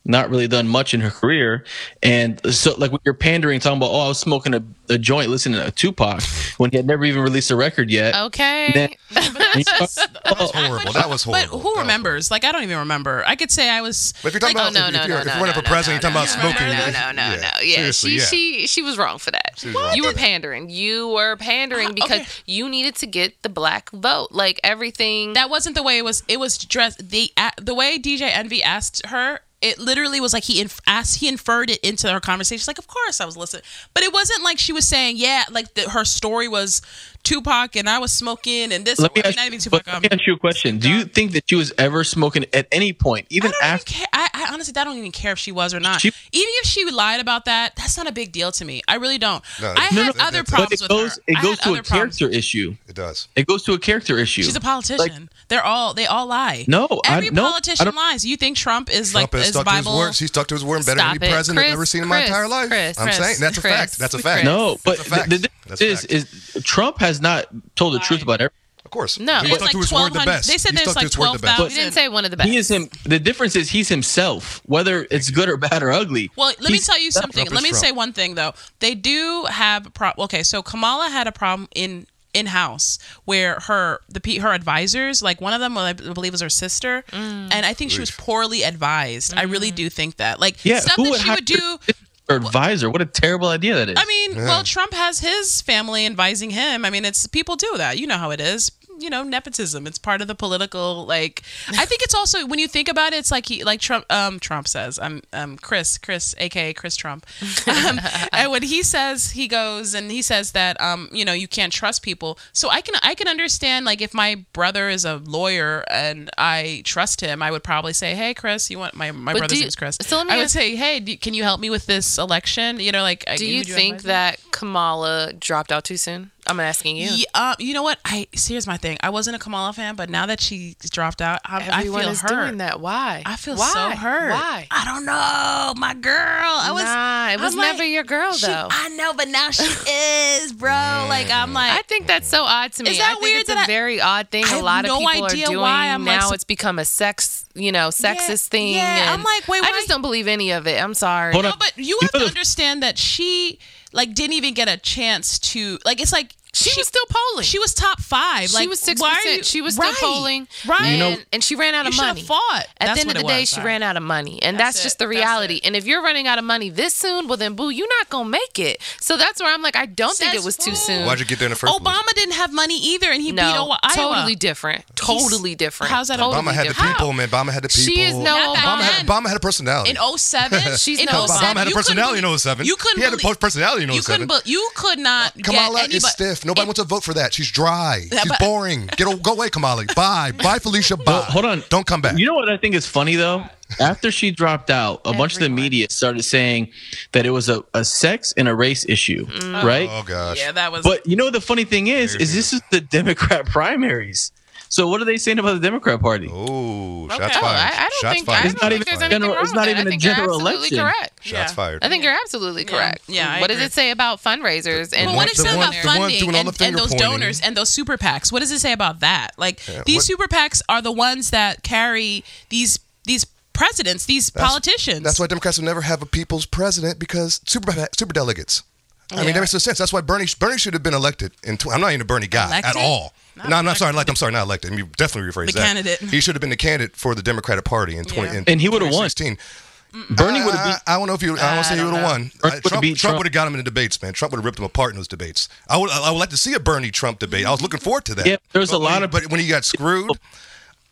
[SPEAKER 5] not really done much in her career, and so like when you're pandering, talking about oh I was smoking a, a joint listening to Tupac when he had never even released a record yet.
[SPEAKER 4] Okay.
[SPEAKER 5] Then-
[SPEAKER 3] time. That was horrible. That was
[SPEAKER 2] But
[SPEAKER 3] horrible. That
[SPEAKER 2] who
[SPEAKER 3] was-
[SPEAKER 2] remembers? Like I don't even remember. I could say I was.
[SPEAKER 3] But if you're talking
[SPEAKER 4] Like, oh,
[SPEAKER 3] about
[SPEAKER 4] no,
[SPEAKER 3] if,
[SPEAKER 4] no,
[SPEAKER 3] if you're,
[SPEAKER 4] no,
[SPEAKER 3] if you're
[SPEAKER 4] no,
[SPEAKER 3] running for
[SPEAKER 4] no,
[SPEAKER 3] president,
[SPEAKER 4] no,
[SPEAKER 3] you're talking about smoking.
[SPEAKER 4] No, no, no, no. Yeah,
[SPEAKER 3] Seriously,
[SPEAKER 4] she
[SPEAKER 3] yeah.
[SPEAKER 4] she she was wrong for that.
[SPEAKER 3] was wrong
[SPEAKER 4] You
[SPEAKER 3] for
[SPEAKER 4] were
[SPEAKER 3] that.
[SPEAKER 4] pandering. You were pandering because
[SPEAKER 2] okay.
[SPEAKER 4] you needed to get the black vote. Like everything.
[SPEAKER 2] that wasn't the way it was. It was dressed the a the way DJ Envy asked her. It literally was like he inf- asked, he inferred it into her conversation. She's like, of course I was listening, but it wasn't like she was saying, yeah, like the, her story was Tupac and I was smoking and this.
[SPEAKER 5] Let me,
[SPEAKER 2] I mean,
[SPEAKER 5] ask,
[SPEAKER 2] not even
[SPEAKER 5] you,
[SPEAKER 2] Tupac.
[SPEAKER 5] but let
[SPEAKER 2] um,
[SPEAKER 5] me ask you a question. Do you think that she was ever smoking at any point,
[SPEAKER 2] I
[SPEAKER 5] even
[SPEAKER 2] don't
[SPEAKER 5] after?
[SPEAKER 2] even care. I, I honestly, I don't even care if she was or not.
[SPEAKER 5] She-
[SPEAKER 2] even if she lied about that, that's not a big deal to me. I really don't.
[SPEAKER 3] No,
[SPEAKER 2] I
[SPEAKER 3] no,
[SPEAKER 2] had
[SPEAKER 3] no,
[SPEAKER 2] other
[SPEAKER 3] that's-
[SPEAKER 5] But
[SPEAKER 2] problems
[SPEAKER 5] it
[SPEAKER 2] with
[SPEAKER 5] goes,
[SPEAKER 2] her. I
[SPEAKER 5] it
[SPEAKER 2] had
[SPEAKER 5] goes to a
[SPEAKER 2] other problems.
[SPEAKER 5] character issue.
[SPEAKER 3] It does.
[SPEAKER 5] It goes to a character issue.
[SPEAKER 2] She's a politician. They're all they all lie.
[SPEAKER 5] No, I-
[SPEAKER 2] every
[SPEAKER 5] no, I
[SPEAKER 2] politician
[SPEAKER 5] don't-
[SPEAKER 2] lies. You think Trump is
[SPEAKER 3] Trump
[SPEAKER 2] like
[SPEAKER 3] has
[SPEAKER 2] is
[SPEAKER 3] stuck to his
[SPEAKER 2] Bible?
[SPEAKER 3] word. She's stuck to his word better
[SPEAKER 4] Stop
[SPEAKER 3] than
[SPEAKER 4] it.
[SPEAKER 3] any president
[SPEAKER 4] Chris,
[SPEAKER 3] I've ever seen in my
[SPEAKER 4] Chris,
[SPEAKER 3] entire life.
[SPEAKER 4] Chris,
[SPEAKER 3] I'm
[SPEAKER 4] Chris,
[SPEAKER 3] saying that's a
[SPEAKER 4] Chris,
[SPEAKER 3] fact. That's a
[SPEAKER 4] Chris.
[SPEAKER 3] fact.
[SPEAKER 5] No, but
[SPEAKER 3] That's a fact.
[SPEAKER 5] the, the,
[SPEAKER 3] That's a
[SPEAKER 5] is,
[SPEAKER 3] fact.
[SPEAKER 5] is Trump has not told the truth about everything.
[SPEAKER 3] Of course.
[SPEAKER 4] No.
[SPEAKER 3] he
[SPEAKER 4] It's
[SPEAKER 3] stuck
[SPEAKER 2] like
[SPEAKER 3] to his word the
[SPEAKER 2] 1200
[SPEAKER 3] best.
[SPEAKER 2] they said
[SPEAKER 3] He
[SPEAKER 2] there's
[SPEAKER 3] stuck to
[SPEAKER 2] like
[SPEAKER 3] his word the best.
[SPEAKER 2] 12,000
[SPEAKER 4] you didn't say one of the best.
[SPEAKER 5] He is him. The difference is he's himself, whether it's good or bad or ugly.
[SPEAKER 2] Well, let me
[SPEAKER 5] He's-
[SPEAKER 2] tell you something.
[SPEAKER 3] Trump is
[SPEAKER 2] Let me
[SPEAKER 3] Trump.
[SPEAKER 2] say one thing though. They do have pro. Okay, so Kamala had a problem in in house where her the pe- her advisors like one of them I believe was her sister
[SPEAKER 5] Mm.
[SPEAKER 2] and I think she was poorly advised. I really do think that like
[SPEAKER 5] Yeah,
[SPEAKER 2] stuff
[SPEAKER 5] who
[SPEAKER 2] that
[SPEAKER 5] would
[SPEAKER 2] she
[SPEAKER 5] hire
[SPEAKER 2] would do.
[SPEAKER 5] Her advisor. What a terrible idea that is.
[SPEAKER 2] I mean, well, Trump has his family advising him. I mean, it's people do that. You know how it is. You know, nepotism. It's part of the political. Like, I think it's also when you think about it, it's like he, like Trump, um, Trump says, um, um, Chris, Chris, aka Chris Trump, um, and when he says he goes and he says that, um, you know, you can't trust people. So I can, I can understand like if my brother is a lawyer and I trust him, I would probably say, hey, Chris, you want my my
[SPEAKER 4] But
[SPEAKER 2] brother's
[SPEAKER 4] do you-
[SPEAKER 2] name's Chris.
[SPEAKER 4] so let me
[SPEAKER 2] I would
[SPEAKER 4] ask-
[SPEAKER 2] say, hey, do, can you help me with this election? You know, like, I-
[SPEAKER 4] Do you
[SPEAKER 2] would
[SPEAKER 4] think
[SPEAKER 2] advise me?
[SPEAKER 4] that Kamala dropped out too soon? I'm asking you.
[SPEAKER 2] Yeah, uh, you know what? I see, here's my thing. I wasn't a Kamala fan, but now that she dropped out, I, I
[SPEAKER 4] Everyone
[SPEAKER 2] feel
[SPEAKER 4] is
[SPEAKER 2] hurt.
[SPEAKER 4] doing that. Why?
[SPEAKER 2] I feel
[SPEAKER 4] Why?
[SPEAKER 2] so hurt.
[SPEAKER 4] Why?
[SPEAKER 2] I don't know, my girl. I was.
[SPEAKER 4] nah, it was
[SPEAKER 2] I'm
[SPEAKER 4] never
[SPEAKER 2] like,
[SPEAKER 4] your girl
[SPEAKER 2] she-
[SPEAKER 4] though.
[SPEAKER 2] I know, but now she is, bro. Like I'm
[SPEAKER 4] I
[SPEAKER 2] like.
[SPEAKER 4] think that's so odd to me.
[SPEAKER 2] Is that
[SPEAKER 4] I think
[SPEAKER 2] weird
[SPEAKER 4] It's a
[SPEAKER 2] that I-
[SPEAKER 4] very odd thing.
[SPEAKER 2] I
[SPEAKER 4] A
[SPEAKER 2] have
[SPEAKER 4] lot
[SPEAKER 2] no
[SPEAKER 4] of people
[SPEAKER 2] idea
[SPEAKER 4] are doing
[SPEAKER 2] why I'm like
[SPEAKER 4] now.
[SPEAKER 2] so-
[SPEAKER 4] it's become a sex, you know, sexist thing.
[SPEAKER 2] yeah, I'm
[SPEAKER 4] and
[SPEAKER 2] like, wait,
[SPEAKER 4] I
[SPEAKER 2] why-
[SPEAKER 4] just don't believe any of it. I'm sorry.
[SPEAKER 5] Hold
[SPEAKER 2] no,
[SPEAKER 5] on.
[SPEAKER 2] but you
[SPEAKER 5] You
[SPEAKER 2] have
[SPEAKER 5] know
[SPEAKER 2] to
[SPEAKER 5] the-
[SPEAKER 2] understand that she like didn't even get a chance to like. It's like
[SPEAKER 4] She, was still polling.
[SPEAKER 2] she was top five.
[SPEAKER 4] She
[SPEAKER 2] Like
[SPEAKER 4] was six
[SPEAKER 2] why are you-
[SPEAKER 4] percent. She was still
[SPEAKER 2] Right,
[SPEAKER 4] polling.
[SPEAKER 2] Right.
[SPEAKER 4] and, and she ran out
[SPEAKER 2] You
[SPEAKER 4] of
[SPEAKER 2] should've
[SPEAKER 4] money.
[SPEAKER 2] fought.
[SPEAKER 4] At
[SPEAKER 2] That's
[SPEAKER 4] the end
[SPEAKER 2] what
[SPEAKER 4] of
[SPEAKER 2] it
[SPEAKER 4] the day,
[SPEAKER 2] was.
[SPEAKER 4] she
[SPEAKER 2] Sorry.
[SPEAKER 4] ran out of money, and
[SPEAKER 2] That's
[SPEAKER 4] that's, just
[SPEAKER 2] it.
[SPEAKER 4] the
[SPEAKER 2] That's
[SPEAKER 4] reality.
[SPEAKER 2] it.
[SPEAKER 4] And if you're running out of money this soon, well then, boo, you're not gonna make it. So that's where I'm like, I don't think
[SPEAKER 2] Says
[SPEAKER 4] it was
[SPEAKER 2] who?
[SPEAKER 4] too soon.
[SPEAKER 3] Why'd you get there in the first place?
[SPEAKER 2] Obama didn't have money either, and he beat
[SPEAKER 4] no,
[SPEAKER 2] Iowa.
[SPEAKER 4] totally different. Totally different.
[SPEAKER 2] how's that
[SPEAKER 4] Totally
[SPEAKER 3] Obama had the
[SPEAKER 4] different.
[SPEAKER 2] How?
[SPEAKER 3] people, man. Obama had the people.
[SPEAKER 4] She is no
[SPEAKER 2] Not back
[SPEAKER 3] Obama had,
[SPEAKER 2] then.
[SPEAKER 3] Obama had a personality.
[SPEAKER 2] in 07
[SPEAKER 4] She's
[SPEAKER 2] in 07
[SPEAKER 4] not Obama
[SPEAKER 3] Obama had a
[SPEAKER 2] you couldn't
[SPEAKER 3] personality
[SPEAKER 2] believe-
[SPEAKER 3] in 07.
[SPEAKER 2] you couldn't
[SPEAKER 3] He had a
[SPEAKER 2] believe-
[SPEAKER 3] post- personality in
[SPEAKER 2] you
[SPEAKER 3] 07.
[SPEAKER 2] couldn't be- you could not
[SPEAKER 3] Kamala
[SPEAKER 2] get anybody
[SPEAKER 3] is stiff. Nobody
[SPEAKER 2] it-
[SPEAKER 3] wants to vote for that. She's dry. She's
[SPEAKER 2] but-
[SPEAKER 3] boring. Get o- go away, Kamala. Bye, bye, Felicia. Bye.
[SPEAKER 5] hold on.
[SPEAKER 3] Don't come back.
[SPEAKER 5] You know what I think is funny though? After she dropped out, a bunch of the media started saying that it was a, a sex and a race issue,
[SPEAKER 2] Mm.
[SPEAKER 5] right?
[SPEAKER 3] oh gosh.
[SPEAKER 2] yeah that was
[SPEAKER 5] But you know what the funny thing is, is
[SPEAKER 3] There
[SPEAKER 5] this is the Democrat primaries. So what are they saying about the Democrat Party?
[SPEAKER 3] Oh, shots
[SPEAKER 2] Okay.
[SPEAKER 3] fired.
[SPEAKER 2] Oh,
[SPEAKER 4] I, I don't
[SPEAKER 3] shots
[SPEAKER 4] think, I
[SPEAKER 3] fired.
[SPEAKER 4] don't
[SPEAKER 5] It's not
[SPEAKER 4] think
[SPEAKER 5] even
[SPEAKER 4] there's
[SPEAKER 5] a
[SPEAKER 4] anything
[SPEAKER 5] general-
[SPEAKER 4] wrong
[SPEAKER 5] it's
[SPEAKER 4] with
[SPEAKER 5] not
[SPEAKER 4] that.
[SPEAKER 5] even
[SPEAKER 4] I
[SPEAKER 5] a
[SPEAKER 4] think you're
[SPEAKER 5] general
[SPEAKER 4] absolutely
[SPEAKER 5] election.
[SPEAKER 4] Correct.
[SPEAKER 3] Shots
[SPEAKER 2] Yeah.
[SPEAKER 3] fired.
[SPEAKER 4] I think you're absolutely correct.
[SPEAKER 2] Yeah, I
[SPEAKER 4] what does
[SPEAKER 2] agree.
[SPEAKER 4] it say about fundraisers and
[SPEAKER 2] well, what does it
[SPEAKER 3] the
[SPEAKER 2] say
[SPEAKER 3] one-
[SPEAKER 2] about
[SPEAKER 3] the ones
[SPEAKER 2] funding
[SPEAKER 3] doing all
[SPEAKER 2] and,
[SPEAKER 3] the
[SPEAKER 2] and those
[SPEAKER 3] finger pointing.
[SPEAKER 2] donors and those super PACs? What does it say about that? Like these
[SPEAKER 3] what-
[SPEAKER 2] super PACs are the ones that carry these these presidents, these politicians.
[SPEAKER 3] That's why Democrats will never have a people's president because super super delegates. I mean,
[SPEAKER 2] Yeah.
[SPEAKER 3] that makes no sense. That's why Bernie Bernie should have been elected. In tw- I'm not even a Bernie guy at
[SPEAKER 2] Elected?
[SPEAKER 3] all.
[SPEAKER 2] No,
[SPEAKER 3] No, I'm not sorry. Elected. I'm sorry, not elected. I mean, definitely rephrase
[SPEAKER 2] The
[SPEAKER 3] that.
[SPEAKER 2] candidate.
[SPEAKER 3] He should have been the candidate for the Democratic Party in 20
[SPEAKER 2] Yeah.
[SPEAKER 3] in
[SPEAKER 5] And he would've won.
[SPEAKER 3] 2016.
[SPEAKER 5] Bernie would
[SPEAKER 3] I,
[SPEAKER 5] have
[SPEAKER 3] I- I don't know if you. I don't say he would have won.
[SPEAKER 5] Or
[SPEAKER 3] Uh,
[SPEAKER 5] would've
[SPEAKER 3] Trump,
[SPEAKER 5] beat Trump.
[SPEAKER 3] would have got him in the debates, man. Trump would have ripped him apart in those debates. I would. I would like to see a Bernie Trump debate. I was looking forward to that.
[SPEAKER 5] Yeah, there's a
[SPEAKER 3] But when
[SPEAKER 5] lot
[SPEAKER 3] he-
[SPEAKER 5] of-
[SPEAKER 3] But when he got screwed,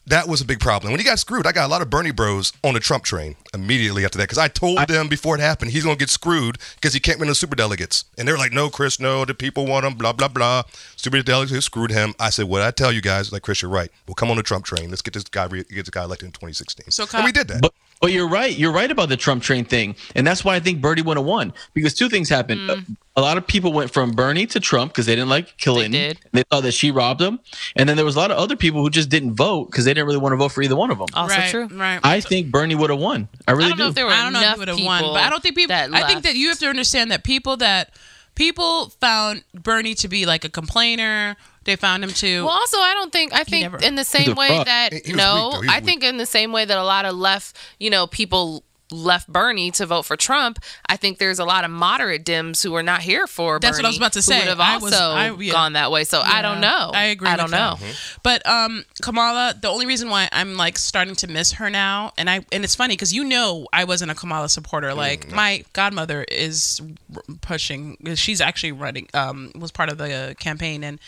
[SPEAKER 3] that was a big problem. When he got screwed, I got a lot of Bernie Bros on the Trump train immediately after that because I told them before it happened he's going to get screwed because he can't win the superdelegates. And they were like, "No, Chris, no, the people want him." Blah blah blah. Superdelegates who screwed him. I said, "What I tell you guys, like Chris, you're right. We'll come on the Trump train. Let's get this guy re- get this guy elected in 2016."
[SPEAKER 2] So,
[SPEAKER 3] and we
[SPEAKER 2] Kyle-
[SPEAKER 3] did that.
[SPEAKER 5] But But you're right. You're right about the Trump train thing. And that's why I think Bernie would have won because two things happened.
[SPEAKER 4] Hmm.
[SPEAKER 5] A lot of people went from Bernie to Trump because they didn't like Clinton.
[SPEAKER 4] did.
[SPEAKER 5] They thought that she robbed them. And then there was a lot of other people who just didn't vote because they didn't really want to vote for either one of them.
[SPEAKER 4] Also
[SPEAKER 2] right,
[SPEAKER 4] true.
[SPEAKER 2] Right.
[SPEAKER 5] I think Bernie would have won. I really
[SPEAKER 4] Oh. I don't know if there were
[SPEAKER 2] I don't know if
[SPEAKER 4] enough
[SPEAKER 2] he would have
[SPEAKER 4] people
[SPEAKER 2] won, but I don't think people.
[SPEAKER 4] that
[SPEAKER 2] I think that
[SPEAKER 4] left.
[SPEAKER 2] you have to understand that people that people found Bernie to be like a complainer. They found him to.
[SPEAKER 4] Well, also, I don't think I think
[SPEAKER 2] never-
[SPEAKER 4] in the same
[SPEAKER 5] a
[SPEAKER 4] way
[SPEAKER 5] fraud.
[SPEAKER 4] that
[SPEAKER 3] He- he was
[SPEAKER 4] no,
[SPEAKER 3] weak, though. He was
[SPEAKER 4] I think in the same way that a lot of left, you know, people left Bernie to vote for Trump. I think there's a lot of moderate Dems who are not here for.
[SPEAKER 2] That's what I was
[SPEAKER 4] Bernie
[SPEAKER 2] about to
[SPEAKER 4] who
[SPEAKER 2] say.
[SPEAKER 4] Would have
[SPEAKER 2] I
[SPEAKER 4] also
[SPEAKER 2] was- I- yeah.
[SPEAKER 4] gone that way. So I don't
[SPEAKER 2] Yeah,
[SPEAKER 4] know.
[SPEAKER 2] I agree.
[SPEAKER 4] I
[SPEAKER 2] with
[SPEAKER 4] don't
[SPEAKER 2] that.
[SPEAKER 4] know.
[SPEAKER 3] Mm-hmm.
[SPEAKER 2] But um, Kamala, the only reason why I'm like starting to miss her now, and I and it's funny because you know I wasn't a Kamala supporter. Like my godmother is r- pushing. She's actually running. Um, was part of the uh, campaign, and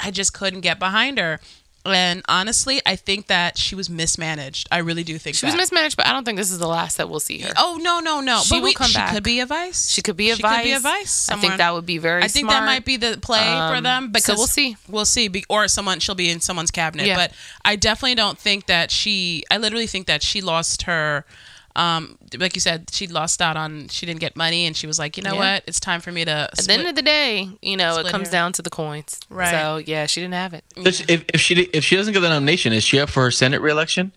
[SPEAKER 2] I just couldn't get behind her. And honestly, I think that she was mismanaged. I really do think
[SPEAKER 4] She
[SPEAKER 2] that.
[SPEAKER 4] was mismatched, but I don't think this is the last that we'll see her.
[SPEAKER 2] Oh no no no!
[SPEAKER 4] She
[SPEAKER 2] but we,
[SPEAKER 4] will come
[SPEAKER 2] she
[SPEAKER 4] back.
[SPEAKER 2] could be a vice.
[SPEAKER 4] She could be a
[SPEAKER 2] she
[SPEAKER 4] vice.
[SPEAKER 2] Could be a vice.
[SPEAKER 4] I think
[SPEAKER 2] somewhere.
[SPEAKER 4] that would be very.
[SPEAKER 2] I think that
[SPEAKER 4] smart.
[SPEAKER 2] might be the play for
[SPEAKER 4] Um,
[SPEAKER 2] them
[SPEAKER 4] so
[SPEAKER 2] because
[SPEAKER 4] we'll see.
[SPEAKER 2] We'll see. Be, or someone she'll be in someone's cabinet.
[SPEAKER 4] Yeah.
[SPEAKER 2] But I definitely don't think that she. I literally think that she lost her. Um, like you said, she lost out on. She didn't get money, and she was like, you know
[SPEAKER 4] Yeah.
[SPEAKER 2] what? It's time for me to.
[SPEAKER 4] At the end of the day, you know, it
[SPEAKER 2] Split
[SPEAKER 4] comes
[SPEAKER 2] hair.
[SPEAKER 4] down to the coins.
[SPEAKER 2] Right.
[SPEAKER 4] So yeah, she didn't have it.
[SPEAKER 5] If, if she if she doesn't get the nomination, is she up for her Senate reelection?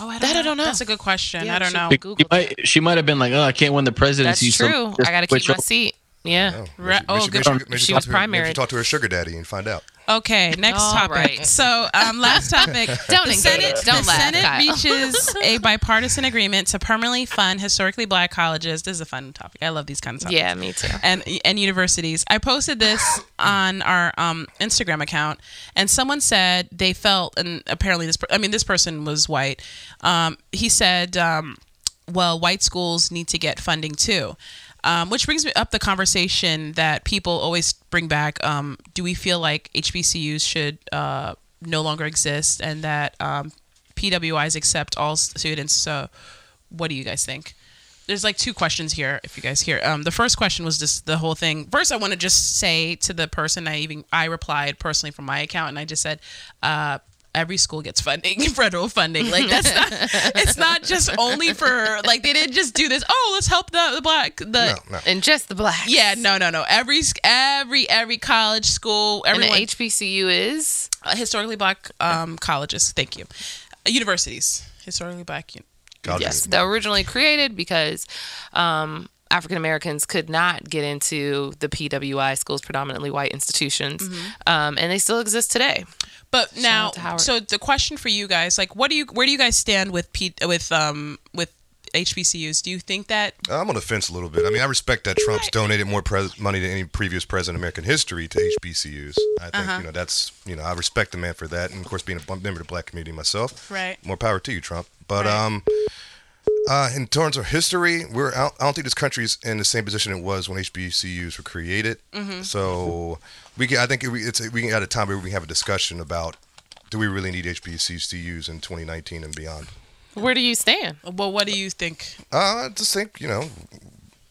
[SPEAKER 2] oh, I don't,
[SPEAKER 4] That I
[SPEAKER 2] know.
[SPEAKER 4] don't know.
[SPEAKER 2] That's a good question.
[SPEAKER 4] Yeah,
[SPEAKER 2] I don't
[SPEAKER 4] she-
[SPEAKER 2] know.
[SPEAKER 4] Be-
[SPEAKER 5] She
[SPEAKER 4] Google
[SPEAKER 5] might, she might have been like, oh, I can't win the
[SPEAKER 4] That's
[SPEAKER 5] presidency. so
[SPEAKER 4] true.
[SPEAKER 5] just
[SPEAKER 4] I got to
[SPEAKER 5] switch
[SPEAKER 4] keep my
[SPEAKER 5] over."
[SPEAKER 4] seat. Yeah.
[SPEAKER 2] Right. Oh, good-
[SPEAKER 4] She was
[SPEAKER 3] Maybe
[SPEAKER 4] primary.
[SPEAKER 3] talk to her sugar daddy and find out.
[SPEAKER 2] Okay, next
[SPEAKER 4] All
[SPEAKER 2] topic.
[SPEAKER 4] right.
[SPEAKER 2] So, um, last topic.
[SPEAKER 4] Don't
[SPEAKER 2] the
[SPEAKER 4] engage.
[SPEAKER 2] Senate,
[SPEAKER 4] Don't
[SPEAKER 2] the
[SPEAKER 4] laugh,
[SPEAKER 2] Senate
[SPEAKER 4] Kyle.
[SPEAKER 2] reaches a bipartisan agreement to permanently fund historically black colleges. This is a fun topic. I love these kinds of topics.
[SPEAKER 4] Yeah, me too.
[SPEAKER 2] and and universities. I posted this on our um, Instagram account, and someone said they felt, and apparently this, per- I mean, this person was white. Um, he said, um, "Well, white schools need to get funding too." Um, which brings me up the conversation that people always bring back. Um, do we feel like HBCUs should uh, no longer exist, and that um, PWIs accept all students? So, what do you guys think? there's like two questions here if you guys hear um the first question was just the whole thing first i want to just say to the person i even i replied personally from my account and i just said uh Every school gets funding, federal funding. Like that's not. it's not just only for like they didn't just do this. Oh, let's help the, the black the
[SPEAKER 3] No, Oh, no.
[SPEAKER 4] And just the black.
[SPEAKER 2] yeah no no no every s- every every college school
[SPEAKER 4] And the
[SPEAKER 2] everyone
[SPEAKER 4] HBCU is
[SPEAKER 2] uh, historically black um colleges. Thank you, universities historically black. Un-
[SPEAKER 3] God
[SPEAKER 4] yes,
[SPEAKER 3] bless.
[SPEAKER 4] they were originally created because um, African Americans could not get into the PWI schools, predominantly white institutions,
[SPEAKER 2] Mm-hmm.
[SPEAKER 4] um, and they still exist today.
[SPEAKER 2] But now,
[SPEAKER 4] out to Howard.
[SPEAKER 2] so the question for you guys, like, what do you, where do you guys stand with Pete, with um, with HBCUs? Do you think that
[SPEAKER 3] I'm on the fence a little bit. I mean, I respect that Trump's donated more pres- money to any previous president in American history to HBCUs. I think
[SPEAKER 2] Uh-huh.
[SPEAKER 3] you know that's you know I respect the man for that, and of course being a member of the black community myself,
[SPEAKER 2] Right.
[SPEAKER 3] More power to you, Trump. But
[SPEAKER 2] Right.
[SPEAKER 3] um, uh, in terms of history, we're I don't- I don't think this country's in the same position it was when HBCUs were created.
[SPEAKER 2] Mm-hmm.
[SPEAKER 3] So we can, I think we, it's we can at a time where we can have a discussion about do we really need HBCUs in 2019 and beyond.
[SPEAKER 4] Where do you stand?
[SPEAKER 2] well, what do you think?
[SPEAKER 3] Uh, I just think you know,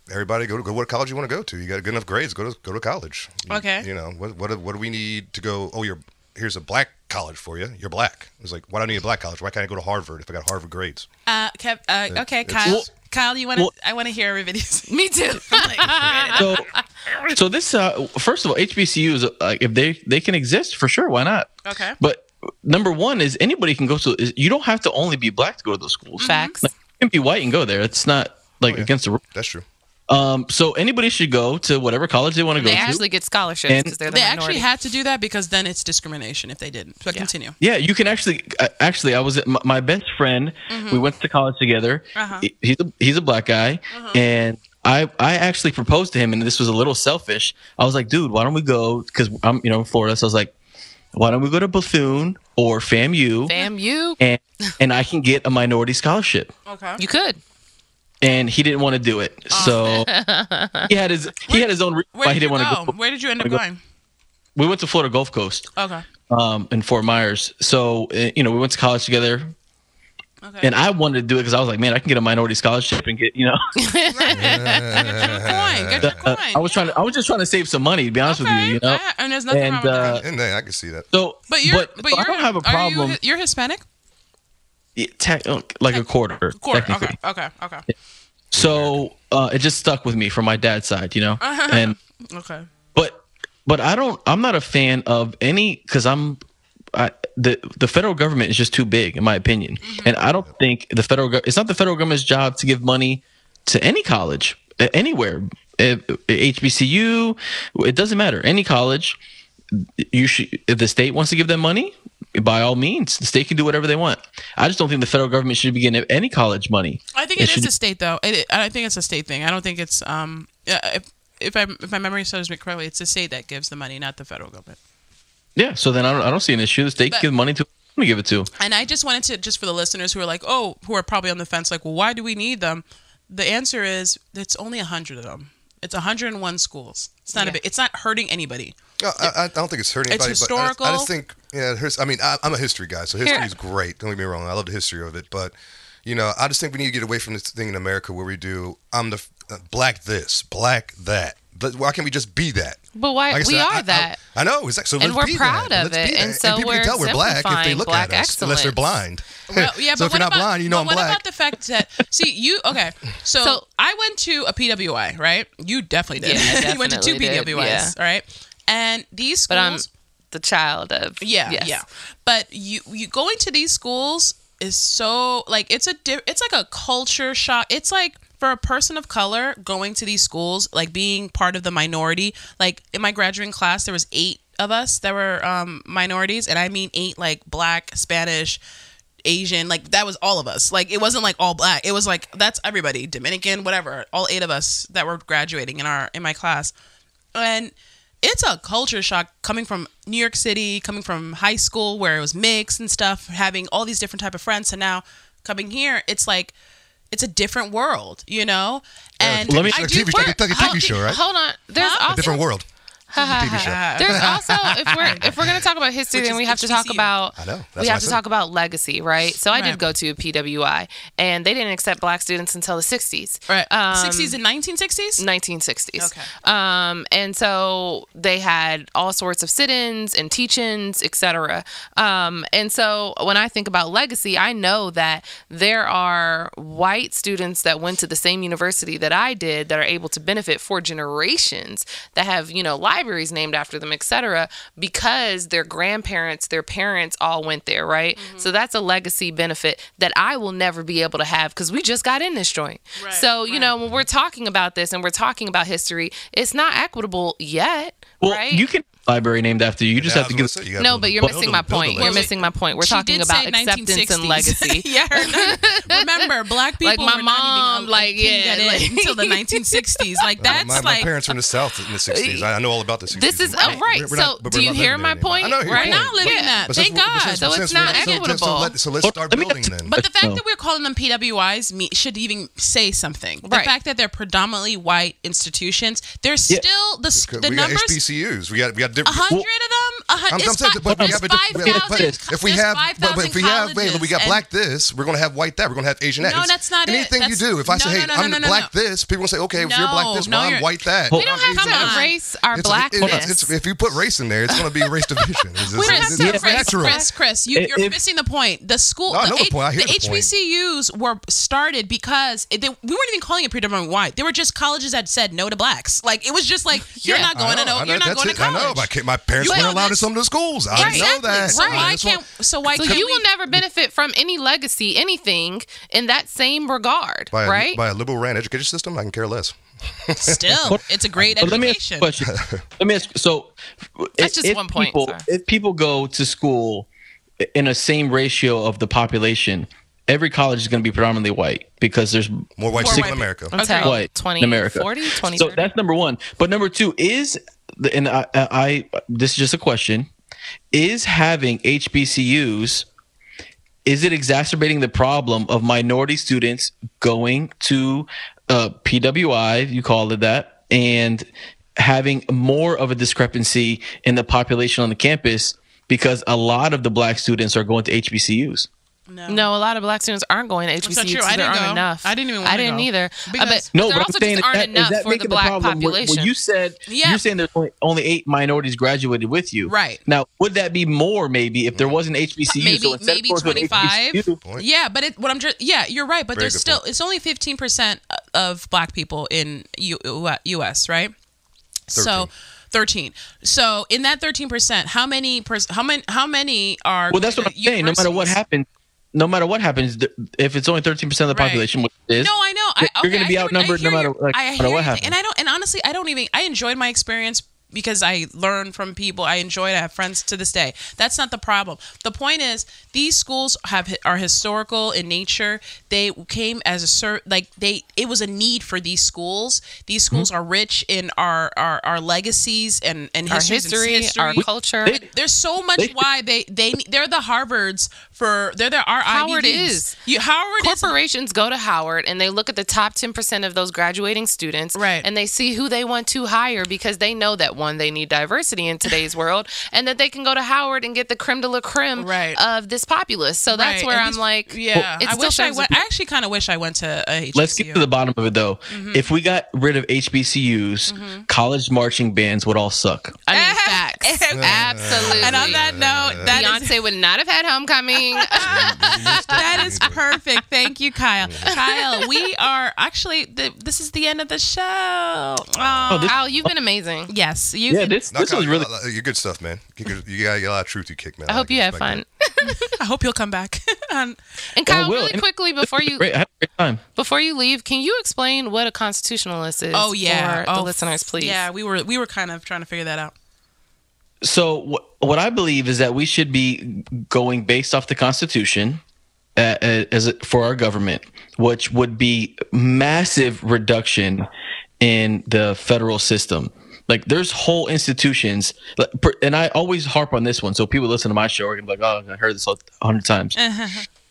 [SPEAKER 3] everybody go to go to what college you want to go to. You got good enough grades, go to go to college. You-
[SPEAKER 2] Okay.
[SPEAKER 3] You know what what do- what do we need to go? Oh, you're here's a black college for you. You're black. It's like why do I need a black college? Why can't I go to Harvard if I got Harvard grades?
[SPEAKER 2] Uh, Kev, uh okay,
[SPEAKER 3] it's-
[SPEAKER 2] Kyle,
[SPEAKER 3] Well-
[SPEAKER 2] Kyle, you want to?
[SPEAKER 5] well-
[SPEAKER 2] I want to hear every video.
[SPEAKER 4] Me too.
[SPEAKER 5] So, so this uh, first of all, HBCUs uh, like if they they can exist for sure, why not?
[SPEAKER 2] Okay.
[SPEAKER 5] But number one is anybody can go to. Is, you don't have to only be black to go to those schools.
[SPEAKER 4] Facts.
[SPEAKER 5] Mm-hmm. Like, you can be white and go there. It's not like
[SPEAKER 3] Oh, yeah.
[SPEAKER 5] against the rule.
[SPEAKER 3] That's true.
[SPEAKER 5] Um, so anybody should go to whatever college they want to go
[SPEAKER 4] They
[SPEAKER 5] to.
[SPEAKER 4] actually get scholarships
[SPEAKER 5] And-
[SPEAKER 4] because they're the
[SPEAKER 2] They
[SPEAKER 4] minority.
[SPEAKER 2] actually had to do that because then it's discrimination if they didn't. But continue.
[SPEAKER 5] Yeah, you can actually. uh, Actually, I was at my, my best friend. We went to college together.
[SPEAKER 2] Mm-hmm. Uh-huh.
[SPEAKER 5] He- He's a, he's a black guy, and I I actually proposed to him, and this was a little selfish. I was like, dude, why don't we go? Because I'm you know in Florida, so I was like, why don't we go to Bethune or FAMU,
[SPEAKER 4] Damn you.
[SPEAKER 5] and and I can get a minority scholarship.
[SPEAKER 2] Okay.
[SPEAKER 4] You could.
[SPEAKER 5] And he didn't want to do it, so he had his he had his own reason
[SPEAKER 2] Where
[SPEAKER 5] why he
[SPEAKER 2] did you
[SPEAKER 5] didn't want
[SPEAKER 2] go?
[SPEAKER 5] to go.
[SPEAKER 2] Where did you end up
[SPEAKER 5] wanna
[SPEAKER 2] going?
[SPEAKER 5] We went to Florida Gulf Coast,
[SPEAKER 2] Okay.
[SPEAKER 5] um, in Fort Myers. So uh, you know we went to college together.
[SPEAKER 2] Okay.
[SPEAKER 5] and I wanted to do it because I was like, man, I can get a minority scholarship and get, you know,
[SPEAKER 2] get your coin. Get your
[SPEAKER 5] Uh,
[SPEAKER 2] coin.
[SPEAKER 5] I was trying to, I was just trying to save some money, to be honest
[SPEAKER 2] okay.
[SPEAKER 5] with you, you know.
[SPEAKER 2] I- and there's nothing wrong
[SPEAKER 5] And
[SPEAKER 2] with that.
[SPEAKER 5] uh,
[SPEAKER 3] And then I can see that.
[SPEAKER 5] so,
[SPEAKER 2] But you're, but,
[SPEAKER 5] so
[SPEAKER 2] you're,
[SPEAKER 5] I don't have a problem.
[SPEAKER 2] Are you, you're Hispanic.
[SPEAKER 5] yeah, ta- oh, like a quarter.
[SPEAKER 2] Quarter.
[SPEAKER 5] technically.
[SPEAKER 2] Okay. Okay. Okay.
[SPEAKER 5] So uh, it just stuck with me from my dad's side, you know. And
[SPEAKER 2] Okay.
[SPEAKER 5] but but I don't. I'm not a fan of any because I'm. I, the the federal government is just too big, in my opinion, and I don't think the federal gov- it's not the federal government's job to give money to any college uh, anywhere, Uh, HBCU. It doesn't matter any college. You should if the state wants to give them money, by all means, the state can do whatever they want. I just don't think the federal government should be giving any college money.
[SPEAKER 2] I think
[SPEAKER 5] It
[SPEAKER 2] it is
[SPEAKER 5] should-
[SPEAKER 2] a state though. It, it- I think it's a state thing. I don't think it's um. yeah, If if, I, if my memory serves me correctly, it's the state that gives the money, not the federal government.
[SPEAKER 5] Yeah, so then I don't, I don't see an issue. The state
[SPEAKER 2] But-
[SPEAKER 5] can give money to. I'm gonna give it to.
[SPEAKER 2] And I just wanted to just for the listeners who are like, oh, who are probably on the fence, like, well, why do we need them? The answer is it's only hundred of them. It's 101 schools. It's not a
[SPEAKER 4] Yeah.
[SPEAKER 2] bit. It's not hurting anybody.
[SPEAKER 3] No, I, I- I don't think it's hurting
[SPEAKER 2] It's
[SPEAKER 3] anybody. But I just- I,
[SPEAKER 2] historical.
[SPEAKER 3] just think, yeah, his, I mean, I, I'm a history guy, so history
[SPEAKER 4] Here-
[SPEAKER 3] is great. Don't get me wrong. I love the history of it. But, you know, I just think we need to get away from this thing in America where we do, I'm the f- uh, black this, black that. But why can't we just be that?
[SPEAKER 4] But why-
[SPEAKER 3] Like I
[SPEAKER 4] we
[SPEAKER 3] said, I-
[SPEAKER 4] are
[SPEAKER 3] I-
[SPEAKER 4] that.
[SPEAKER 3] I, know exactly.
[SPEAKER 4] And
[SPEAKER 3] Let's
[SPEAKER 4] we're
[SPEAKER 3] be
[SPEAKER 4] proud
[SPEAKER 3] that.
[SPEAKER 4] of
[SPEAKER 3] Let's be
[SPEAKER 4] it,
[SPEAKER 3] that.
[SPEAKER 4] and so
[SPEAKER 3] people
[SPEAKER 4] we're
[SPEAKER 3] can tell we're black if they
[SPEAKER 4] exemplifying
[SPEAKER 3] look
[SPEAKER 4] black
[SPEAKER 3] at us, unless they're blind.
[SPEAKER 2] Well, yeah, but
[SPEAKER 3] so
[SPEAKER 2] what
[SPEAKER 3] if you're not
[SPEAKER 2] about,
[SPEAKER 3] blind, you know
[SPEAKER 2] but
[SPEAKER 3] I'm
[SPEAKER 2] what
[SPEAKER 3] black.
[SPEAKER 2] about the fact that see you okay? So,
[SPEAKER 4] So-
[SPEAKER 2] I went to a PWI, right? You definitely did.
[SPEAKER 4] Yeah, I
[SPEAKER 2] you went to two
[SPEAKER 4] definitely did,
[SPEAKER 2] PWIs, all right? And these schools,
[SPEAKER 4] But um, I'm the child of.
[SPEAKER 2] Yeah,
[SPEAKER 4] yes.
[SPEAKER 2] yeah. But you you going to these schools is so like it's a di- it's like a culture shock. It's like for a person of color going to these schools, like being part of the minority. Like in my graduating class, there was eight of us that were um, minorities, and I mean eight like black, Spanish. Asian, like that was all of us. Like it wasn't like all black. It was like that's everybody, Dominican, whatever. All eight of us that were graduating in our in my class and it's a culture shock coming from New York City, coming from high school where it was mixed and stuff, having all these different type of friends, and now coming here, it's like it's a different world, you know. And
[SPEAKER 5] Let me-
[SPEAKER 2] I
[SPEAKER 3] Like
[SPEAKER 2] do
[SPEAKER 3] TV show,
[SPEAKER 2] work-
[SPEAKER 3] like a TV
[SPEAKER 2] I'll-
[SPEAKER 3] show, right?
[SPEAKER 4] Hold on. There's
[SPEAKER 2] Huh?
[SPEAKER 4] also
[SPEAKER 3] Different world. TV show.
[SPEAKER 4] There's also if we're if we're gonna talk about history,
[SPEAKER 2] Which
[SPEAKER 4] then
[SPEAKER 2] is
[SPEAKER 4] we have to talk
[SPEAKER 2] HBCU.
[SPEAKER 4] about
[SPEAKER 3] I know. That's
[SPEAKER 4] we
[SPEAKER 3] why I
[SPEAKER 4] have to
[SPEAKER 3] said
[SPEAKER 4] talk about legacy, right? So I
[SPEAKER 2] Right.
[SPEAKER 4] did go to a PWI, and they didn't accept black students until the 60s,
[SPEAKER 2] Right,
[SPEAKER 4] Um,
[SPEAKER 2] 60s and 1960s.
[SPEAKER 4] 1960s.
[SPEAKER 2] Okay.
[SPEAKER 4] Um, and so they had all sorts of sit-ins and teach-ins, etc. Um, and so when I think about legacy, I know that there are white students that went to the same university that I did that are able to benefit for generations that have you know libraries named after them, etc. Because their grandparents, their parents all went there, right?
[SPEAKER 2] Mm-hmm.
[SPEAKER 4] So that's a legacy benefit that I will never be able to have because we just got in this joint.
[SPEAKER 2] Right,
[SPEAKER 4] so you know know, when we're talking about this and we're talking about history, it's not equitable yet,
[SPEAKER 5] Well,
[SPEAKER 4] right?
[SPEAKER 5] you can library named after you. You just
[SPEAKER 3] Yeah,
[SPEAKER 5] have to
[SPEAKER 3] I
[SPEAKER 5] give.
[SPEAKER 3] was gonna say, you gotta
[SPEAKER 4] no,
[SPEAKER 3] build
[SPEAKER 4] but
[SPEAKER 3] a-
[SPEAKER 4] you're
[SPEAKER 3] build a-
[SPEAKER 4] missing my
[SPEAKER 3] build a
[SPEAKER 4] point.
[SPEAKER 3] leg.
[SPEAKER 4] You're missing my point. We're
[SPEAKER 2] She
[SPEAKER 4] talking
[SPEAKER 2] did
[SPEAKER 4] about
[SPEAKER 2] say
[SPEAKER 4] acceptance and
[SPEAKER 2] 1960s.
[SPEAKER 4] legacy.
[SPEAKER 2] yeah, her- remember black people
[SPEAKER 4] Like my
[SPEAKER 2] were
[SPEAKER 4] mom,
[SPEAKER 2] not even,
[SPEAKER 4] like,
[SPEAKER 2] pinged
[SPEAKER 4] yeah,
[SPEAKER 2] at it
[SPEAKER 4] like-
[SPEAKER 2] until the 1960s. Like
[SPEAKER 3] My-
[SPEAKER 2] that's
[SPEAKER 3] My, my
[SPEAKER 2] like
[SPEAKER 3] parents were in the South in the 60s. I I know all about the 60s.
[SPEAKER 4] uh, This is
[SPEAKER 3] We're-
[SPEAKER 4] oh, right.
[SPEAKER 3] we're- we're
[SPEAKER 4] so,
[SPEAKER 3] not- but
[SPEAKER 4] do
[SPEAKER 3] we're
[SPEAKER 4] you
[SPEAKER 3] not
[SPEAKER 4] hear
[SPEAKER 3] living
[SPEAKER 4] my
[SPEAKER 3] there anymore.
[SPEAKER 4] point?
[SPEAKER 3] I know your
[SPEAKER 4] Right
[SPEAKER 3] point.
[SPEAKER 2] not living that.
[SPEAKER 3] But since
[SPEAKER 2] Thank
[SPEAKER 3] we're- but
[SPEAKER 2] God.
[SPEAKER 3] since-
[SPEAKER 4] So
[SPEAKER 3] since
[SPEAKER 4] it's
[SPEAKER 3] we're-
[SPEAKER 4] not
[SPEAKER 3] so- so- so
[SPEAKER 4] equitable.
[SPEAKER 3] let- So let's
[SPEAKER 5] Hold-
[SPEAKER 3] start
[SPEAKER 5] let me get
[SPEAKER 3] building
[SPEAKER 5] to-
[SPEAKER 3] then.
[SPEAKER 2] But the fact
[SPEAKER 5] No.
[SPEAKER 2] that we're calling them PWIs me- should even say something. The
[SPEAKER 4] Right.
[SPEAKER 2] fact that they're predominantly white institutions, there's
[SPEAKER 5] Yeah.
[SPEAKER 2] still the s- the
[SPEAKER 3] we
[SPEAKER 2] numbers.
[SPEAKER 3] got HBCUs. We got we got
[SPEAKER 2] A
[SPEAKER 3] different.
[SPEAKER 2] hundred of them. A hun-
[SPEAKER 3] I'm, I'm
[SPEAKER 2] it's
[SPEAKER 3] saying,
[SPEAKER 2] fi-
[SPEAKER 3] but we
[SPEAKER 2] there's
[SPEAKER 3] have a different. we have-
[SPEAKER 2] 5,000
[SPEAKER 3] but if we
[SPEAKER 2] there's
[SPEAKER 3] have, but, but
[SPEAKER 2] 5,000
[SPEAKER 3] if we have, wait, we got
[SPEAKER 2] colleges
[SPEAKER 3] black this, we're gonna have white that, we're gonna have Asian that.
[SPEAKER 2] No,
[SPEAKER 3] It's-
[SPEAKER 2] that's not it.
[SPEAKER 3] anything
[SPEAKER 2] That's-
[SPEAKER 3] you do. If I
[SPEAKER 2] no,
[SPEAKER 3] say,
[SPEAKER 2] no,
[SPEAKER 3] hey,
[SPEAKER 2] no,
[SPEAKER 3] I'm
[SPEAKER 2] no, no,
[SPEAKER 3] black
[SPEAKER 2] no.
[SPEAKER 3] this, people say, okay, if you're black this,
[SPEAKER 2] No,
[SPEAKER 3] well,
[SPEAKER 2] no,
[SPEAKER 3] I'm
[SPEAKER 2] you're-
[SPEAKER 3] white that.
[SPEAKER 5] We
[SPEAKER 4] We don't
[SPEAKER 2] Come
[SPEAKER 4] have
[SPEAKER 2] on.
[SPEAKER 4] to erase our
[SPEAKER 3] It's- it-
[SPEAKER 4] blackness.
[SPEAKER 3] it's- it's- if you put race in there, it's gonna be race division. It's,
[SPEAKER 2] We don't
[SPEAKER 3] it's- it's
[SPEAKER 2] have to erase-
[SPEAKER 3] natural.
[SPEAKER 2] Chris, Chris, you,
[SPEAKER 5] If-
[SPEAKER 2] you're
[SPEAKER 5] if-
[SPEAKER 2] missing the point. The school,
[SPEAKER 3] No, I know the
[SPEAKER 2] H-
[SPEAKER 3] point. I hear the point.
[SPEAKER 2] HBCUs were started because it, they, we weren't even calling it predominantly white. They were just colleges that said no to blacks. Like it was just like you're
[SPEAKER 4] Yeah.
[SPEAKER 2] not going
[SPEAKER 3] I
[SPEAKER 2] to
[SPEAKER 3] know, I
[SPEAKER 2] no,
[SPEAKER 3] know,
[SPEAKER 2] you're not
[SPEAKER 3] that's
[SPEAKER 2] going
[SPEAKER 3] it.
[SPEAKER 2] to college.
[SPEAKER 3] I know. My, kid, my parents
[SPEAKER 2] You know,
[SPEAKER 3] weren't allowed to
[SPEAKER 2] that's-
[SPEAKER 3] some of the schools. I know
[SPEAKER 2] Exactly.
[SPEAKER 3] that.
[SPEAKER 2] So
[SPEAKER 3] I
[SPEAKER 2] why
[SPEAKER 3] just want-
[SPEAKER 2] can't? So why
[SPEAKER 4] so
[SPEAKER 2] can't
[SPEAKER 4] you
[SPEAKER 2] we-
[SPEAKER 4] will never benefit from any legacy, anything in that same regard,
[SPEAKER 3] by a,
[SPEAKER 4] right?
[SPEAKER 3] by a liberal ran education system, I can care less.
[SPEAKER 2] Still, it's a great
[SPEAKER 5] But let me ask you
[SPEAKER 2] education.
[SPEAKER 5] a question. let me ask. So
[SPEAKER 4] That's just one point,
[SPEAKER 5] People,
[SPEAKER 4] sorry.
[SPEAKER 5] if people go to school in a same ratio of the population, every college is going to be predominantly white because there's
[SPEAKER 3] More white
[SPEAKER 2] More
[SPEAKER 3] people
[SPEAKER 2] white
[SPEAKER 3] in America.
[SPEAKER 4] Until
[SPEAKER 5] white
[SPEAKER 4] 20,
[SPEAKER 5] in America.
[SPEAKER 4] 40, 20,
[SPEAKER 5] so
[SPEAKER 4] 30.
[SPEAKER 5] that's number one. But number two is, the- and I, I, I- this is just a question: Is having HBCUs is it exacerbating the problem of minority students going to uh, PWI? You call it that, and having more of a discrepancy in the population on the campus because a lot of the black students are going to HBCUs.
[SPEAKER 2] No.
[SPEAKER 4] No, a lot of black students aren't going to HBCUs.
[SPEAKER 2] not true.
[SPEAKER 4] because
[SPEAKER 2] I
[SPEAKER 4] there
[SPEAKER 2] didn't
[SPEAKER 4] aren't
[SPEAKER 2] go.
[SPEAKER 4] enough.
[SPEAKER 2] I didn't even
[SPEAKER 4] I
[SPEAKER 2] wanna
[SPEAKER 4] didn't
[SPEAKER 2] go.
[SPEAKER 4] either. Uh,
[SPEAKER 2] Because-
[SPEAKER 4] but
[SPEAKER 2] No,
[SPEAKER 4] no, there
[SPEAKER 5] but I'm
[SPEAKER 4] also
[SPEAKER 5] saying
[SPEAKER 4] just
[SPEAKER 5] is
[SPEAKER 4] aren't
[SPEAKER 5] that- is
[SPEAKER 4] enough
[SPEAKER 5] that
[SPEAKER 4] for the
[SPEAKER 5] making
[SPEAKER 4] black
[SPEAKER 5] problem? Well-
[SPEAKER 4] population.
[SPEAKER 5] Well, you said
[SPEAKER 2] Yeah.
[SPEAKER 5] you're saying there's only, only eight minorities graduated with you.
[SPEAKER 2] Right.
[SPEAKER 5] Now, would that be more maybe if there was an HBCU?
[SPEAKER 2] Maybe-
[SPEAKER 5] so instead of
[SPEAKER 2] maybe
[SPEAKER 5] going to an
[SPEAKER 2] 25?
[SPEAKER 5] HBCU,
[SPEAKER 3] Point.
[SPEAKER 2] Yeah, but it, what I'm just yeah, you're right, but
[SPEAKER 3] Very
[SPEAKER 2] there's
[SPEAKER 3] good
[SPEAKER 2] still
[SPEAKER 3] point.
[SPEAKER 2] it's only 15% of black people in U, US, right? So 13. So in that 13%, how many pers- how many how many are
[SPEAKER 5] Well, that's what I'm saying. No matter what
[SPEAKER 2] universities?
[SPEAKER 5] happens, no matter what happens, th- if it's only 13 percent of the
[SPEAKER 2] Right.
[SPEAKER 5] population, which it is,
[SPEAKER 2] No, I know. I,
[SPEAKER 5] You're gonna
[SPEAKER 2] okay,
[SPEAKER 5] be
[SPEAKER 2] I hear-
[SPEAKER 5] outnumbered
[SPEAKER 2] I
[SPEAKER 5] no
[SPEAKER 2] hear
[SPEAKER 5] matter-
[SPEAKER 2] your-
[SPEAKER 5] like,
[SPEAKER 2] I
[SPEAKER 5] no matter
[SPEAKER 2] hear
[SPEAKER 5] what
[SPEAKER 2] your thing.
[SPEAKER 5] happens.
[SPEAKER 2] And I don't. And honestly, I don't even. I enjoyed my experience because I learned from people. I enjoyed. I have friends to this day. That's not the problem. The point is, these schools have hi- are historical in nature. They came as a ser- like they. It was a need for these schools. These
[SPEAKER 5] Mm-hmm.
[SPEAKER 2] schools are rich in our our, our legacies and and
[SPEAKER 4] our
[SPEAKER 2] histories and
[SPEAKER 4] history,
[SPEAKER 2] history.
[SPEAKER 4] our culture.
[SPEAKER 5] They-
[SPEAKER 2] There's so much
[SPEAKER 5] They-
[SPEAKER 2] why they they they're the Harvards for they're the our
[SPEAKER 4] Howard
[SPEAKER 2] Ivy Leagues.
[SPEAKER 4] is.
[SPEAKER 2] You, Howard is
[SPEAKER 4] Corporations go to Howard and they look at the top 10% of those graduating students
[SPEAKER 2] Right.
[SPEAKER 4] and they see who they want to hire because they know that one, they need diversity in today's world and that they can go to Howard and get the creme de la creme
[SPEAKER 2] Right.
[SPEAKER 4] of this populace. So that's
[SPEAKER 2] Right,
[SPEAKER 4] where
[SPEAKER 2] and
[SPEAKER 4] I'm
[SPEAKER 2] these-
[SPEAKER 4] like,
[SPEAKER 2] yeah.
[SPEAKER 4] it
[SPEAKER 2] I
[SPEAKER 4] still
[SPEAKER 2] wish I
[SPEAKER 4] serves a
[SPEAKER 2] went. I actually kind of wish I went to a HBCU.
[SPEAKER 5] Let's get to the bottom of it though.
[SPEAKER 2] Mm-hmm.
[SPEAKER 5] If we got rid of HBCUs, college marching bands would all suck.
[SPEAKER 4] I mean, facts. Absolutely.
[SPEAKER 2] And on that note, that is
[SPEAKER 4] Beyonce would not have had homecoming.
[SPEAKER 2] that is perfect. Thank you, Kyle. Kyle, we are actually the, this is the end of the show. Aw.
[SPEAKER 5] Oh, this-
[SPEAKER 4] Al, you've been
[SPEAKER 5] Oh,
[SPEAKER 4] amazing.
[SPEAKER 2] yes, you.
[SPEAKER 5] Yeah,
[SPEAKER 2] can-
[SPEAKER 5] this this was really.
[SPEAKER 3] You're good stuff, man. You, got- you got a lot of truth you kick, man.
[SPEAKER 4] I hope
[SPEAKER 3] can
[SPEAKER 4] you had
[SPEAKER 3] respect that.
[SPEAKER 4] fun.
[SPEAKER 2] I hope you'll come back. Um,
[SPEAKER 4] And
[SPEAKER 5] I
[SPEAKER 4] Kyle,
[SPEAKER 5] will.
[SPEAKER 4] really
[SPEAKER 5] And-
[SPEAKER 4] quickly before
[SPEAKER 5] this was
[SPEAKER 4] you
[SPEAKER 5] great. I had a great time.
[SPEAKER 4] Before you leave, can you explain what a constitutionalist is
[SPEAKER 2] oh yeah,
[SPEAKER 4] for
[SPEAKER 2] oh,
[SPEAKER 4] the listeners, please?
[SPEAKER 2] Yeah, we were we were kind of trying to figure that out.
[SPEAKER 5] So wh- what I believe is that we should be going based off the Constitution uh, uh, as it, for our government, which would be massive reduction in the federal system. Like there's whole institutions, like, per- and I always harp on this one. So people listen to my show are gonna be like, "Oh, I heard this a hundred times."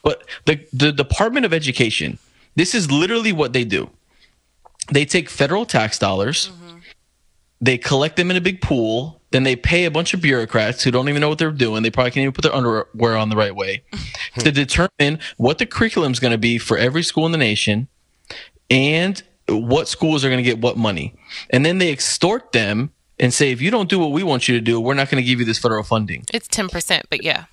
[SPEAKER 5] but the the Department of Education, this is literally what they do. They take federal tax dollars they collect them in a big pool then they pay a bunch of bureaucrats who don't even know what they're doing they probably can't even put their underwear on the right way to determine what the curriculum is going to be for every school in the nation and what schools are going to get what money and then they extort them and say if you don't do what we want you to do we're not going to give you this federal funding
[SPEAKER 4] It's 10%, but yeah.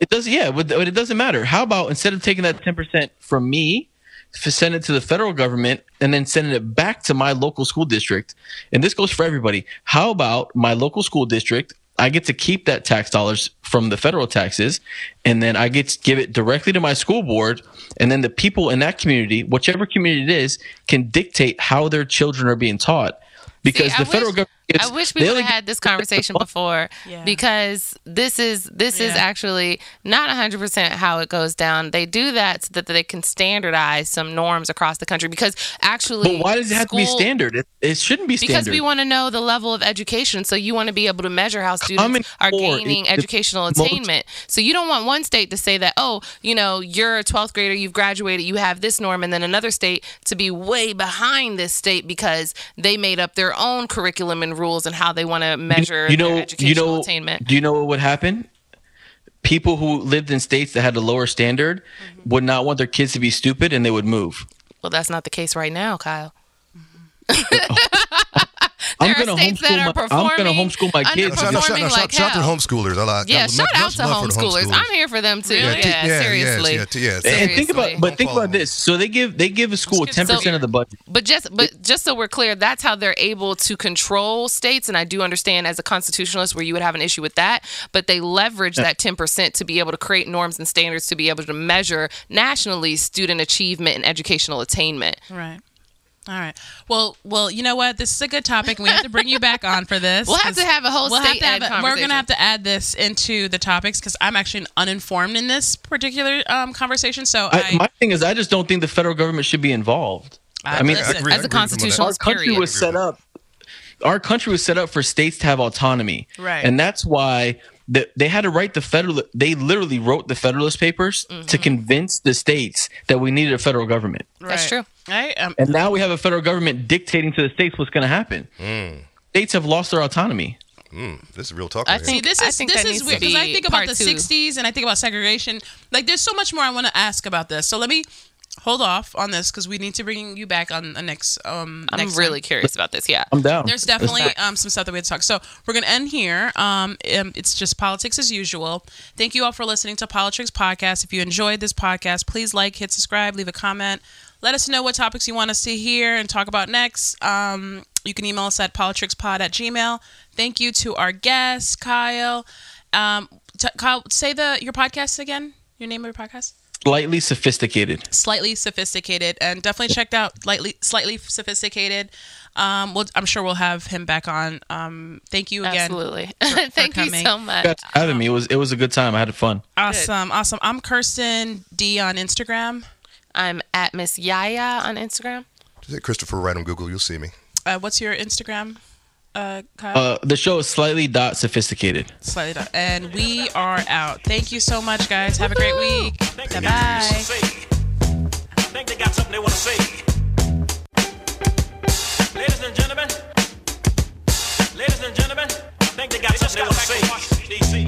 [SPEAKER 5] it does yeah but but it doesn't matter how about instead of taking that 10% from me f- send it to the federal government and then sending it back to my local school district and this goes for everybody how about my local school district i get to keep that tax dollars from the federal taxes and then i get to give it directly to my school board and then the people in that community whichever community it is can dictate how their children are being taught because
[SPEAKER 4] See,
[SPEAKER 5] the
[SPEAKER 4] I
[SPEAKER 5] federal
[SPEAKER 4] wish-
[SPEAKER 5] government gets,
[SPEAKER 4] I wish we
[SPEAKER 5] they
[SPEAKER 4] would
[SPEAKER 5] only
[SPEAKER 4] have had this conversation before
[SPEAKER 2] Yeah.
[SPEAKER 4] because this is this is
[SPEAKER 2] Yeah.
[SPEAKER 4] actually not 100% how it goes down. They do that so that they can standardize some norms across the country because actually
[SPEAKER 5] but why does it have to be
[SPEAKER 4] school-
[SPEAKER 5] standard it, it shouldn't be standard
[SPEAKER 4] Because we want to know the level of education. So you want to be able to measure how students
[SPEAKER 5] Common
[SPEAKER 4] are
[SPEAKER 5] Core is
[SPEAKER 4] gaining
[SPEAKER 5] the
[SPEAKER 4] educational
[SPEAKER 5] most-
[SPEAKER 4] attainment. So you don't want one state to say that, oh, you know, you're a 12th grader, you've graduated, you have this norm, and then another state to be way behind this state because they made up their own curriculum and rules and how they want to measure their educational attainment.
[SPEAKER 5] Do you know what would happen? People who lived in states that had a lower standard
[SPEAKER 4] Mm-hmm.
[SPEAKER 5] would not want their kids to be stupid and they would move.
[SPEAKER 4] Well, that's not the case right now, Kyle.
[SPEAKER 5] I'm
[SPEAKER 4] There are
[SPEAKER 5] going to
[SPEAKER 4] states that
[SPEAKER 5] homeschool
[SPEAKER 4] are
[SPEAKER 5] my, I'm going to
[SPEAKER 4] performing
[SPEAKER 5] homeschool my
[SPEAKER 4] under-
[SPEAKER 5] kids.
[SPEAKER 3] Shout, out- shout,
[SPEAKER 4] Performing
[SPEAKER 3] out- shout,
[SPEAKER 4] like
[SPEAKER 3] shout out to
[SPEAKER 4] hell.
[SPEAKER 3] homeschoolers. I like-
[SPEAKER 4] Yeah,
[SPEAKER 3] much-
[SPEAKER 4] shout out
[SPEAKER 3] much
[SPEAKER 4] to
[SPEAKER 3] love for the
[SPEAKER 4] homeschoolers. I'm here for them too. Yeah,
[SPEAKER 3] t-
[SPEAKER 4] seriously.
[SPEAKER 3] Yeah, t- yeah,
[SPEAKER 5] And think
[SPEAKER 4] Seriously.
[SPEAKER 5] about but think about this. So they give they give a school
[SPEAKER 2] Let's get
[SPEAKER 5] 10% of the budget.
[SPEAKER 4] But just but just so we're clear, that's how they're able to control states. And I do understand as a constitutionalist where you would have an issue with that, but they leverage that ten percent to be able to create norms and standards to be able to measure nationally student achievement and educational attainment.
[SPEAKER 2] Right. All right. Well, well, you know what? This is a good topic. and We have to bring you back on for this.
[SPEAKER 4] We'll have
[SPEAKER 2] 'cause
[SPEAKER 4] to have a whole state ed
[SPEAKER 2] a- We're
[SPEAKER 4] conversation.
[SPEAKER 2] gonna have to add this into the topics because I'm actually uninformed in this particular um, conversation. So I,
[SPEAKER 5] I, my thing is I just don't think the federal government should be involved.
[SPEAKER 2] I-
[SPEAKER 5] I mean
[SPEAKER 2] listen,
[SPEAKER 4] as a
[SPEAKER 5] our
[SPEAKER 4] constitutionalist,
[SPEAKER 5] country
[SPEAKER 4] period.
[SPEAKER 5] was set up our country was set up for states to have autonomy
[SPEAKER 2] Right.
[SPEAKER 5] and that's why the, they had to write the federal they literally wrote the federalist papers to convince the states that we needed a federal government
[SPEAKER 4] That's
[SPEAKER 2] Mm-hmm. Right.
[SPEAKER 4] true.
[SPEAKER 2] I um,
[SPEAKER 5] and now we have a federal government dictating to the states what's going to happen states have lost their autonomy
[SPEAKER 3] Mm, this is real talk.
[SPEAKER 4] I
[SPEAKER 3] right here.
[SPEAKER 2] See,
[SPEAKER 4] think-
[SPEAKER 2] this
[SPEAKER 4] I
[SPEAKER 2] is
[SPEAKER 4] think
[SPEAKER 2] this
[SPEAKER 4] that needs
[SPEAKER 2] is
[SPEAKER 4] to
[SPEAKER 2] weird because I
[SPEAKER 4] be
[SPEAKER 2] think about
[SPEAKER 4] part
[SPEAKER 2] the
[SPEAKER 4] two.
[SPEAKER 2] '60s and I think about segregation. Like, there's so much more I want to ask about this. So let me hold off on this because we need to bring you back on the next. Um,
[SPEAKER 4] I'm
[SPEAKER 2] next time.
[SPEAKER 4] really curious about this. Yeah.
[SPEAKER 5] I'm down.
[SPEAKER 2] There's definitely um, some stuff that we had to talk. So we're gonna end here. Um, um, it's just politics as usual. Thank you all for listening to Politics Podcast. If you enjoyed this podcast, please like, hit subscribe, leave a comment. Let us know what topics you want us to hear and talk about next. Um, you can email us at politrixpod at gmail. Thank you to our guest, Kyle. Um, t- Kyle, say the your podcast again. Your name of your podcast?
[SPEAKER 5] slightly sophisticated.
[SPEAKER 2] slightly sophisticated and definitely checked out slightly slightly sophisticated um we'll, i'm sure we'll have him back on um thank you again
[SPEAKER 4] Absolutely. Thank you
[SPEAKER 2] coming.
[SPEAKER 4] so much.
[SPEAKER 5] Thanks for having me. It was it was a good time. I had fun.
[SPEAKER 2] awesome awesome i'm kirsten d on instagram
[SPEAKER 4] I'm at Miss Yaya on Instagram.
[SPEAKER 3] Just hit Christopher Wright on Google. You'll see me.
[SPEAKER 2] uh, what's your instagram uh, Kyle?
[SPEAKER 5] Uh, the show is slightly dot sophisticated.
[SPEAKER 2] Slightly done. and we are out thank you so much guys have a great week
[SPEAKER 1] Think they got
[SPEAKER 2] bye
[SPEAKER 1] something to say. Think they got something they want to say. Ladies and gentlemen, ladies and gentlemen, I think they got something they want to say. DC.